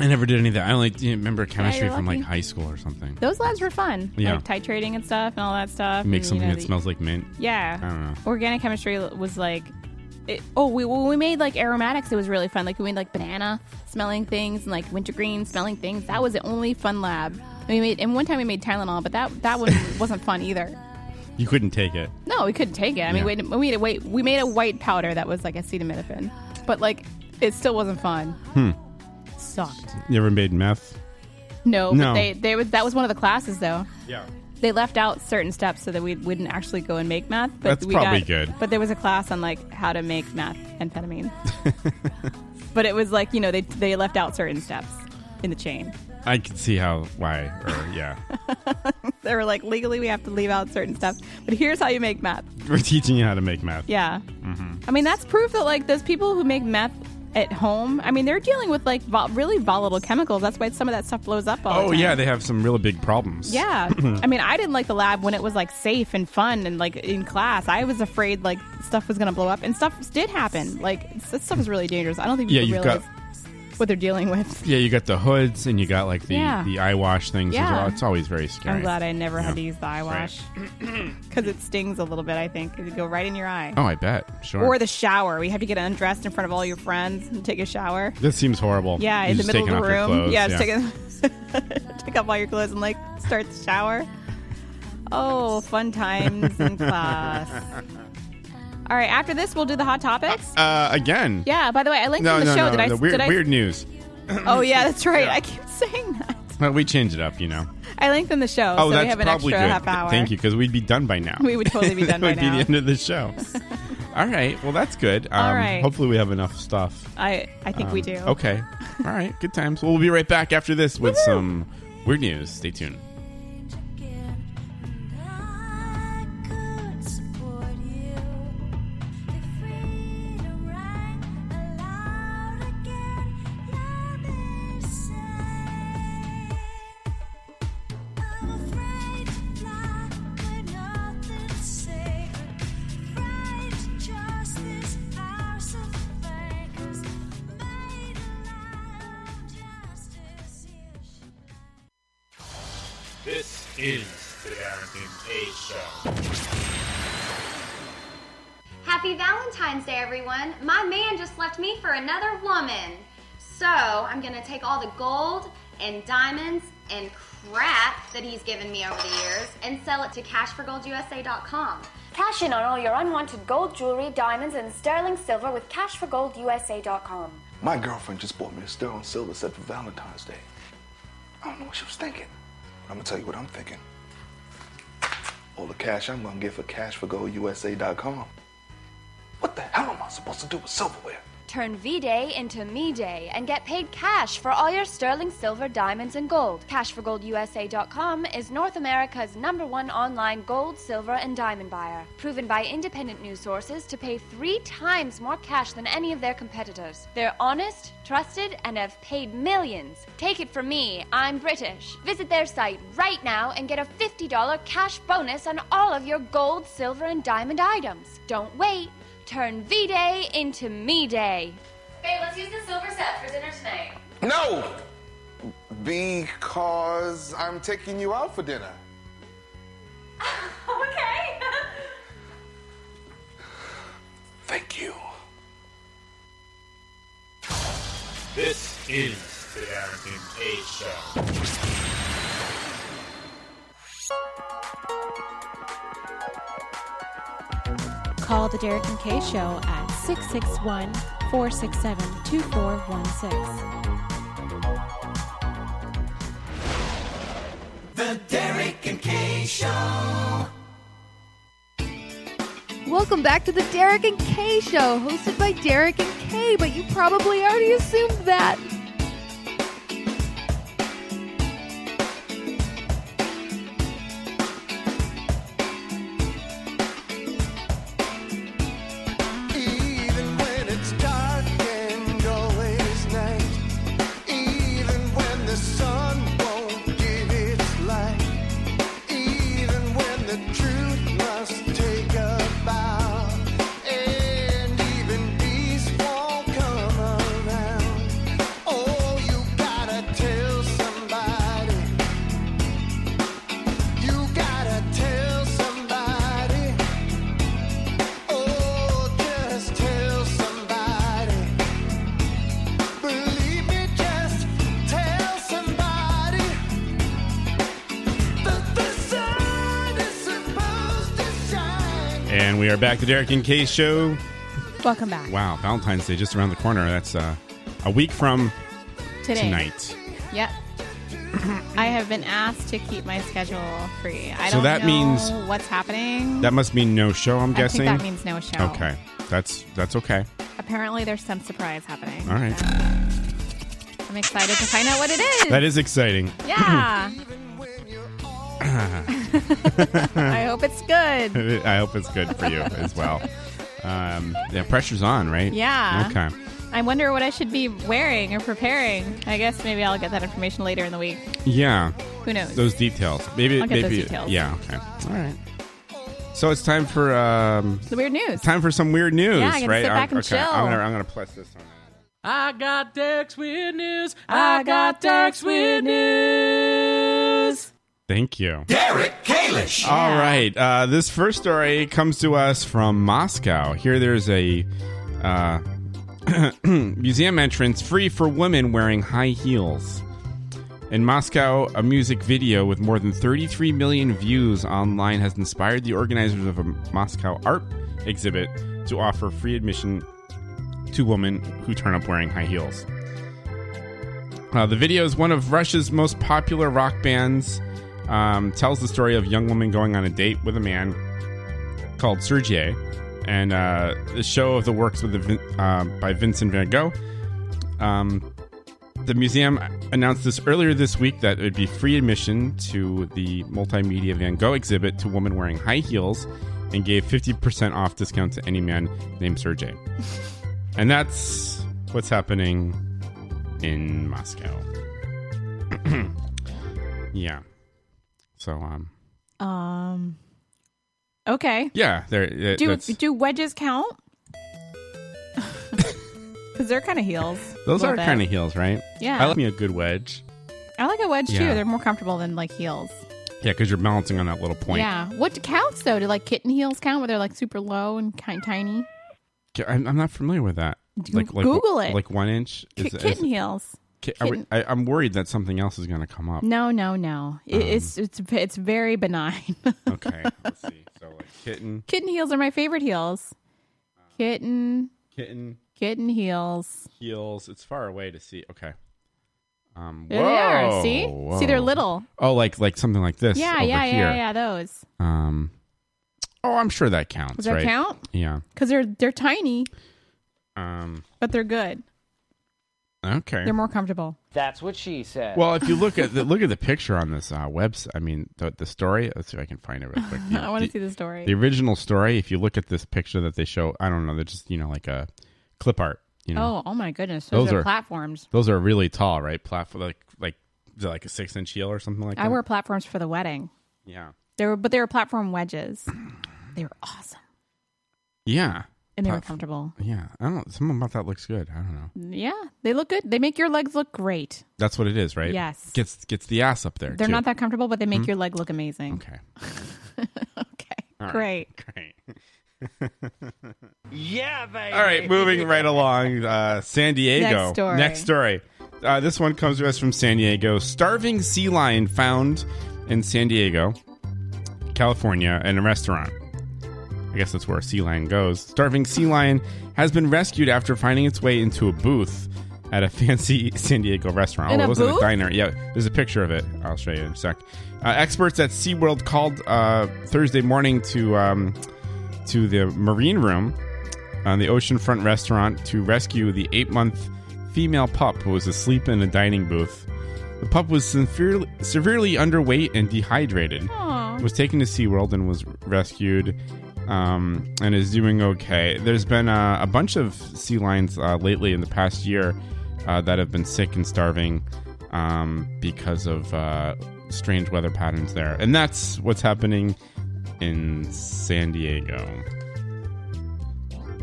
[SPEAKER 3] Yeah. I never did any of that. I only do remember chemistry
[SPEAKER 1] you're
[SPEAKER 3] from like
[SPEAKER 1] lucky.
[SPEAKER 3] high school or something.
[SPEAKER 1] Those labs were fun.
[SPEAKER 3] Yeah.
[SPEAKER 1] Like titrating and stuff and all that stuff. and,
[SPEAKER 3] Make
[SPEAKER 1] you
[SPEAKER 3] something
[SPEAKER 1] know,
[SPEAKER 3] that
[SPEAKER 1] the-
[SPEAKER 3] smells like mint.
[SPEAKER 1] Yeah.
[SPEAKER 3] I don't know.
[SPEAKER 1] Organic chemistry l- was like, it, oh, we when we made like aromatics. It was really fun. Like we made like banana smelling things and like wintergreen smelling things. That was the only fun lab. We made and one time we made Tylenol, but that that
[SPEAKER 3] [laughs]
[SPEAKER 1] one wasn't fun either.
[SPEAKER 3] You couldn't take it.
[SPEAKER 1] No, we couldn't take it. I mean, we,
[SPEAKER 3] Yeah.
[SPEAKER 1] we made a wait. We made a white powder that was like acetaminophen, but like it still wasn't fun.
[SPEAKER 3] Hmm.
[SPEAKER 1] Sucked.
[SPEAKER 3] You ever made meth?
[SPEAKER 1] No,
[SPEAKER 3] No.
[SPEAKER 1] But they they was that was one of the classes though.
[SPEAKER 3] Yeah.
[SPEAKER 1] They left out certain steps so that we wouldn't actually go and make math. But
[SPEAKER 3] That's
[SPEAKER 1] we
[SPEAKER 3] probably
[SPEAKER 1] got,
[SPEAKER 3] good.
[SPEAKER 1] But there was a class on like how to make math
[SPEAKER 3] [laughs]
[SPEAKER 1] amphetamine. but it was like you know they they left out certain steps in the chain.
[SPEAKER 3] I could see how why or
[SPEAKER 1] [laughs]
[SPEAKER 3] yeah.
[SPEAKER 1] They were like legally we have to leave out certain stuff. But here's how you make math.
[SPEAKER 3] We're teaching you how to make meth.
[SPEAKER 1] Yeah.
[SPEAKER 3] hmm
[SPEAKER 1] I mean, that's proof that like those people who make meth at home, I mean, they're dealing with like vol really volatile chemicals. That's why some of that stuff blows up all
[SPEAKER 3] Oh
[SPEAKER 1] the time.
[SPEAKER 3] yeah, they have some really big problems. [clears throat]
[SPEAKER 1] Yeah. I mean, I didn't like the lab when it was like safe and fun and like in class. I was afraid like stuff was going to blow up and stuff did happen. Like this stuff is really dangerous. I don't think
[SPEAKER 3] Yeah,
[SPEAKER 1] people
[SPEAKER 3] you've
[SPEAKER 1] realize
[SPEAKER 3] got-
[SPEAKER 1] what they're dealing with. [laughs]
[SPEAKER 3] Yeah, you got the hoods and you got like the
[SPEAKER 1] Yeah.
[SPEAKER 3] the eye wash things as
[SPEAKER 1] Yeah.
[SPEAKER 3] well. It's always very scary.
[SPEAKER 1] I'm glad I never had to
[SPEAKER 3] Yeah.
[SPEAKER 1] use the eye wash [clears throat] because it stings a little bit, I think. It would go right in your eye.
[SPEAKER 3] Oh, I bet. Sure.
[SPEAKER 1] Or the shower. We have to get undressed in front of all your friends and take a shower.
[SPEAKER 3] This seems horrible.
[SPEAKER 1] Yeah,
[SPEAKER 3] You're
[SPEAKER 1] in the
[SPEAKER 3] just
[SPEAKER 1] middle of
[SPEAKER 3] taking
[SPEAKER 1] the
[SPEAKER 3] off your
[SPEAKER 1] room.
[SPEAKER 3] clothes,
[SPEAKER 1] yeah, just take, a, [laughs] take off all your clothes and like start the shower. Oh, fun times
[SPEAKER 3] [laughs]
[SPEAKER 1] in class. All right, after this, we'll do the hot topics.
[SPEAKER 3] Uh, again.
[SPEAKER 1] Yeah. By the way, I linked
[SPEAKER 3] no,
[SPEAKER 1] in the
[SPEAKER 3] no,
[SPEAKER 1] show.
[SPEAKER 3] no,
[SPEAKER 1] did I?
[SPEAKER 3] the weird,
[SPEAKER 1] did I?
[SPEAKER 3] weird news.
[SPEAKER 1] oh yeah, that's right. I keep [laughs] saying that.
[SPEAKER 3] Well, we change it up, you know.
[SPEAKER 1] I lengthen the show,
[SPEAKER 3] oh,
[SPEAKER 1] so
[SPEAKER 3] that's
[SPEAKER 1] we have an
[SPEAKER 3] probably
[SPEAKER 1] extra
[SPEAKER 3] good.
[SPEAKER 1] half hour.
[SPEAKER 3] Thank you, because we'd be done by now.
[SPEAKER 1] We would totally
[SPEAKER 3] [laughs]
[SPEAKER 1] be
[SPEAKER 3] that
[SPEAKER 1] done by
[SPEAKER 3] would be
[SPEAKER 1] now.
[SPEAKER 3] the end of
[SPEAKER 1] [laughs]
[SPEAKER 3] the show. All right. Well, that's good. Um,
[SPEAKER 1] All right.
[SPEAKER 3] Hopefully, we have enough stuff.
[SPEAKER 1] I I think we
[SPEAKER 3] Um,
[SPEAKER 1] do.
[SPEAKER 3] Okay. All right. Good times. Well, we'll be right back after this with some weird news. Stay tuned.
[SPEAKER 17] This is the Darrington K
[SPEAKER 18] Happy Valentine's Day, everyone. My man just left me for another woman. So I'm going to take all the gold and diamonds and crap that he's given me over the years and sell it to cashforgoldusa.com.
[SPEAKER 19] Cash in on all your unwanted gold jewelry, diamonds, and sterling silver with cashforgoldusa.com.
[SPEAKER 20] My girlfriend just bought me a sterling silver set for Valentine's Day. I don't know what she was thinking. I'm gonna tell you what I'm thinking. All the cash I'm gonna get for cashforgoldusa.com. What the hell am I supposed to do with silverware?
[SPEAKER 19] Turn V Day into Me Day and get paid cash for all your sterling silver, diamonds, and gold. CashforGoldUSA.com is North America's number one online gold, silver, and diamond buyer. Proven by independent news sources to pay three times more cash than any of their competitors. They're honest, trusted, and have paid millions. Take it from me, I'm British. Visit their site right now and get a $50 cash bonus on all of your gold, silver, and diamond items. Don't wait. Turn V Day into Me Day.
[SPEAKER 18] Babe, let's use the silver set for dinner tonight.
[SPEAKER 20] No! Because I'm taking you out for dinner.
[SPEAKER 18] Okay.
[SPEAKER 20] Thank you.
[SPEAKER 17] This is the Darrington K
[SPEAKER 2] Call the Derek and Kay Show at 661 467 2416.
[SPEAKER 4] The Derek and Kay Show.
[SPEAKER 21] Welcome back to the Derek and Kay Show, hosted by Derek and Kay, but you probably already assumed that.
[SPEAKER 4] Even when it's dark and always night, even when the sun won't give its light, even when the truth must take a bow, and even peace won't come around. Oh, you gotta tell somebody. You gotta tell somebody. Oh, just tell somebody. Believe me, just tell somebody that the sun is supposed to shine.
[SPEAKER 3] And we are back to Derek and Kay show.
[SPEAKER 1] Welcome back.
[SPEAKER 3] Wow, Valentine's Day just around the corner. That's uh, a week from
[SPEAKER 1] Today.
[SPEAKER 3] tonight.
[SPEAKER 1] Yep. [clears throat] I have been asked to keep my schedule free. I
[SPEAKER 3] So
[SPEAKER 1] don't
[SPEAKER 3] that
[SPEAKER 1] know
[SPEAKER 3] means-
[SPEAKER 1] what's happening.
[SPEAKER 3] That must mean no show. I'm
[SPEAKER 1] I think
[SPEAKER 3] guessing
[SPEAKER 1] that means no show.
[SPEAKER 3] Okay, that's that's okay.
[SPEAKER 1] Apparently, there's some surprise happening.
[SPEAKER 3] All right,
[SPEAKER 1] I'm excited to find out what it is.
[SPEAKER 3] that is exciting. [laughs] [clears throat]
[SPEAKER 1] Yeah. I hope it's good.
[SPEAKER 3] I hope it's good for you as well. Um, yeah, pressure's on, right?
[SPEAKER 1] Yeah.
[SPEAKER 3] Okay.
[SPEAKER 1] I wonder what I should be wearing or preparing. I guess maybe I'll get that information later in the week.
[SPEAKER 3] Yeah.
[SPEAKER 1] Who knows?
[SPEAKER 3] Those details. Maybe.
[SPEAKER 1] I'll get those
[SPEAKER 3] maybe.
[SPEAKER 1] details.
[SPEAKER 3] Yeah. Okay. All right. So it's time for um,
[SPEAKER 1] The weird news.
[SPEAKER 3] time for some weird news,
[SPEAKER 1] Yeah, I can
[SPEAKER 3] right?
[SPEAKER 1] sit back and
[SPEAKER 3] okay.
[SPEAKER 1] chill.
[SPEAKER 3] I'm gonna I'm gonna plus this on.
[SPEAKER 8] I got Derek's weird news.
[SPEAKER 4] I got
[SPEAKER 8] Derek's weird news.
[SPEAKER 3] Thank you.
[SPEAKER 4] Derek Kalish.
[SPEAKER 3] All right. Uh, this first story comes to us from Moscow. Here, there's a uh, [clears throat] museum entrance free for women wearing high heels. In Moscow, a music video with more than 33 million views online has inspired the organizers of a Moscow art exhibit to offer free admission to women who turn up wearing high heels. Uh, the video is one of Russia's most popular rock bands. Um, tells the story of a young woman going on a date with a man called Sergei, and uh, the show of the works with the, Vin- uh, by Vincent Van Gogh. Um, the museum announced this earlier this week that it would be free admission to the multimedia Van Gogh exhibit to women wearing high heels, and gave fifty percent off discount to any man named Sergei. and that's what's happening in Moscow. [clears throat] yeah. So um
[SPEAKER 1] Um. Okay.
[SPEAKER 3] yeah, there uh,
[SPEAKER 1] do
[SPEAKER 3] that's-
[SPEAKER 1] do wedges
[SPEAKER 3] [laughs]
[SPEAKER 1] count? [laughs] Because they're kind of heels.
[SPEAKER 3] those
[SPEAKER 1] a
[SPEAKER 3] are
[SPEAKER 1] little bit.
[SPEAKER 3] kind of heels, right?
[SPEAKER 1] Yeah.
[SPEAKER 3] I like me a good wedge.
[SPEAKER 1] I like a wedge
[SPEAKER 3] Yeah.
[SPEAKER 1] too. They're more comfortable than like heels.
[SPEAKER 3] Yeah, because you're balancing on that little point.
[SPEAKER 1] Yeah. What counts though? Do like kitten heels count where they're like super low and kind tiny?
[SPEAKER 3] K- I'm, I'm not familiar with that.
[SPEAKER 1] Do- Google it.
[SPEAKER 3] Like one inch.
[SPEAKER 1] Ki- kitten heels.
[SPEAKER 3] ki- are we-
[SPEAKER 1] Kitten-
[SPEAKER 3] I, am worried that something else is going to
[SPEAKER 1] [laughs]
[SPEAKER 3] come up.
[SPEAKER 1] No, no, no.
[SPEAKER 3] Um.
[SPEAKER 1] It, it's it's it's very benign. [laughs]
[SPEAKER 3] okay. Let's see. So like kitten,
[SPEAKER 1] Kitten heels are my favorite heels. Kitten
[SPEAKER 3] kitten
[SPEAKER 1] kitten heels.
[SPEAKER 3] heels. It's far away to see. Okay. Um,
[SPEAKER 1] There they are.
[SPEAKER 3] whoa,
[SPEAKER 1] See? See,
[SPEAKER 3] whoa.
[SPEAKER 1] they're little.
[SPEAKER 3] Oh, like like something like this.
[SPEAKER 1] yeah,
[SPEAKER 3] over
[SPEAKER 1] yeah,
[SPEAKER 3] here.
[SPEAKER 1] yeah, yeah. Those
[SPEAKER 3] Um, oh, I'm sure that counts.
[SPEAKER 1] Does that
[SPEAKER 3] right?
[SPEAKER 1] count?
[SPEAKER 3] Yeah.
[SPEAKER 1] because they're they're tiny,
[SPEAKER 3] Um.
[SPEAKER 1] but they're good.
[SPEAKER 3] Okay.
[SPEAKER 1] They're more comfortable. [laughs]
[SPEAKER 6] That's what she said.
[SPEAKER 3] well, if you look at the look at the picture on this uh, website, I mean the, the story. Let's see if I can find it real
[SPEAKER 1] [laughs]
[SPEAKER 3] quick.
[SPEAKER 1] I want to see the story.
[SPEAKER 3] The original story. If you look at this picture that they show, I don't know. They're just you know like a clip art. You know.
[SPEAKER 1] Oh, oh my goodness! Those, are, platforms.
[SPEAKER 3] Those are really tall, right? Platform like like is it like a six inch heel or something like that.
[SPEAKER 1] I wear platforms for the wedding.
[SPEAKER 3] Yeah.
[SPEAKER 1] They were, but they were platform wedges. They were awesome
[SPEAKER 3] Yeah.
[SPEAKER 1] and they were
[SPEAKER 3] Platform-
[SPEAKER 1] comfortable.
[SPEAKER 3] Yeah, I don't. Something about that looks good. I don't know.
[SPEAKER 1] Yeah, they look good. They make your legs look great.
[SPEAKER 3] That's what it is, right?
[SPEAKER 1] Yes.
[SPEAKER 3] Gets gets the ass up there.
[SPEAKER 1] They're
[SPEAKER 3] too.
[SPEAKER 1] not that comfortable, but they make
[SPEAKER 3] Mhm.
[SPEAKER 1] your leg look amazing.
[SPEAKER 3] Okay. [laughs]
[SPEAKER 1] [laughs]
[SPEAKER 3] All right.
[SPEAKER 1] Great.
[SPEAKER 3] Great.
[SPEAKER 17] Yeah, baby.
[SPEAKER 3] All right, moving
[SPEAKER 17] [laughs]
[SPEAKER 3] right along. Uh, San Diego.
[SPEAKER 17] Next story.
[SPEAKER 3] story. Uh, this one comes to us from San Diego. Starving sea lion found in San Diego, California, in a restaurant. I guess that's where a sea lion goes. Starving sea lion has been rescued after finding its way into a booth at a [laughs] fancy San Diego restaurant.
[SPEAKER 17] In
[SPEAKER 3] oh,
[SPEAKER 17] a
[SPEAKER 3] it wasn't
[SPEAKER 17] booth?
[SPEAKER 3] a diner. Yeah, there's a picture of it. I'll show you in a sec. Uh, experts at SeaWorld called uh, Thursday morning to um, to the marine room on the oceanfront restaurant to rescue the eight month female pup who was asleep in a dining booth. The pup was severely, severely underweight and dehydrated.
[SPEAKER 17] Aw.
[SPEAKER 3] Was taken to SeaWorld and was rescued um, and is doing okay. There's been uh, a bunch of sea lions uh, lately in the past year uh, that have been sick and starving um, because of uh, strange weather patterns there. And that's what's happening in San Diego.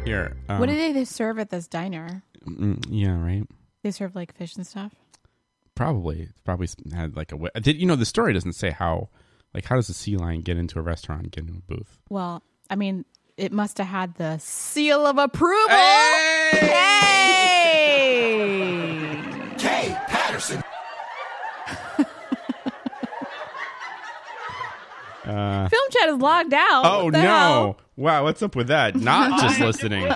[SPEAKER 3] Here. um,
[SPEAKER 1] what do they, they serve at this diner?
[SPEAKER 3] mm, Yeah, right.
[SPEAKER 1] They serve like fish and stuff.
[SPEAKER 3] Probably, probably had like a. wi- Did you know the story doesn't say how? Like, how does a sea lion get into a restaurant, and get into a booth?
[SPEAKER 1] Well, I mean, it must have had the seal of approval.
[SPEAKER 3] [laughs]
[SPEAKER 1] Hey!
[SPEAKER 17] Kay Patterson.
[SPEAKER 3] Uh,
[SPEAKER 1] Film chat is logged out.
[SPEAKER 3] oh
[SPEAKER 1] What the
[SPEAKER 3] no!
[SPEAKER 1] hell?
[SPEAKER 3] Wow, what's up with
[SPEAKER 1] [laughs]
[SPEAKER 3] that? Not just
[SPEAKER 1] I-
[SPEAKER 3] listening.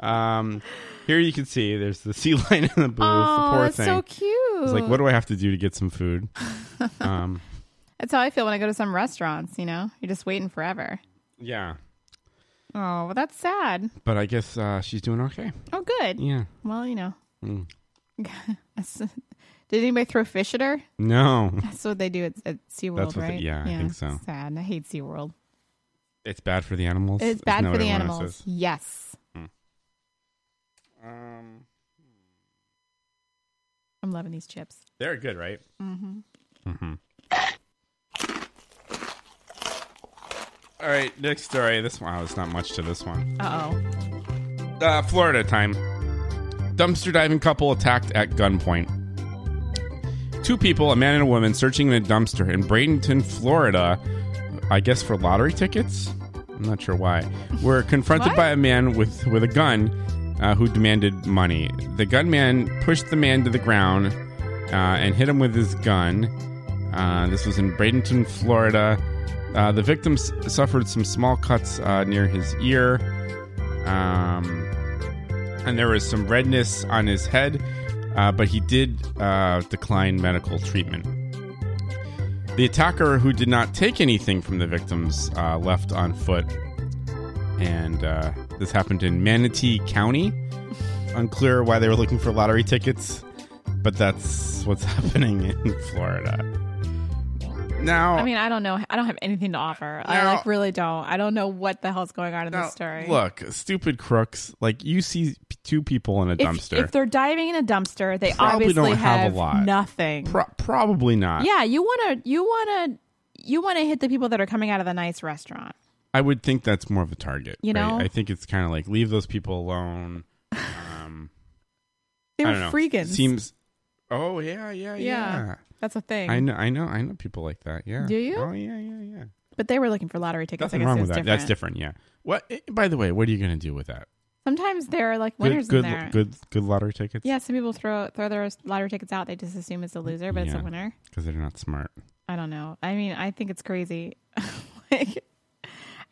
[SPEAKER 3] um, here you can see there's the sea [laughs] lion in the booth.
[SPEAKER 1] Aw,
[SPEAKER 3] the poor
[SPEAKER 1] that's
[SPEAKER 3] thing.
[SPEAKER 1] so
[SPEAKER 3] It's like,
[SPEAKER 1] cute.
[SPEAKER 3] what do I have to do to get some food? um,
[SPEAKER 1] That's how I feel when I go to some restaurants. You know, you're just waiting forever.
[SPEAKER 3] yeah,
[SPEAKER 1] Oh, well, that's sad.
[SPEAKER 3] but I guess uh, she's doing okay.
[SPEAKER 1] Oh, good.
[SPEAKER 3] Yeah.
[SPEAKER 1] Well, you know. [laughs]
[SPEAKER 3] Mm.
[SPEAKER 1] That's- Did anybody throw fish at her?
[SPEAKER 3] No.
[SPEAKER 1] [laughs] That's what they do at, at SeaWorld,
[SPEAKER 3] That's what they-
[SPEAKER 1] right?
[SPEAKER 3] yeah, I think so.
[SPEAKER 1] Sad. and I hate SeaWorld.
[SPEAKER 3] It's bad for the animals.
[SPEAKER 1] It's
[SPEAKER 3] Isn't
[SPEAKER 1] bad
[SPEAKER 3] that
[SPEAKER 1] for
[SPEAKER 3] what
[SPEAKER 1] the
[SPEAKER 3] everyone else
[SPEAKER 1] animals.
[SPEAKER 3] says?
[SPEAKER 1] Yes.
[SPEAKER 3] Um,
[SPEAKER 1] I'm loving these chips.
[SPEAKER 3] they're good, right?
[SPEAKER 1] Mm-hmm.
[SPEAKER 3] Mm-hmm. All right, next story. This one, wow, it's not much to this one.
[SPEAKER 1] Uh oh.
[SPEAKER 3] Uh, Florida time. Dumpster diving couple attacked at gunpoint. Two people, a man and a woman, searching in a dumpster in Bradenton, Florida, I guess for lottery tickets. I'm not sure why. Were confronted by a man with, with a gun uh, who demanded money. The gunman pushed the man to the ground uh, and hit him with his gun. Uh, this was in Bradenton, Florida. Uh, the victim s- suffered some small cuts uh, near his ear. Um, and there was some redness on his head. uh, but he did uh, decline medical treatment. The attacker, who did not take anything from the victims, uh, left on foot, and uh, this happened in Manatee County. Unclear why they were looking for lottery tickets, but that's what's [laughs] happening in Florida. Now,
[SPEAKER 1] I mean, I don't know. I don't have anything to offer. I like really don't. I don't know what the hell's going on in this story.
[SPEAKER 3] Look, stupid crooks. Like you see p- two people in a
[SPEAKER 1] if,
[SPEAKER 3] dumpster.
[SPEAKER 1] If they're diving in a dumpster, they
[SPEAKER 3] Probably
[SPEAKER 1] obviously
[SPEAKER 3] don't have a lot.
[SPEAKER 1] nothing.
[SPEAKER 3] Pro- probably not.
[SPEAKER 1] yeah, you wanna, you wanna, you wanna hit the people that are coming out of the nice restaurant.
[SPEAKER 3] I would think that's more of a target.
[SPEAKER 1] You
[SPEAKER 3] right?
[SPEAKER 1] know?
[SPEAKER 3] I think it's kind of like leave those people alone. Um,
[SPEAKER 1] They
[SPEAKER 3] I
[SPEAKER 1] were
[SPEAKER 3] don't know.
[SPEAKER 1] freegans.
[SPEAKER 3] Seems. Oh yeah, yeah, yeah.
[SPEAKER 1] Yeah, that's a thing.
[SPEAKER 3] I know, I know, I know people like that. Yeah.
[SPEAKER 1] Do you?
[SPEAKER 3] Oh yeah, yeah, yeah.
[SPEAKER 1] But they were looking for lottery tickets.
[SPEAKER 3] Nothing
[SPEAKER 1] I guess
[SPEAKER 3] wrong
[SPEAKER 1] it
[SPEAKER 3] with
[SPEAKER 1] was
[SPEAKER 3] that.
[SPEAKER 1] different.
[SPEAKER 3] That's different. Yeah. What? eh, By the way, what are you gonna do with that?
[SPEAKER 1] Sometimes there are like winners
[SPEAKER 3] Good, good,
[SPEAKER 1] in there.
[SPEAKER 3] good, good lottery tickets.
[SPEAKER 1] Yeah, some people throw throw their lottery tickets out. They just assume it's a loser, but it's a winner.
[SPEAKER 3] because they're not smart.
[SPEAKER 1] I don't know. I mean, I think it's crazy. [laughs] like,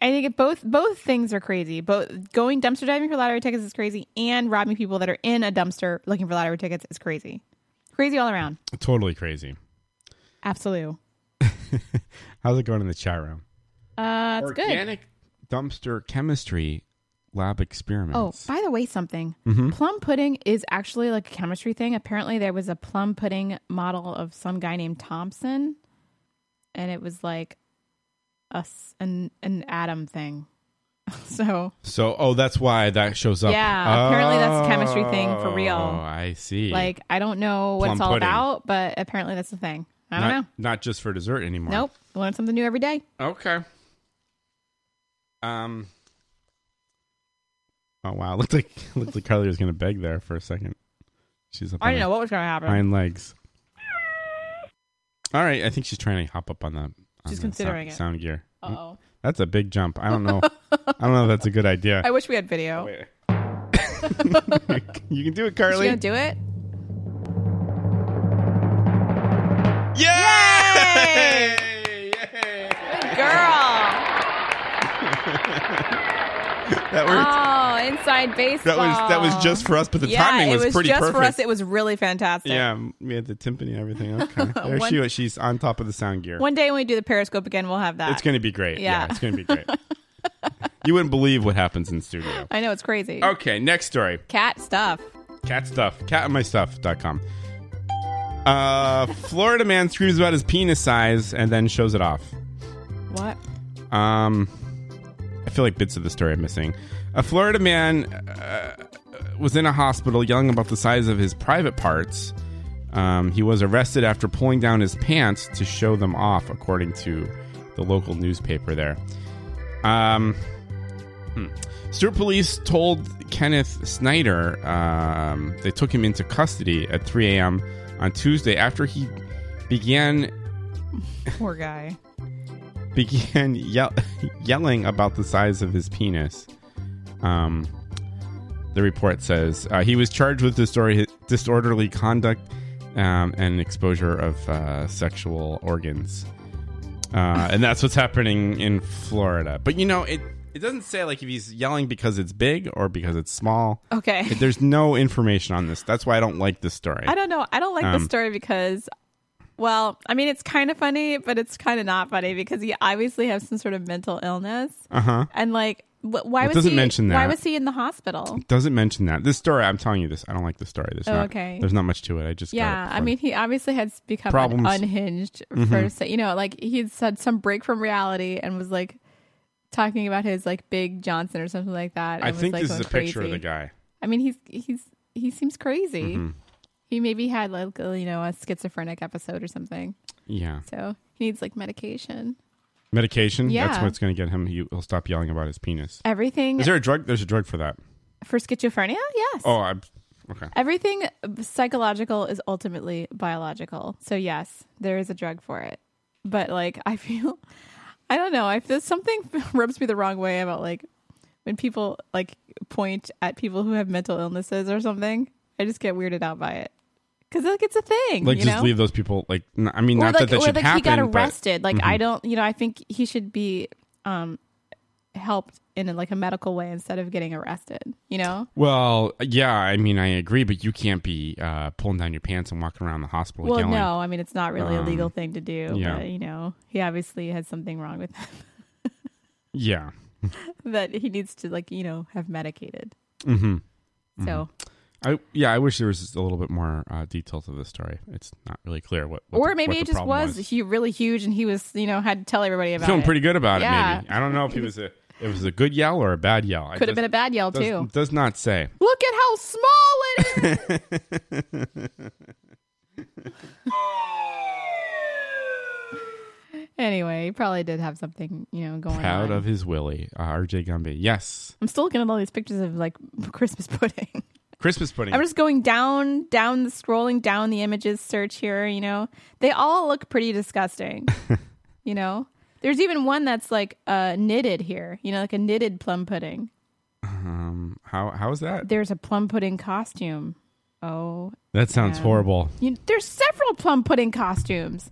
[SPEAKER 1] I think it, both both things are crazy. Both going dumpster diving for lottery tickets is crazy, and robbing people that are in a dumpster looking for lottery tickets is crazy. Crazy all around.
[SPEAKER 3] Totally crazy.
[SPEAKER 1] Absolute.
[SPEAKER 3] How's it going in the chat room?
[SPEAKER 1] Uh, it's good.
[SPEAKER 3] Dumpster chemistry lab experiment.
[SPEAKER 1] Oh, by the way, something.
[SPEAKER 3] Mhm.
[SPEAKER 1] Plum pudding is actually like a chemistry thing. Apparently, there was a plum pudding model of some guy named Thompson, and it was like a s- an an atom thing. [laughs] so
[SPEAKER 3] So, oh, that's why that shows up.
[SPEAKER 1] Yeah, apparently that's a chemistry thing for real.
[SPEAKER 3] Oh, I see.
[SPEAKER 1] Like, I don't know what
[SPEAKER 3] Plum
[SPEAKER 1] it's all
[SPEAKER 3] pudding.
[SPEAKER 1] about, but apparently that's the thing. I don't
[SPEAKER 3] not, know. Not just for dessert anymore.
[SPEAKER 1] know. Nope. Learn something new every day.
[SPEAKER 3] Okay. Um. Oh wow, [laughs] looked like looked like Carly was gonna beg there for a second. She's up.
[SPEAKER 1] I
[SPEAKER 3] on
[SPEAKER 1] didn't
[SPEAKER 3] her
[SPEAKER 1] know what was gonna happen.
[SPEAKER 3] Hind legs. All right, I think she's trying to hop up on the. on
[SPEAKER 1] She's
[SPEAKER 3] the
[SPEAKER 1] considering
[SPEAKER 3] sound,
[SPEAKER 1] it. Oh.
[SPEAKER 3] Sound gear.
[SPEAKER 1] Uh-oh.
[SPEAKER 3] That's a big jump. I don't know.
[SPEAKER 1] [laughs]
[SPEAKER 3] I don't know if that's a good idea.
[SPEAKER 1] I wish we had video.
[SPEAKER 3] [laughs] you can do it,
[SPEAKER 1] Are
[SPEAKER 3] Carly.
[SPEAKER 1] you gonna do it?
[SPEAKER 3] Yay!
[SPEAKER 1] Good girl.
[SPEAKER 3] [laughs] that worked.
[SPEAKER 1] Oh, inside baseball.
[SPEAKER 3] that was that was just for us, but the
[SPEAKER 1] yeah,
[SPEAKER 3] timing
[SPEAKER 1] it
[SPEAKER 3] was,
[SPEAKER 1] was
[SPEAKER 3] pretty
[SPEAKER 1] just
[SPEAKER 3] perfect.
[SPEAKER 1] for us. It was really fantastic.
[SPEAKER 3] yeah, we had the timpani and
[SPEAKER 1] [laughs]
[SPEAKER 3] everything. Okay, there
[SPEAKER 1] One-
[SPEAKER 3] she was. She's on top of the sound gear.
[SPEAKER 1] One day when we do the Periscope again, we'll have that.
[SPEAKER 3] It's going to be great. Yeah.
[SPEAKER 1] Yeah.
[SPEAKER 3] it's going to be
[SPEAKER 1] [laughs]
[SPEAKER 3] great. you wouldn't believe what happens in studio.
[SPEAKER 1] I know it's crazy.
[SPEAKER 3] Okay, next story.
[SPEAKER 1] Cat stuff.
[SPEAKER 3] Cat stuff. Catandmystuff.com. Uh, Florida man screams about his penis size and then shows it off.
[SPEAKER 1] What?
[SPEAKER 3] Um, I feel like bits of the story I'm missing. A Florida man uh, was in a hospital yelling about the size of his private parts. Um, he was arrested after pulling down his pants to show them off, according to the local newspaper there. Um, hmm. Stuart police told Kenneth Snyder um, they took him into custody at 3 a.m. on Tuesday after he began
[SPEAKER 1] Poor guy.
[SPEAKER 3] began yell- [laughs] yelling about the size of his penis. Um, the report says uh, he was charged with disor- disorderly conduct um, and exposure of uh, sexual organs. Uh, and that's what's happening in Florida. But you know, it, it doesn't say like if he's yelling because it's big or because it's small.
[SPEAKER 1] Okay.
[SPEAKER 3] It- There's no information on this. That's why I don't like this story.
[SPEAKER 1] I don't know. I don't like
[SPEAKER 3] Um,
[SPEAKER 1] this story because, well, I mean, it's kind of funny, but it's kind of not funny because he obviously has some sort of mental illness.
[SPEAKER 3] Uh huh.
[SPEAKER 1] And like, wh- why
[SPEAKER 3] It
[SPEAKER 1] was
[SPEAKER 3] doesn't
[SPEAKER 1] he?
[SPEAKER 3] mention
[SPEAKER 1] Why
[SPEAKER 3] that.
[SPEAKER 1] was he in the hospital?
[SPEAKER 3] Doesn't mention that. This story, I'm telling you this. I don't like the story. There's
[SPEAKER 1] Oh,
[SPEAKER 3] not,
[SPEAKER 1] okay.
[SPEAKER 3] There's not much to it. I just got
[SPEAKER 1] yeah,
[SPEAKER 3] it
[SPEAKER 1] I
[SPEAKER 3] from-
[SPEAKER 1] mean, he obviously had become an
[SPEAKER 3] Problems.
[SPEAKER 1] unhinged
[SPEAKER 3] Mhm.
[SPEAKER 1] for se- you know, like he had had some break from reality and was like talking about his like big Johnson or something like that. and
[SPEAKER 3] I
[SPEAKER 1] was,
[SPEAKER 3] think
[SPEAKER 1] like,
[SPEAKER 3] this is a
[SPEAKER 1] going
[SPEAKER 3] picture of
[SPEAKER 1] crazy.
[SPEAKER 3] the guy.
[SPEAKER 1] I mean, he's he's he seems crazy.
[SPEAKER 3] Mhm.
[SPEAKER 1] He maybe had like a, you know a schizophrenic episode or something.
[SPEAKER 3] Yeah.
[SPEAKER 1] So he needs like medication.
[SPEAKER 3] Medication. That's
[SPEAKER 1] Yeah.
[SPEAKER 3] what's going to get him. He, he'll stop yelling about his penis.
[SPEAKER 1] Everything
[SPEAKER 3] Is there a drug? There's a drug for that.
[SPEAKER 1] for schizophrenia? Yes.
[SPEAKER 3] Oh, I'm, okay.
[SPEAKER 1] Everything psychological is ultimately biological. So yes, there is a drug for it. But like I feel I don't know, I feel something [laughs] rubs me the wrong way about like when people like point at people who have mental illnesses or something. I just get weirded out by it. Cuz like it's a thing,
[SPEAKER 3] Like,
[SPEAKER 1] you
[SPEAKER 3] just
[SPEAKER 1] know?
[SPEAKER 3] leave those people. Like, n- I mean,
[SPEAKER 1] or
[SPEAKER 3] not
[SPEAKER 1] like
[SPEAKER 3] that that
[SPEAKER 1] or
[SPEAKER 3] should
[SPEAKER 1] like
[SPEAKER 3] happen. mm-hmm.
[SPEAKER 1] he got
[SPEAKER 3] but-
[SPEAKER 1] arrested. Like I
[SPEAKER 3] Mhm.
[SPEAKER 1] don't, you know, I think he should be um helped in a, like a medical way instead of getting arrested. You know?
[SPEAKER 3] Well, yeah, I mean, I agree, but you can't be uh, pulling down your pants and walking around the hospital
[SPEAKER 1] well,
[SPEAKER 3] yelling.
[SPEAKER 1] no, I mean it's not really a
[SPEAKER 3] Um,
[SPEAKER 1] legal thing to do.
[SPEAKER 3] yeah.
[SPEAKER 1] But you know, he obviously has something wrong with him [laughs]
[SPEAKER 3] Yeah.
[SPEAKER 1] that he needs to like you know have medicated.
[SPEAKER 3] Mm-hmm.
[SPEAKER 1] So-
[SPEAKER 3] I yeah, I wish there was just a little bit more uh, detail to this story. It's not really clear what. what
[SPEAKER 1] or
[SPEAKER 3] the-
[SPEAKER 1] maybe
[SPEAKER 3] what
[SPEAKER 1] it
[SPEAKER 3] the
[SPEAKER 1] just
[SPEAKER 3] problem
[SPEAKER 1] was, he really huge and he was you know had to tell everybody about
[SPEAKER 3] feeling
[SPEAKER 1] it.
[SPEAKER 3] pretty good about
[SPEAKER 1] Yeah.
[SPEAKER 3] it. Maybe I don't know if he was a it was a good yell or a bad yell. I
[SPEAKER 1] Could have
[SPEAKER 3] just-
[SPEAKER 1] been a bad yell,
[SPEAKER 3] does-
[SPEAKER 1] too.
[SPEAKER 3] Does not say.
[SPEAKER 1] Look at how
[SPEAKER 3] [laughs]
[SPEAKER 1] small it is. anyway, he probably did have something you know going
[SPEAKER 3] Proud
[SPEAKER 1] on.
[SPEAKER 3] of his Willie, uh, R.J. Gumby. Yes,
[SPEAKER 1] I'm still looking at all these pictures of like [laughs] Christmas pudding.
[SPEAKER 3] Christmas pudding.
[SPEAKER 1] I'm just going down, down the scrolling down the images search here. You know, they all look pretty
[SPEAKER 3] [laughs]
[SPEAKER 1] disgusting. you know, there's even one that's like uh, knitted here. You know, like a knitted plum pudding.
[SPEAKER 3] um, how how is that?
[SPEAKER 1] There's a plum pudding costume. Oh,
[SPEAKER 3] That sounds
[SPEAKER 1] yeah.
[SPEAKER 3] horrible.
[SPEAKER 1] You, there's several plum pudding costumes.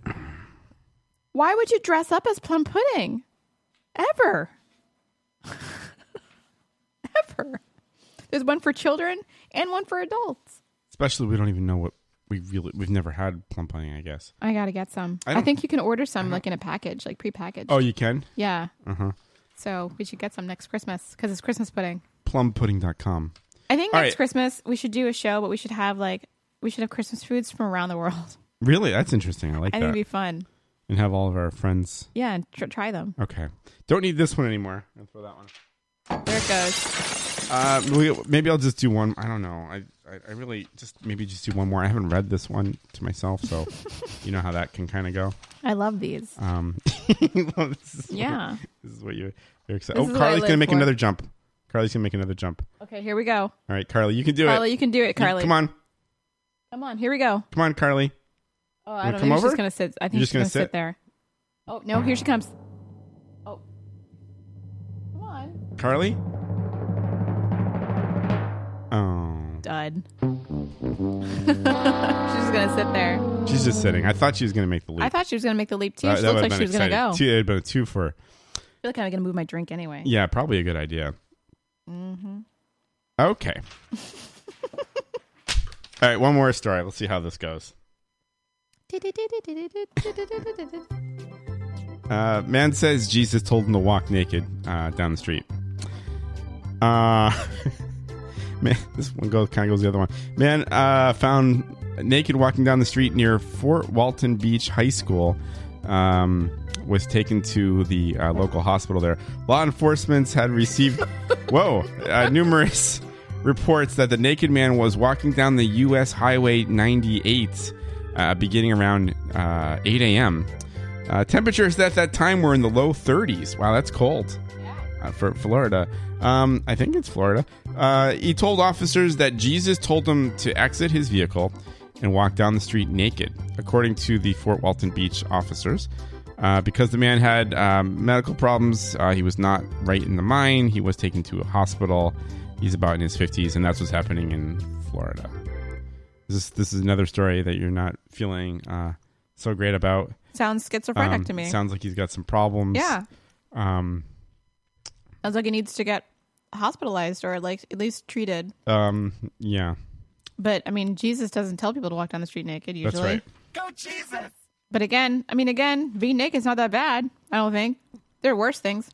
[SPEAKER 1] Why would you dress up as plum pudding? Ever. [laughs] Ever. There's one for children and one for adults.
[SPEAKER 3] Especially we don't even know what we really we've never had plum pudding. I guess.
[SPEAKER 1] I got to get some.
[SPEAKER 3] I
[SPEAKER 1] I,
[SPEAKER 3] don't-
[SPEAKER 1] think you can order some like in a package, like prepackaged.
[SPEAKER 3] Oh, you can.
[SPEAKER 1] Yeah.
[SPEAKER 3] Uh huh.
[SPEAKER 1] So we should get some next Christmas because it's Christmas pudding.
[SPEAKER 3] Plumpudding.com.
[SPEAKER 1] I think
[SPEAKER 3] All
[SPEAKER 1] next
[SPEAKER 3] right.
[SPEAKER 1] Christmas we should do a show, but we should have like, we should have Christmas foods from around the world. [laughs]
[SPEAKER 3] Really, that's interesting. I like
[SPEAKER 1] I think
[SPEAKER 3] that.
[SPEAKER 1] it'd be fun.
[SPEAKER 3] and have all of our friends.
[SPEAKER 1] Yeah, and tr- try them.
[SPEAKER 3] Okay, don't need this one anymore. I'll throw that one.
[SPEAKER 1] There it goes.
[SPEAKER 3] Uh, we- maybe I'll just do one. I don't know. I, I I really just maybe just do one more. I haven't read this one to myself,
[SPEAKER 1] [laughs]
[SPEAKER 3] so you know how that can kind of go.
[SPEAKER 1] I love
[SPEAKER 3] [laughs]
[SPEAKER 1] these.
[SPEAKER 3] Um, well, this is what-
[SPEAKER 1] Yeah.
[SPEAKER 3] this is what you you're excited.
[SPEAKER 1] This
[SPEAKER 3] Oh,
[SPEAKER 1] is what I
[SPEAKER 3] Carly's gonna
[SPEAKER 1] live
[SPEAKER 3] make
[SPEAKER 1] for.
[SPEAKER 3] another jump. Carly's gonna make another jump.
[SPEAKER 1] Okay, here we go.
[SPEAKER 3] All right, Carly, you can do
[SPEAKER 1] Carly,
[SPEAKER 3] it.
[SPEAKER 1] you can do it, Carly.
[SPEAKER 3] come on,
[SPEAKER 1] Come on, here we go.
[SPEAKER 3] come on, Carly.
[SPEAKER 1] Oh,
[SPEAKER 3] Wanna
[SPEAKER 1] I don't
[SPEAKER 3] come
[SPEAKER 1] know. She's
[SPEAKER 3] over?
[SPEAKER 1] just gonna sit. I think
[SPEAKER 3] You're
[SPEAKER 1] she's
[SPEAKER 3] just
[SPEAKER 1] gonna, sit?
[SPEAKER 3] gonna sit?
[SPEAKER 1] there. Oh no, here she comes. Oh, come on,
[SPEAKER 3] Carly. Oh,
[SPEAKER 1] dud. [laughs] she's just gonna sit there.
[SPEAKER 3] she's just sitting. I thought she was gonna make the leap.
[SPEAKER 1] I thought she was gonna make the leap too.
[SPEAKER 3] That-
[SPEAKER 1] she
[SPEAKER 3] that
[SPEAKER 1] looked
[SPEAKER 3] would've
[SPEAKER 1] like she
[SPEAKER 3] been
[SPEAKER 1] was gonna
[SPEAKER 3] exciting.
[SPEAKER 1] go.
[SPEAKER 3] Two, it'd been a two for.
[SPEAKER 1] I feel like I'm gonna move my drink anyway.
[SPEAKER 3] Yeah, probably a good idea.
[SPEAKER 1] Mm-hmm. [laughs]
[SPEAKER 3] Okay. All right, one more story. Let's see how this goes. Um, Uh, man says Jesus told him to walk naked uh, down the street. Uh, [laughs] man, this one goes kind of goes the other one. Man uh, found naked walking down the street near Fort Walton Beach High School. Um, was taken to the uh, local hospital there. Law enforcement had received whoa uh, numerous reports that the naked man was walking down the U.S. Highway 98 uh, beginning around uh, 8 a.m. Uh, temperatures at that time were in the low 30s. Wow, that's cold uh, for Florida. Um, I think it's Florida. Uh, he told officers that Jesus told him to exit his vehicle and walk down the street naked, according to the Fort Walton Beach officers. Uh, because the man had um, medical problems, uh, he was not right in the mind. He was taken to a hospital. He's about in his 50s, and that's what's happening in Florida. This this is another story that you're not feeling uh, so great about.
[SPEAKER 1] Sounds schizophrenic
[SPEAKER 3] Um,
[SPEAKER 1] to me.
[SPEAKER 3] Sounds like he's got some problems.
[SPEAKER 1] Yeah.
[SPEAKER 3] Um.
[SPEAKER 1] Sounds like he needs to get hospitalized or like at least treated.
[SPEAKER 3] Um. Yeah.
[SPEAKER 1] But I mean, Jesus doesn't tell people to walk down the street naked usually.
[SPEAKER 3] That's right.
[SPEAKER 4] Go Jesus!
[SPEAKER 1] But again, I mean, again, being naked's not that bad. I don't think there are worse things.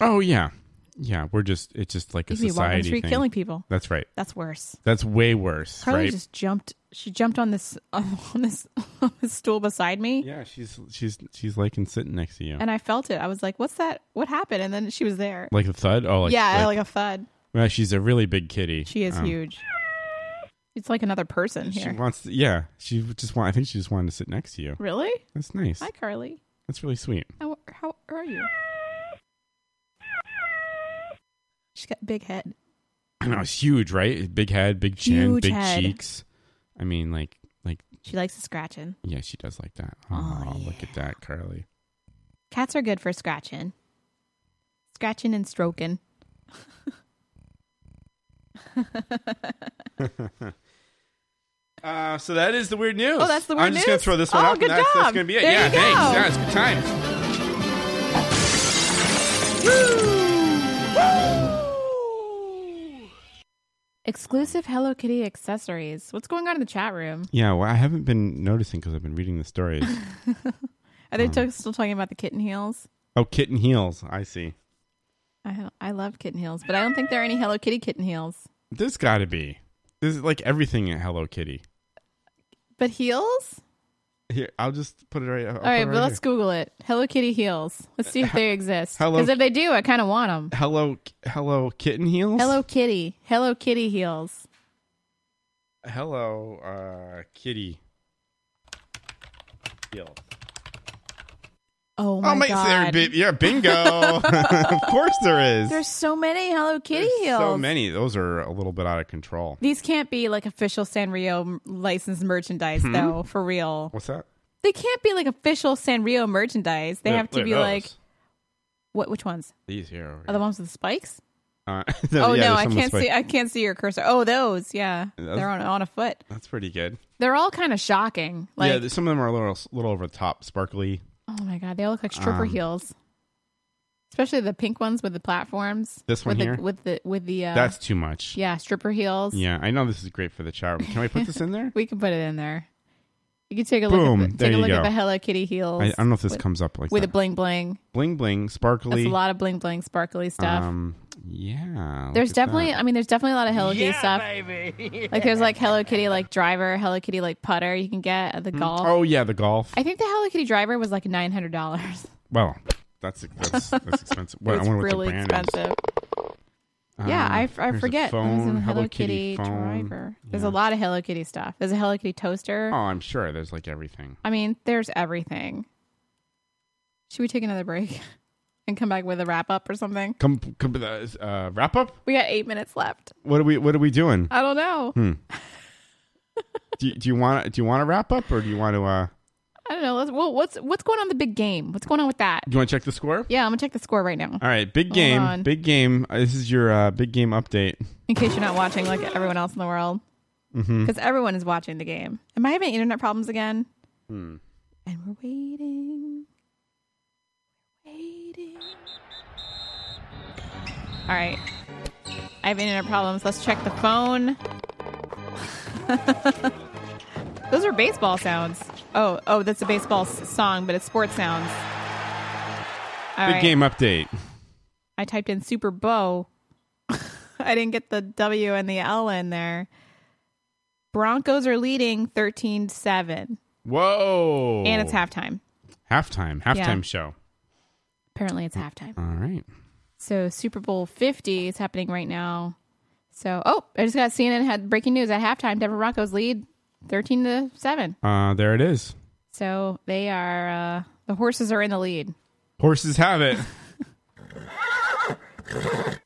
[SPEAKER 3] Oh yeah. Yeah. We're just. It's just like
[SPEAKER 1] You
[SPEAKER 3] a
[SPEAKER 1] could be walking the
[SPEAKER 3] society
[SPEAKER 1] street
[SPEAKER 3] thing.
[SPEAKER 1] killing people.
[SPEAKER 3] That's right.
[SPEAKER 1] That's worse.
[SPEAKER 3] That's way worse.
[SPEAKER 1] Carly
[SPEAKER 3] right.
[SPEAKER 1] just jumped. She jumped on this [laughs] on this, on this stool beside me,
[SPEAKER 3] yeah. She's she's she's liking sitting next to you.
[SPEAKER 1] and I felt it. I was like, "What's that? What happened?" And then she was there.
[SPEAKER 3] like a thud. Oh. Like,
[SPEAKER 1] yeah, like, a thud.
[SPEAKER 3] well, she's a really big kitty.
[SPEAKER 1] She is
[SPEAKER 3] Um,
[SPEAKER 1] huge. It's like another person
[SPEAKER 3] She
[SPEAKER 1] here.
[SPEAKER 3] wants. To, yeah. She just want. I think she just wanted to sit next to you.
[SPEAKER 1] really?
[SPEAKER 3] That's nice.
[SPEAKER 1] Hi, Carly.
[SPEAKER 3] That's really sweet. [clears throat]
[SPEAKER 1] How, how are you? She's got a big head.
[SPEAKER 3] I know it's huge, right? Big head, big chin,
[SPEAKER 1] Huge
[SPEAKER 3] big
[SPEAKER 1] head.
[SPEAKER 3] cheeks. I mean, like like
[SPEAKER 1] She likes to scratching.
[SPEAKER 3] yeah, she does like that. Oh, look at that, Carly.
[SPEAKER 1] Cats are good for scratching, scratching and stroking.
[SPEAKER 3] Uh, so that is the weird news.
[SPEAKER 1] Oh, that's the weird
[SPEAKER 3] I'm just gonna
[SPEAKER 1] news?
[SPEAKER 3] throw this one
[SPEAKER 1] Oh,
[SPEAKER 3] out.
[SPEAKER 1] good
[SPEAKER 3] and that's, that's
[SPEAKER 1] job.
[SPEAKER 3] gonna be it.
[SPEAKER 1] There
[SPEAKER 3] yeah,
[SPEAKER 1] you go.
[SPEAKER 3] thanks. Yeah, it's good times.
[SPEAKER 1] Woo! Exclusive Hello Kitty accessories. What's going on in the chat room?
[SPEAKER 3] Yeah, well, I haven't been noticing because I've been reading
[SPEAKER 1] [laughs]
[SPEAKER 3] the stories.
[SPEAKER 1] Are they
[SPEAKER 3] Hmm.
[SPEAKER 1] to- still talking about the kitten heels?
[SPEAKER 3] oh, kitten heels. I see.
[SPEAKER 1] I don't- I love kitten heels, but I don't think there are any Hello Kitty kitten heels.
[SPEAKER 3] There's got to be. This is like everything in Hello Kitty.
[SPEAKER 1] But heels?
[SPEAKER 3] Here, I'll just put it right. I'll put
[SPEAKER 1] All
[SPEAKER 3] it
[SPEAKER 1] right,
[SPEAKER 3] right
[SPEAKER 1] but let's
[SPEAKER 3] here.
[SPEAKER 1] Google it. Hello Kitty heels. Let's see if they exist.
[SPEAKER 3] [laughs] Hello-
[SPEAKER 1] Because if they do, I kind of want them.
[SPEAKER 3] Hello, hello, kitten heels.
[SPEAKER 1] Hello Kitty. Hello Kitty heels.
[SPEAKER 3] hello, uh, kitty heels.
[SPEAKER 1] Oh my god.
[SPEAKER 3] there, bi-
[SPEAKER 1] [laughs]
[SPEAKER 3] yeah, bingo. of course there is.
[SPEAKER 1] There's so many Hello Kitty heels.
[SPEAKER 3] so many. Those are a little bit out of control.
[SPEAKER 1] These can't be like official Sanrio m- licensed merchandise,
[SPEAKER 3] Hmm?
[SPEAKER 1] though, for real.
[SPEAKER 3] What's that?
[SPEAKER 1] They can't be like official Sanrio merchandise. They
[SPEAKER 3] Look-
[SPEAKER 1] have to
[SPEAKER 3] look
[SPEAKER 1] be
[SPEAKER 3] at those.
[SPEAKER 1] like, what? Which ones?
[SPEAKER 3] these here.
[SPEAKER 1] Are the ones with the spikes?
[SPEAKER 3] [laughs] Uh,
[SPEAKER 1] [laughs] oh
[SPEAKER 3] yeah,
[SPEAKER 1] no,
[SPEAKER 3] there's
[SPEAKER 1] I
[SPEAKER 3] some with
[SPEAKER 1] can't
[SPEAKER 3] spike-
[SPEAKER 1] see. I can't see your cursor. Oh, those. Yeah,
[SPEAKER 3] Those-
[SPEAKER 1] they're on on a foot.
[SPEAKER 3] That's pretty good.
[SPEAKER 1] They're all kind of shocking.
[SPEAKER 3] yeah,
[SPEAKER 1] Like,
[SPEAKER 3] there's- some of them are a little, little over the top, sparkly.
[SPEAKER 1] oh my god, they all look like stripper
[SPEAKER 3] Um,
[SPEAKER 1] heels. Especially the pink ones with the platforms.
[SPEAKER 3] This one
[SPEAKER 1] with
[SPEAKER 3] here?
[SPEAKER 1] The, with the with the. Uh,
[SPEAKER 3] That's too much.
[SPEAKER 1] Yeah, stripper heels.
[SPEAKER 3] Yeah, I know this is great for the chat room. Can we put this in there?
[SPEAKER 1] we can put it in there. You can take a
[SPEAKER 3] Boom,
[SPEAKER 1] look. At the,
[SPEAKER 3] there
[SPEAKER 1] take a
[SPEAKER 3] you
[SPEAKER 1] look at
[SPEAKER 3] go.
[SPEAKER 1] the Hello Kitty heels.
[SPEAKER 3] I, I don't know if
[SPEAKER 1] [laughs]
[SPEAKER 3] this
[SPEAKER 1] with-
[SPEAKER 3] comes up like
[SPEAKER 1] with
[SPEAKER 3] that.
[SPEAKER 1] a bling bling.
[SPEAKER 3] bling bling, sparkly.
[SPEAKER 1] That's a lot of bling bling sparkly stuff.
[SPEAKER 3] Um, yeah. look
[SPEAKER 1] there's
[SPEAKER 3] at
[SPEAKER 1] definitely,
[SPEAKER 3] that.
[SPEAKER 1] I mean, there's definitely a lot of Hello Kitty
[SPEAKER 3] Yeah,
[SPEAKER 1] stuff. Like there's like Hello Kitty like driver, Hello Kitty like putter you can get at the golf.
[SPEAKER 3] Oh yeah, the golf.
[SPEAKER 1] I think the Hello Kitty driver was like nine hundred dollars.
[SPEAKER 3] Well, that's
[SPEAKER 1] [laughs]
[SPEAKER 3] that's, that's expensive. What,
[SPEAKER 1] it's
[SPEAKER 3] I wonder
[SPEAKER 1] really
[SPEAKER 3] what the brand
[SPEAKER 1] expensive.
[SPEAKER 3] Is.
[SPEAKER 1] yeah,
[SPEAKER 3] Um,
[SPEAKER 1] I, f- I
[SPEAKER 3] here's a
[SPEAKER 1] forget. What was in
[SPEAKER 3] Phone,
[SPEAKER 1] the
[SPEAKER 3] Hello Kitty, phone.
[SPEAKER 1] driver. There's a lot of Hello Kitty stuff. There's a Hello Kitty toaster.
[SPEAKER 3] Oh, I'm sure there's like everything.
[SPEAKER 1] I mean, there's everything. Should we take another break [laughs] and come back with a wrap up or something?
[SPEAKER 3] Come, come the uh, wrap up.
[SPEAKER 1] We got eight minutes left.
[SPEAKER 3] What are we? What are we doing?
[SPEAKER 1] I don't know.
[SPEAKER 3] Hmm. [laughs] do, you- do you want? Do you want to wrap up, or do you want to? uh
[SPEAKER 1] I don't know. Let's, well, what's what's going on with the big game? What's going on with that?
[SPEAKER 3] Do you want to check the score?
[SPEAKER 1] Yeah, I'm gonna check the score right now.
[SPEAKER 3] All right, big
[SPEAKER 1] Hold
[SPEAKER 3] game.
[SPEAKER 1] on.
[SPEAKER 3] Big game. Uh, This is your uh, big game update.
[SPEAKER 1] In case you're not watching, like everyone else in the world,
[SPEAKER 3] Mm-hmm.
[SPEAKER 1] because everyone is watching the game. Am I having internet problems again?
[SPEAKER 3] Hmm.
[SPEAKER 1] And we're waiting. Waiting. All right. I have internet problems. Let's check the phone. [laughs] Those are baseball sounds. Oh, oh, that's a baseball s- song, but it's sports sounds. All
[SPEAKER 3] big
[SPEAKER 1] right.
[SPEAKER 3] game update.
[SPEAKER 1] I typed in Super Bow. [laughs] I didn't get the W and the L in there. Broncos are leading 13 7.
[SPEAKER 3] Whoa!
[SPEAKER 1] And it's halftime.
[SPEAKER 3] halftime. Halftime show.
[SPEAKER 1] Apparently, it's halftime.
[SPEAKER 3] All right.
[SPEAKER 1] So, Super Bowl 50 is happening right now. So, oh, I just got CNN had breaking news at halftime. Denver Broncos lead 13 to 7.
[SPEAKER 3] Uh, there it is.
[SPEAKER 1] So, they are, uh, the horses are in the lead.
[SPEAKER 3] Horses
[SPEAKER 1] [laughs]
[SPEAKER 3] have it.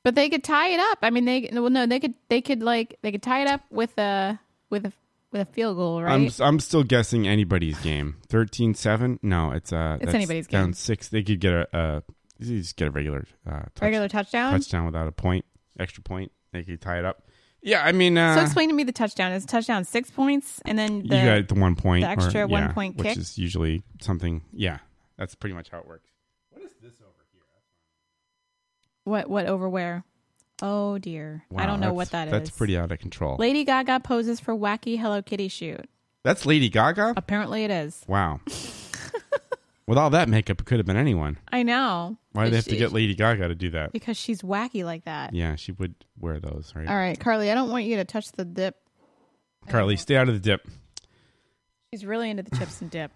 [SPEAKER 1] But they could tie it up. I mean, they well, no, they could they could like they could tie it up with a with a with a field goal, right?
[SPEAKER 3] I'm I'm still guessing anybody's game. 13-7? No, it's uh.
[SPEAKER 1] It's
[SPEAKER 3] that's
[SPEAKER 1] anybody's
[SPEAKER 3] down
[SPEAKER 1] game.
[SPEAKER 3] six. They could get a uh. You just get a regular uh, touch,
[SPEAKER 1] Regular touchdown?
[SPEAKER 3] Touchdown without a point, extra point. They could tie it up. Yeah, I mean, uh,
[SPEAKER 1] so explain to me the touchdown. Is touchdown six points, and then the,
[SPEAKER 3] you got the one point,
[SPEAKER 1] the extra
[SPEAKER 3] or,
[SPEAKER 1] one
[SPEAKER 3] yeah,
[SPEAKER 1] point
[SPEAKER 3] which
[SPEAKER 1] kick?
[SPEAKER 3] is usually something. Yeah, that's pretty much how it works.
[SPEAKER 1] what what over where? Oh dear, I don't know
[SPEAKER 3] that's-
[SPEAKER 1] what that is.
[SPEAKER 3] That's pretty out of control.
[SPEAKER 1] Lady Gaga poses for wacky Hello Kitty shoot.
[SPEAKER 3] that's Lady Gaga.
[SPEAKER 1] Apparently, it is. [laughs]
[SPEAKER 3] Wow. With all that makeup, it could have been anyone.
[SPEAKER 1] I know.
[SPEAKER 3] Why do they have to
[SPEAKER 1] She-
[SPEAKER 3] get Lady Gaga to do that?
[SPEAKER 1] Because she's wacky like that.
[SPEAKER 3] Yeah, she would wear those, right?
[SPEAKER 1] All right, Carly, I don't want you to touch the dip.
[SPEAKER 3] Carly, stay out of the dip.
[SPEAKER 1] She's really into the chips and dip.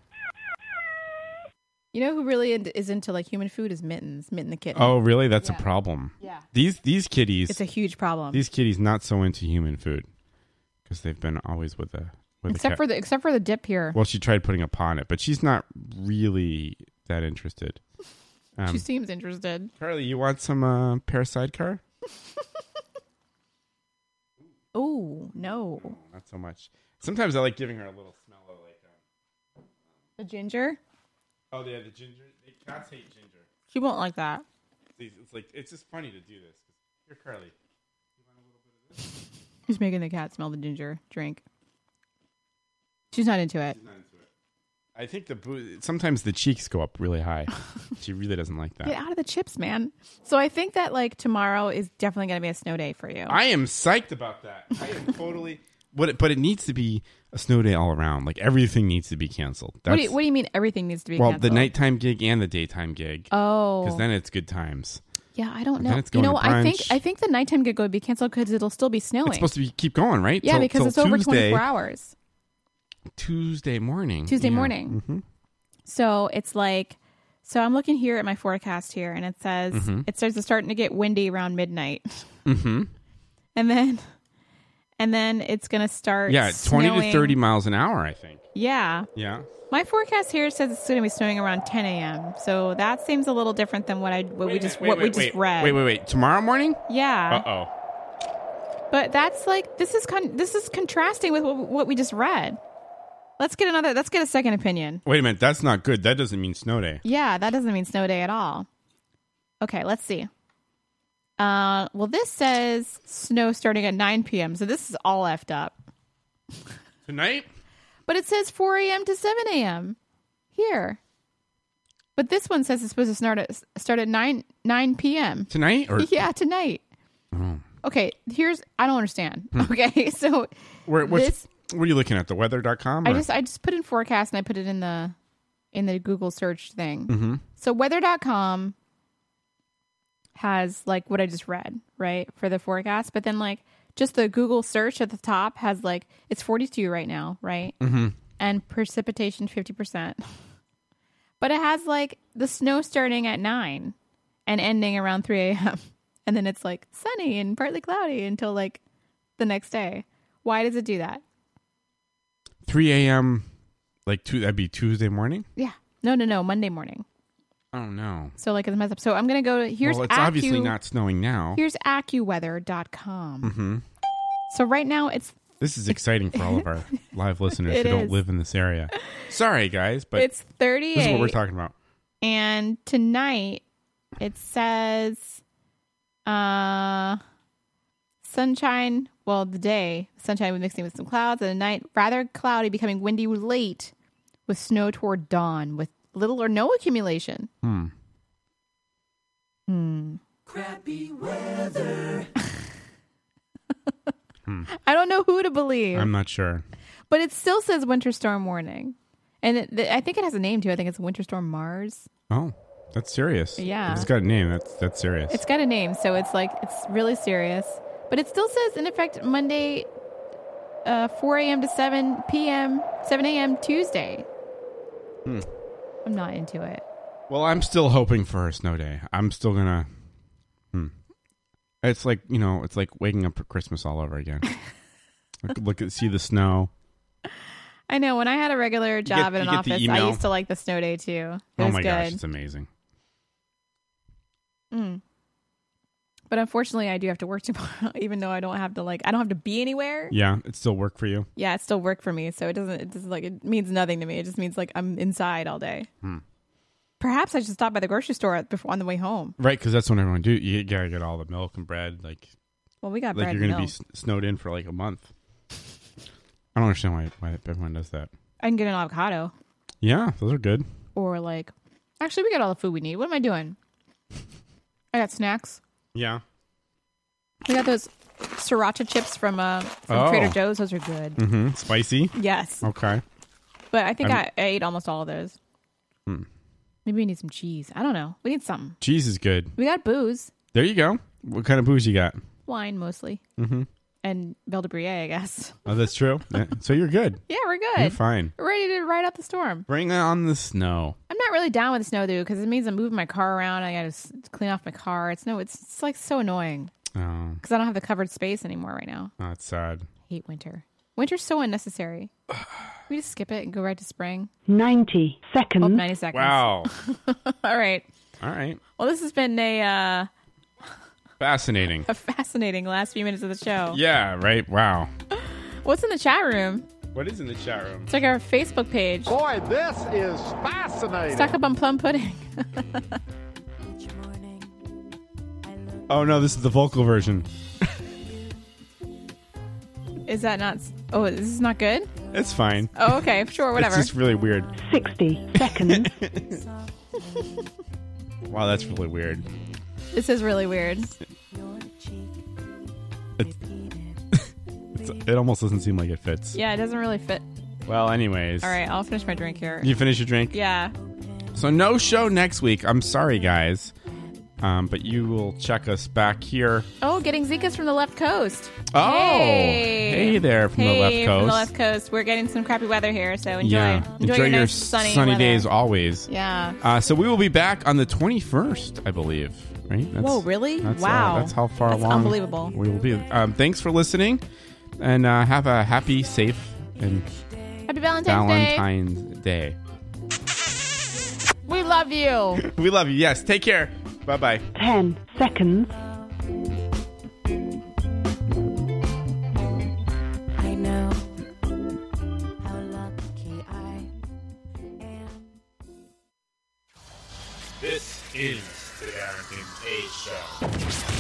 [SPEAKER 1] You know who really in- is into like human food is mittens, mitten the kitten.
[SPEAKER 3] Oh, really? That's a problem.
[SPEAKER 1] Yeah.
[SPEAKER 3] These these kitties.
[SPEAKER 1] It's a huge problem.
[SPEAKER 3] These kitties not so into human food because they've been always with a with a
[SPEAKER 1] except
[SPEAKER 3] cat.
[SPEAKER 1] for the except for the dip here.
[SPEAKER 3] Well, she tried putting a paw on it, but she's not really that interested. Um,
[SPEAKER 1] she seems interested.
[SPEAKER 3] Carly, you want some uh, pear sidecar?
[SPEAKER 1] Oh no,
[SPEAKER 3] Not so much. Sometimes I like giving her a little smell of like.
[SPEAKER 1] the ginger.
[SPEAKER 3] Um, oh yeah, the ginger. They, cats hate ginger.
[SPEAKER 1] She won't like that.
[SPEAKER 3] It's, it's like it's just funny to do this. Here, Carly.
[SPEAKER 1] She's making the cat smell the ginger drink. She's not into it.
[SPEAKER 3] I I think the boo- sometimes the cheeks go up
[SPEAKER 1] [laughs]
[SPEAKER 3] really high. she really doesn't like that.
[SPEAKER 1] Get out of the chips, man. So I think that like tomorrow is definitely going to be a snow day for you.
[SPEAKER 3] I am psyched about that. I am totally. What it, but it needs to be a snow day all around. Like everything needs to be canceled.
[SPEAKER 1] What do, you, what do you mean everything needs to be
[SPEAKER 3] well,
[SPEAKER 1] canceled?
[SPEAKER 3] the nighttime gig and the daytime gig.
[SPEAKER 1] Oh.
[SPEAKER 3] because then it's good times.
[SPEAKER 1] Yeah, I don't
[SPEAKER 3] And
[SPEAKER 1] know.
[SPEAKER 3] then it's
[SPEAKER 1] you
[SPEAKER 3] going
[SPEAKER 1] know,
[SPEAKER 3] to
[SPEAKER 1] I think
[SPEAKER 3] brunch.
[SPEAKER 1] I think the nighttime gig would be canceled because it'll still be snowing.
[SPEAKER 3] It's supposed to be keep going, right?
[SPEAKER 1] yeah,
[SPEAKER 3] Till-
[SPEAKER 1] because
[SPEAKER 3] till
[SPEAKER 1] it's over
[SPEAKER 3] Tuesday,
[SPEAKER 1] 24 hours.
[SPEAKER 3] Tuesday morning.
[SPEAKER 1] Tuesday
[SPEAKER 3] Yeah.
[SPEAKER 1] morning.
[SPEAKER 3] Mhm.
[SPEAKER 1] So it's like, so I'm looking here at my forecast here, and it says
[SPEAKER 3] Mhm.
[SPEAKER 1] it starts it's starting to get windy around midnight,
[SPEAKER 3] [laughs] Mm-hmm.
[SPEAKER 1] and then, and then it's gonna start.
[SPEAKER 3] Yeah, twenty to
[SPEAKER 1] snowing.
[SPEAKER 3] thirty miles an hour. I think.
[SPEAKER 1] Yeah,
[SPEAKER 3] Yeah.
[SPEAKER 1] my forecast here says it's gonna be snowing around 10 a.m. So that seems a little different than what I what we just what we just
[SPEAKER 3] wait,
[SPEAKER 1] read.
[SPEAKER 3] Wait, wait, wait. Tomorrow morning?
[SPEAKER 1] Yeah,
[SPEAKER 3] Uh oh.
[SPEAKER 1] but that's like this is con- this is contrasting with what, what we just read. Let's get another. Let's get a second opinion.
[SPEAKER 3] Wait a minute. That's not good. That doesn't mean snow day.
[SPEAKER 1] Yeah, that doesn't mean snow day at all. Okay, let's see. Uh, well, this says snow starting at 9 p.m., so this is all effed up.
[SPEAKER 3] Tonight?
[SPEAKER 1] But it says 4 a.m. to 7 a.m. here. But this one says it's supposed to start at, start at 9 9 p.m.
[SPEAKER 3] Tonight? Or
[SPEAKER 1] [laughs] yeah, tonight. Okay, here's I don't understand. [laughs] Okay, so
[SPEAKER 3] Where, what's,
[SPEAKER 1] this
[SPEAKER 3] what are you looking at? The weather.com?
[SPEAKER 1] I
[SPEAKER 3] or-
[SPEAKER 1] just I just put in forecast and I put it in the in the Google search thing.
[SPEAKER 3] Mhm.
[SPEAKER 1] So weather.com has like what I just read, right? For the forecast, but then like just the Google search at the top has like it's 42 right now, right?
[SPEAKER 3] Mhm.
[SPEAKER 1] And precipitation 50%. [laughs] but it has like the snow starting at 9 and ending around 3 a.m. [laughs] And then it's like sunny and partly cloudy until like the next day. Why does it do that?
[SPEAKER 3] 3 a.m. Like two, that'd be Tuesday morning?
[SPEAKER 1] Yeah. No, no, no. Monday morning.
[SPEAKER 3] I don't know.
[SPEAKER 1] So like it's a mess up. So I'm gonna go to here's
[SPEAKER 3] well, it's
[SPEAKER 1] Accu,
[SPEAKER 3] obviously not snowing now.
[SPEAKER 1] here's AccuWeather.com.
[SPEAKER 3] hmm
[SPEAKER 1] So right now it's
[SPEAKER 3] This is exciting for all
[SPEAKER 1] [laughs]
[SPEAKER 3] of our live listeners who
[SPEAKER 1] It
[SPEAKER 3] don't
[SPEAKER 1] is.
[SPEAKER 3] live in
[SPEAKER 1] [laughs]
[SPEAKER 3] this area. Sorry, guys, but
[SPEAKER 1] It's
[SPEAKER 3] This is what we're
[SPEAKER 1] 38.
[SPEAKER 3] talking about.
[SPEAKER 1] and tonight it says uh sunshine well the day sunshine was mixing with some clouds and the night rather cloudy becoming windy late with snow toward dawn with little or no accumulation.
[SPEAKER 3] Hmm.
[SPEAKER 1] Hmm.
[SPEAKER 4] Crappy
[SPEAKER 3] [laughs]
[SPEAKER 4] weather.
[SPEAKER 1] I don't know who to believe.
[SPEAKER 3] Hmm. I'm not sure.
[SPEAKER 1] But it still says winter storm warning. And it, th- I think it has a name too. I think it's winter storm Mars.
[SPEAKER 3] Oh, that's serious.
[SPEAKER 1] Yeah.
[SPEAKER 3] It's got a name. That's that's serious.
[SPEAKER 1] It's got a name, so it's like it's really serious. But it still says in effect Monday, uh, 4 a.m. to 7 p.m., 7 a.m. Tuesday.
[SPEAKER 3] Hmm.
[SPEAKER 1] I'm not into it.
[SPEAKER 3] Well, I'm still hoping for a snow day. I'm still gonna. Hmm. It's like you know, it's like waking up for Christmas all over
[SPEAKER 1] [laughs]
[SPEAKER 3] again. look, look at see the snow.
[SPEAKER 1] I know when I had a regular job
[SPEAKER 3] get-
[SPEAKER 1] in
[SPEAKER 3] you
[SPEAKER 1] an
[SPEAKER 3] get the
[SPEAKER 1] office, I
[SPEAKER 3] email.
[SPEAKER 1] used to like the snow day too. It
[SPEAKER 3] oh
[SPEAKER 1] was
[SPEAKER 3] my
[SPEAKER 1] good.
[SPEAKER 3] gosh, it's amazing.
[SPEAKER 1] Mm. But unfortunately, I do have to work [laughs] tomorrow, even though I don't have to like I don't have to be anywhere.
[SPEAKER 3] Yeah, it still work for you.
[SPEAKER 1] yeah, it still worked for me. So it doesn't, it doesn't like, it means nothing to me. It just means like I'm inside all day.
[SPEAKER 3] Hmm.
[SPEAKER 1] Perhaps I should stop by the grocery store at- before on the way home.
[SPEAKER 3] Right, because that's what everyone do. You gotta get all the milk and bread. Like,
[SPEAKER 1] Well, we got
[SPEAKER 3] like
[SPEAKER 1] bread
[SPEAKER 3] you're
[SPEAKER 1] and
[SPEAKER 3] gonna be
[SPEAKER 1] milk.
[SPEAKER 3] s- snowed in for like a month. I don't understand why why everyone does that.
[SPEAKER 1] I can get an avocado
[SPEAKER 3] Yeah, those are good.
[SPEAKER 1] or like, actually, we got all the food we need. What am I doing? I got snacks.
[SPEAKER 3] Yeah.
[SPEAKER 1] We got those sriracha chips from uh from
[SPEAKER 3] Oh.
[SPEAKER 1] Trader Joe's. Those are good.
[SPEAKER 3] Mm-hmm. Spicy.
[SPEAKER 1] Yes.
[SPEAKER 3] Okay.
[SPEAKER 1] But I think
[SPEAKER 3] I'm-
[SPEAKER 1] I, I ate almost all of those.
[SPEAKER 3] Hmm.
[SPEAKER 1] Maybe we need some cheese. I don't know. We need something.
[SPEAKER 3] Cheese is good.
[SPEAKER 1] We got booze,
[SPEAKER 3] There you go. What kind of booze you got?
[SPEAKER 1] wine mostly,
[SPEAKER 3] Mm-hmm.
[SPEAKER 1] and Belle de Brie, I guess. [laughs]
[SPEAKER 3] Oh, that's true. [laughs] Yeah, So you're good.
[SPEAKER 1] Yeah, we're good.
[SPEAKER 3] You're fine.
[SPEAKER 1] We're ready to ride out the storm.
[SPEAKER 3] Bring on the snow.
[SPEAKER 1] I'm not really down with snow, dude, because it means I'm moving my car around. I got to s- clean off my car. It's no, it's, it's like so annoying
[SPEAKER 3] Oh,
[SPEAKER 1] because I don't have the covered space anymore right now.
[SPEAKER 3] that's sad.
[SPEAKER 1] hate winter. Winter's so unnecessary. Can we just skip it and go right to spring.
[SPEAKER 6] 90 seconds.
[SPEAKER 13] Mm-hmm.
[SPEAKER 1] Oh, 90 seconds.
[SPEAKER 3] Wow.
[SPEAKER 1] [laughs] All right.
[SPEAKER 3] All right.
[SPEAKER 1] Well, this has been a uh,
[SPEAKER 3] Fascinating.
[SPEAKER 1] a fascinating last few minutes of the show.
[SPEAKER 3] Yeah, right. Wow.
[SPEAKER 1] What's in the chat room?
[SPEAKER 3] What is in the chat room?
[SPEAKER 1] It's like our Facebook page.
[SPEAKER 22] Boy, this is fascinating.
[SPEAKER 1] Stuck up on plum pudding. [laughs]
[SPEAKER 3] Oh, no, this is the vocal version.
[SPEAKER 1] Is that not? Oh, this is not good.
[SPEAKER 3] It's fine.
[SPEAKER 1] Oh, okay, sure, whatever.
[SPEAKER 3] It's just really weird.
[SPEAKER 1] Sixty seconds.
[SPEAKER 3] Wow, that's really weird.
[SPEAKER 1] this is really weird.
[SPEAKER 3] It's, it almost doesn't seem like it fits.
[SPEAKER 1] Yeah, it doesn't really fit.
[SPEAKER 3] Well, anyways.
[SPEAKER 1] All right, I'll finish my drink here.
[SPEAKER 3] You finish your drink?
[SPEAKER 1] Yeah.
[SPEAKER 3] So no show next week. I'm sorry, guys. Um, but you will check us back here.
[SPEAKER 1] Oh, getting Zika's from the left coast.
[SPEAKER 3] Oh,
[SPEAKER 1] hey,
[SPEAKER 3] hey there from the
[SPEAKER 1] Hey,
[SPEAKER 3] left
[SPEAKER 1] from the
[SPEAKER 3] coast.
[SPEAKER 1] left coast. We're getting some crappy weather here, so enjoy.
[SPEAKER 3] Yeah.
[SPEAKER 1] enjoy, your, nice sunny, weather.
[SPEAKER 3] days always.
[SPEAKER 1] Yeah.
[SPEAKER 3] Uh, so we will be back on the 21st, I believe. Right?
[SPEAKER 1] Whoa, really?
[SPEAKER 3] that's, uh,
[SPEAKER 1] Wow.
[SPEAKER 3] that's how far
[SPEAKER 1] That's
[SPEAKER 3] along
[SPEAKER 1] unbelievable.
[SPEAKER 3] we will be. Um, thanks for listening, and uh, have a happy, safe, and
[SPEAKER 1] Happy Valentine's Day.
[SPEAKER 3] Valentine's Day.
[SPEAKER 1] We love you.
[SPEAKER 3] We love you. Yes. Take care. Bye bye.
[SPEAKER 6] Ten seconds.
[SPEAKER 11] I know how lucky I
[SPEAKER 23] This is the Darrington K Show.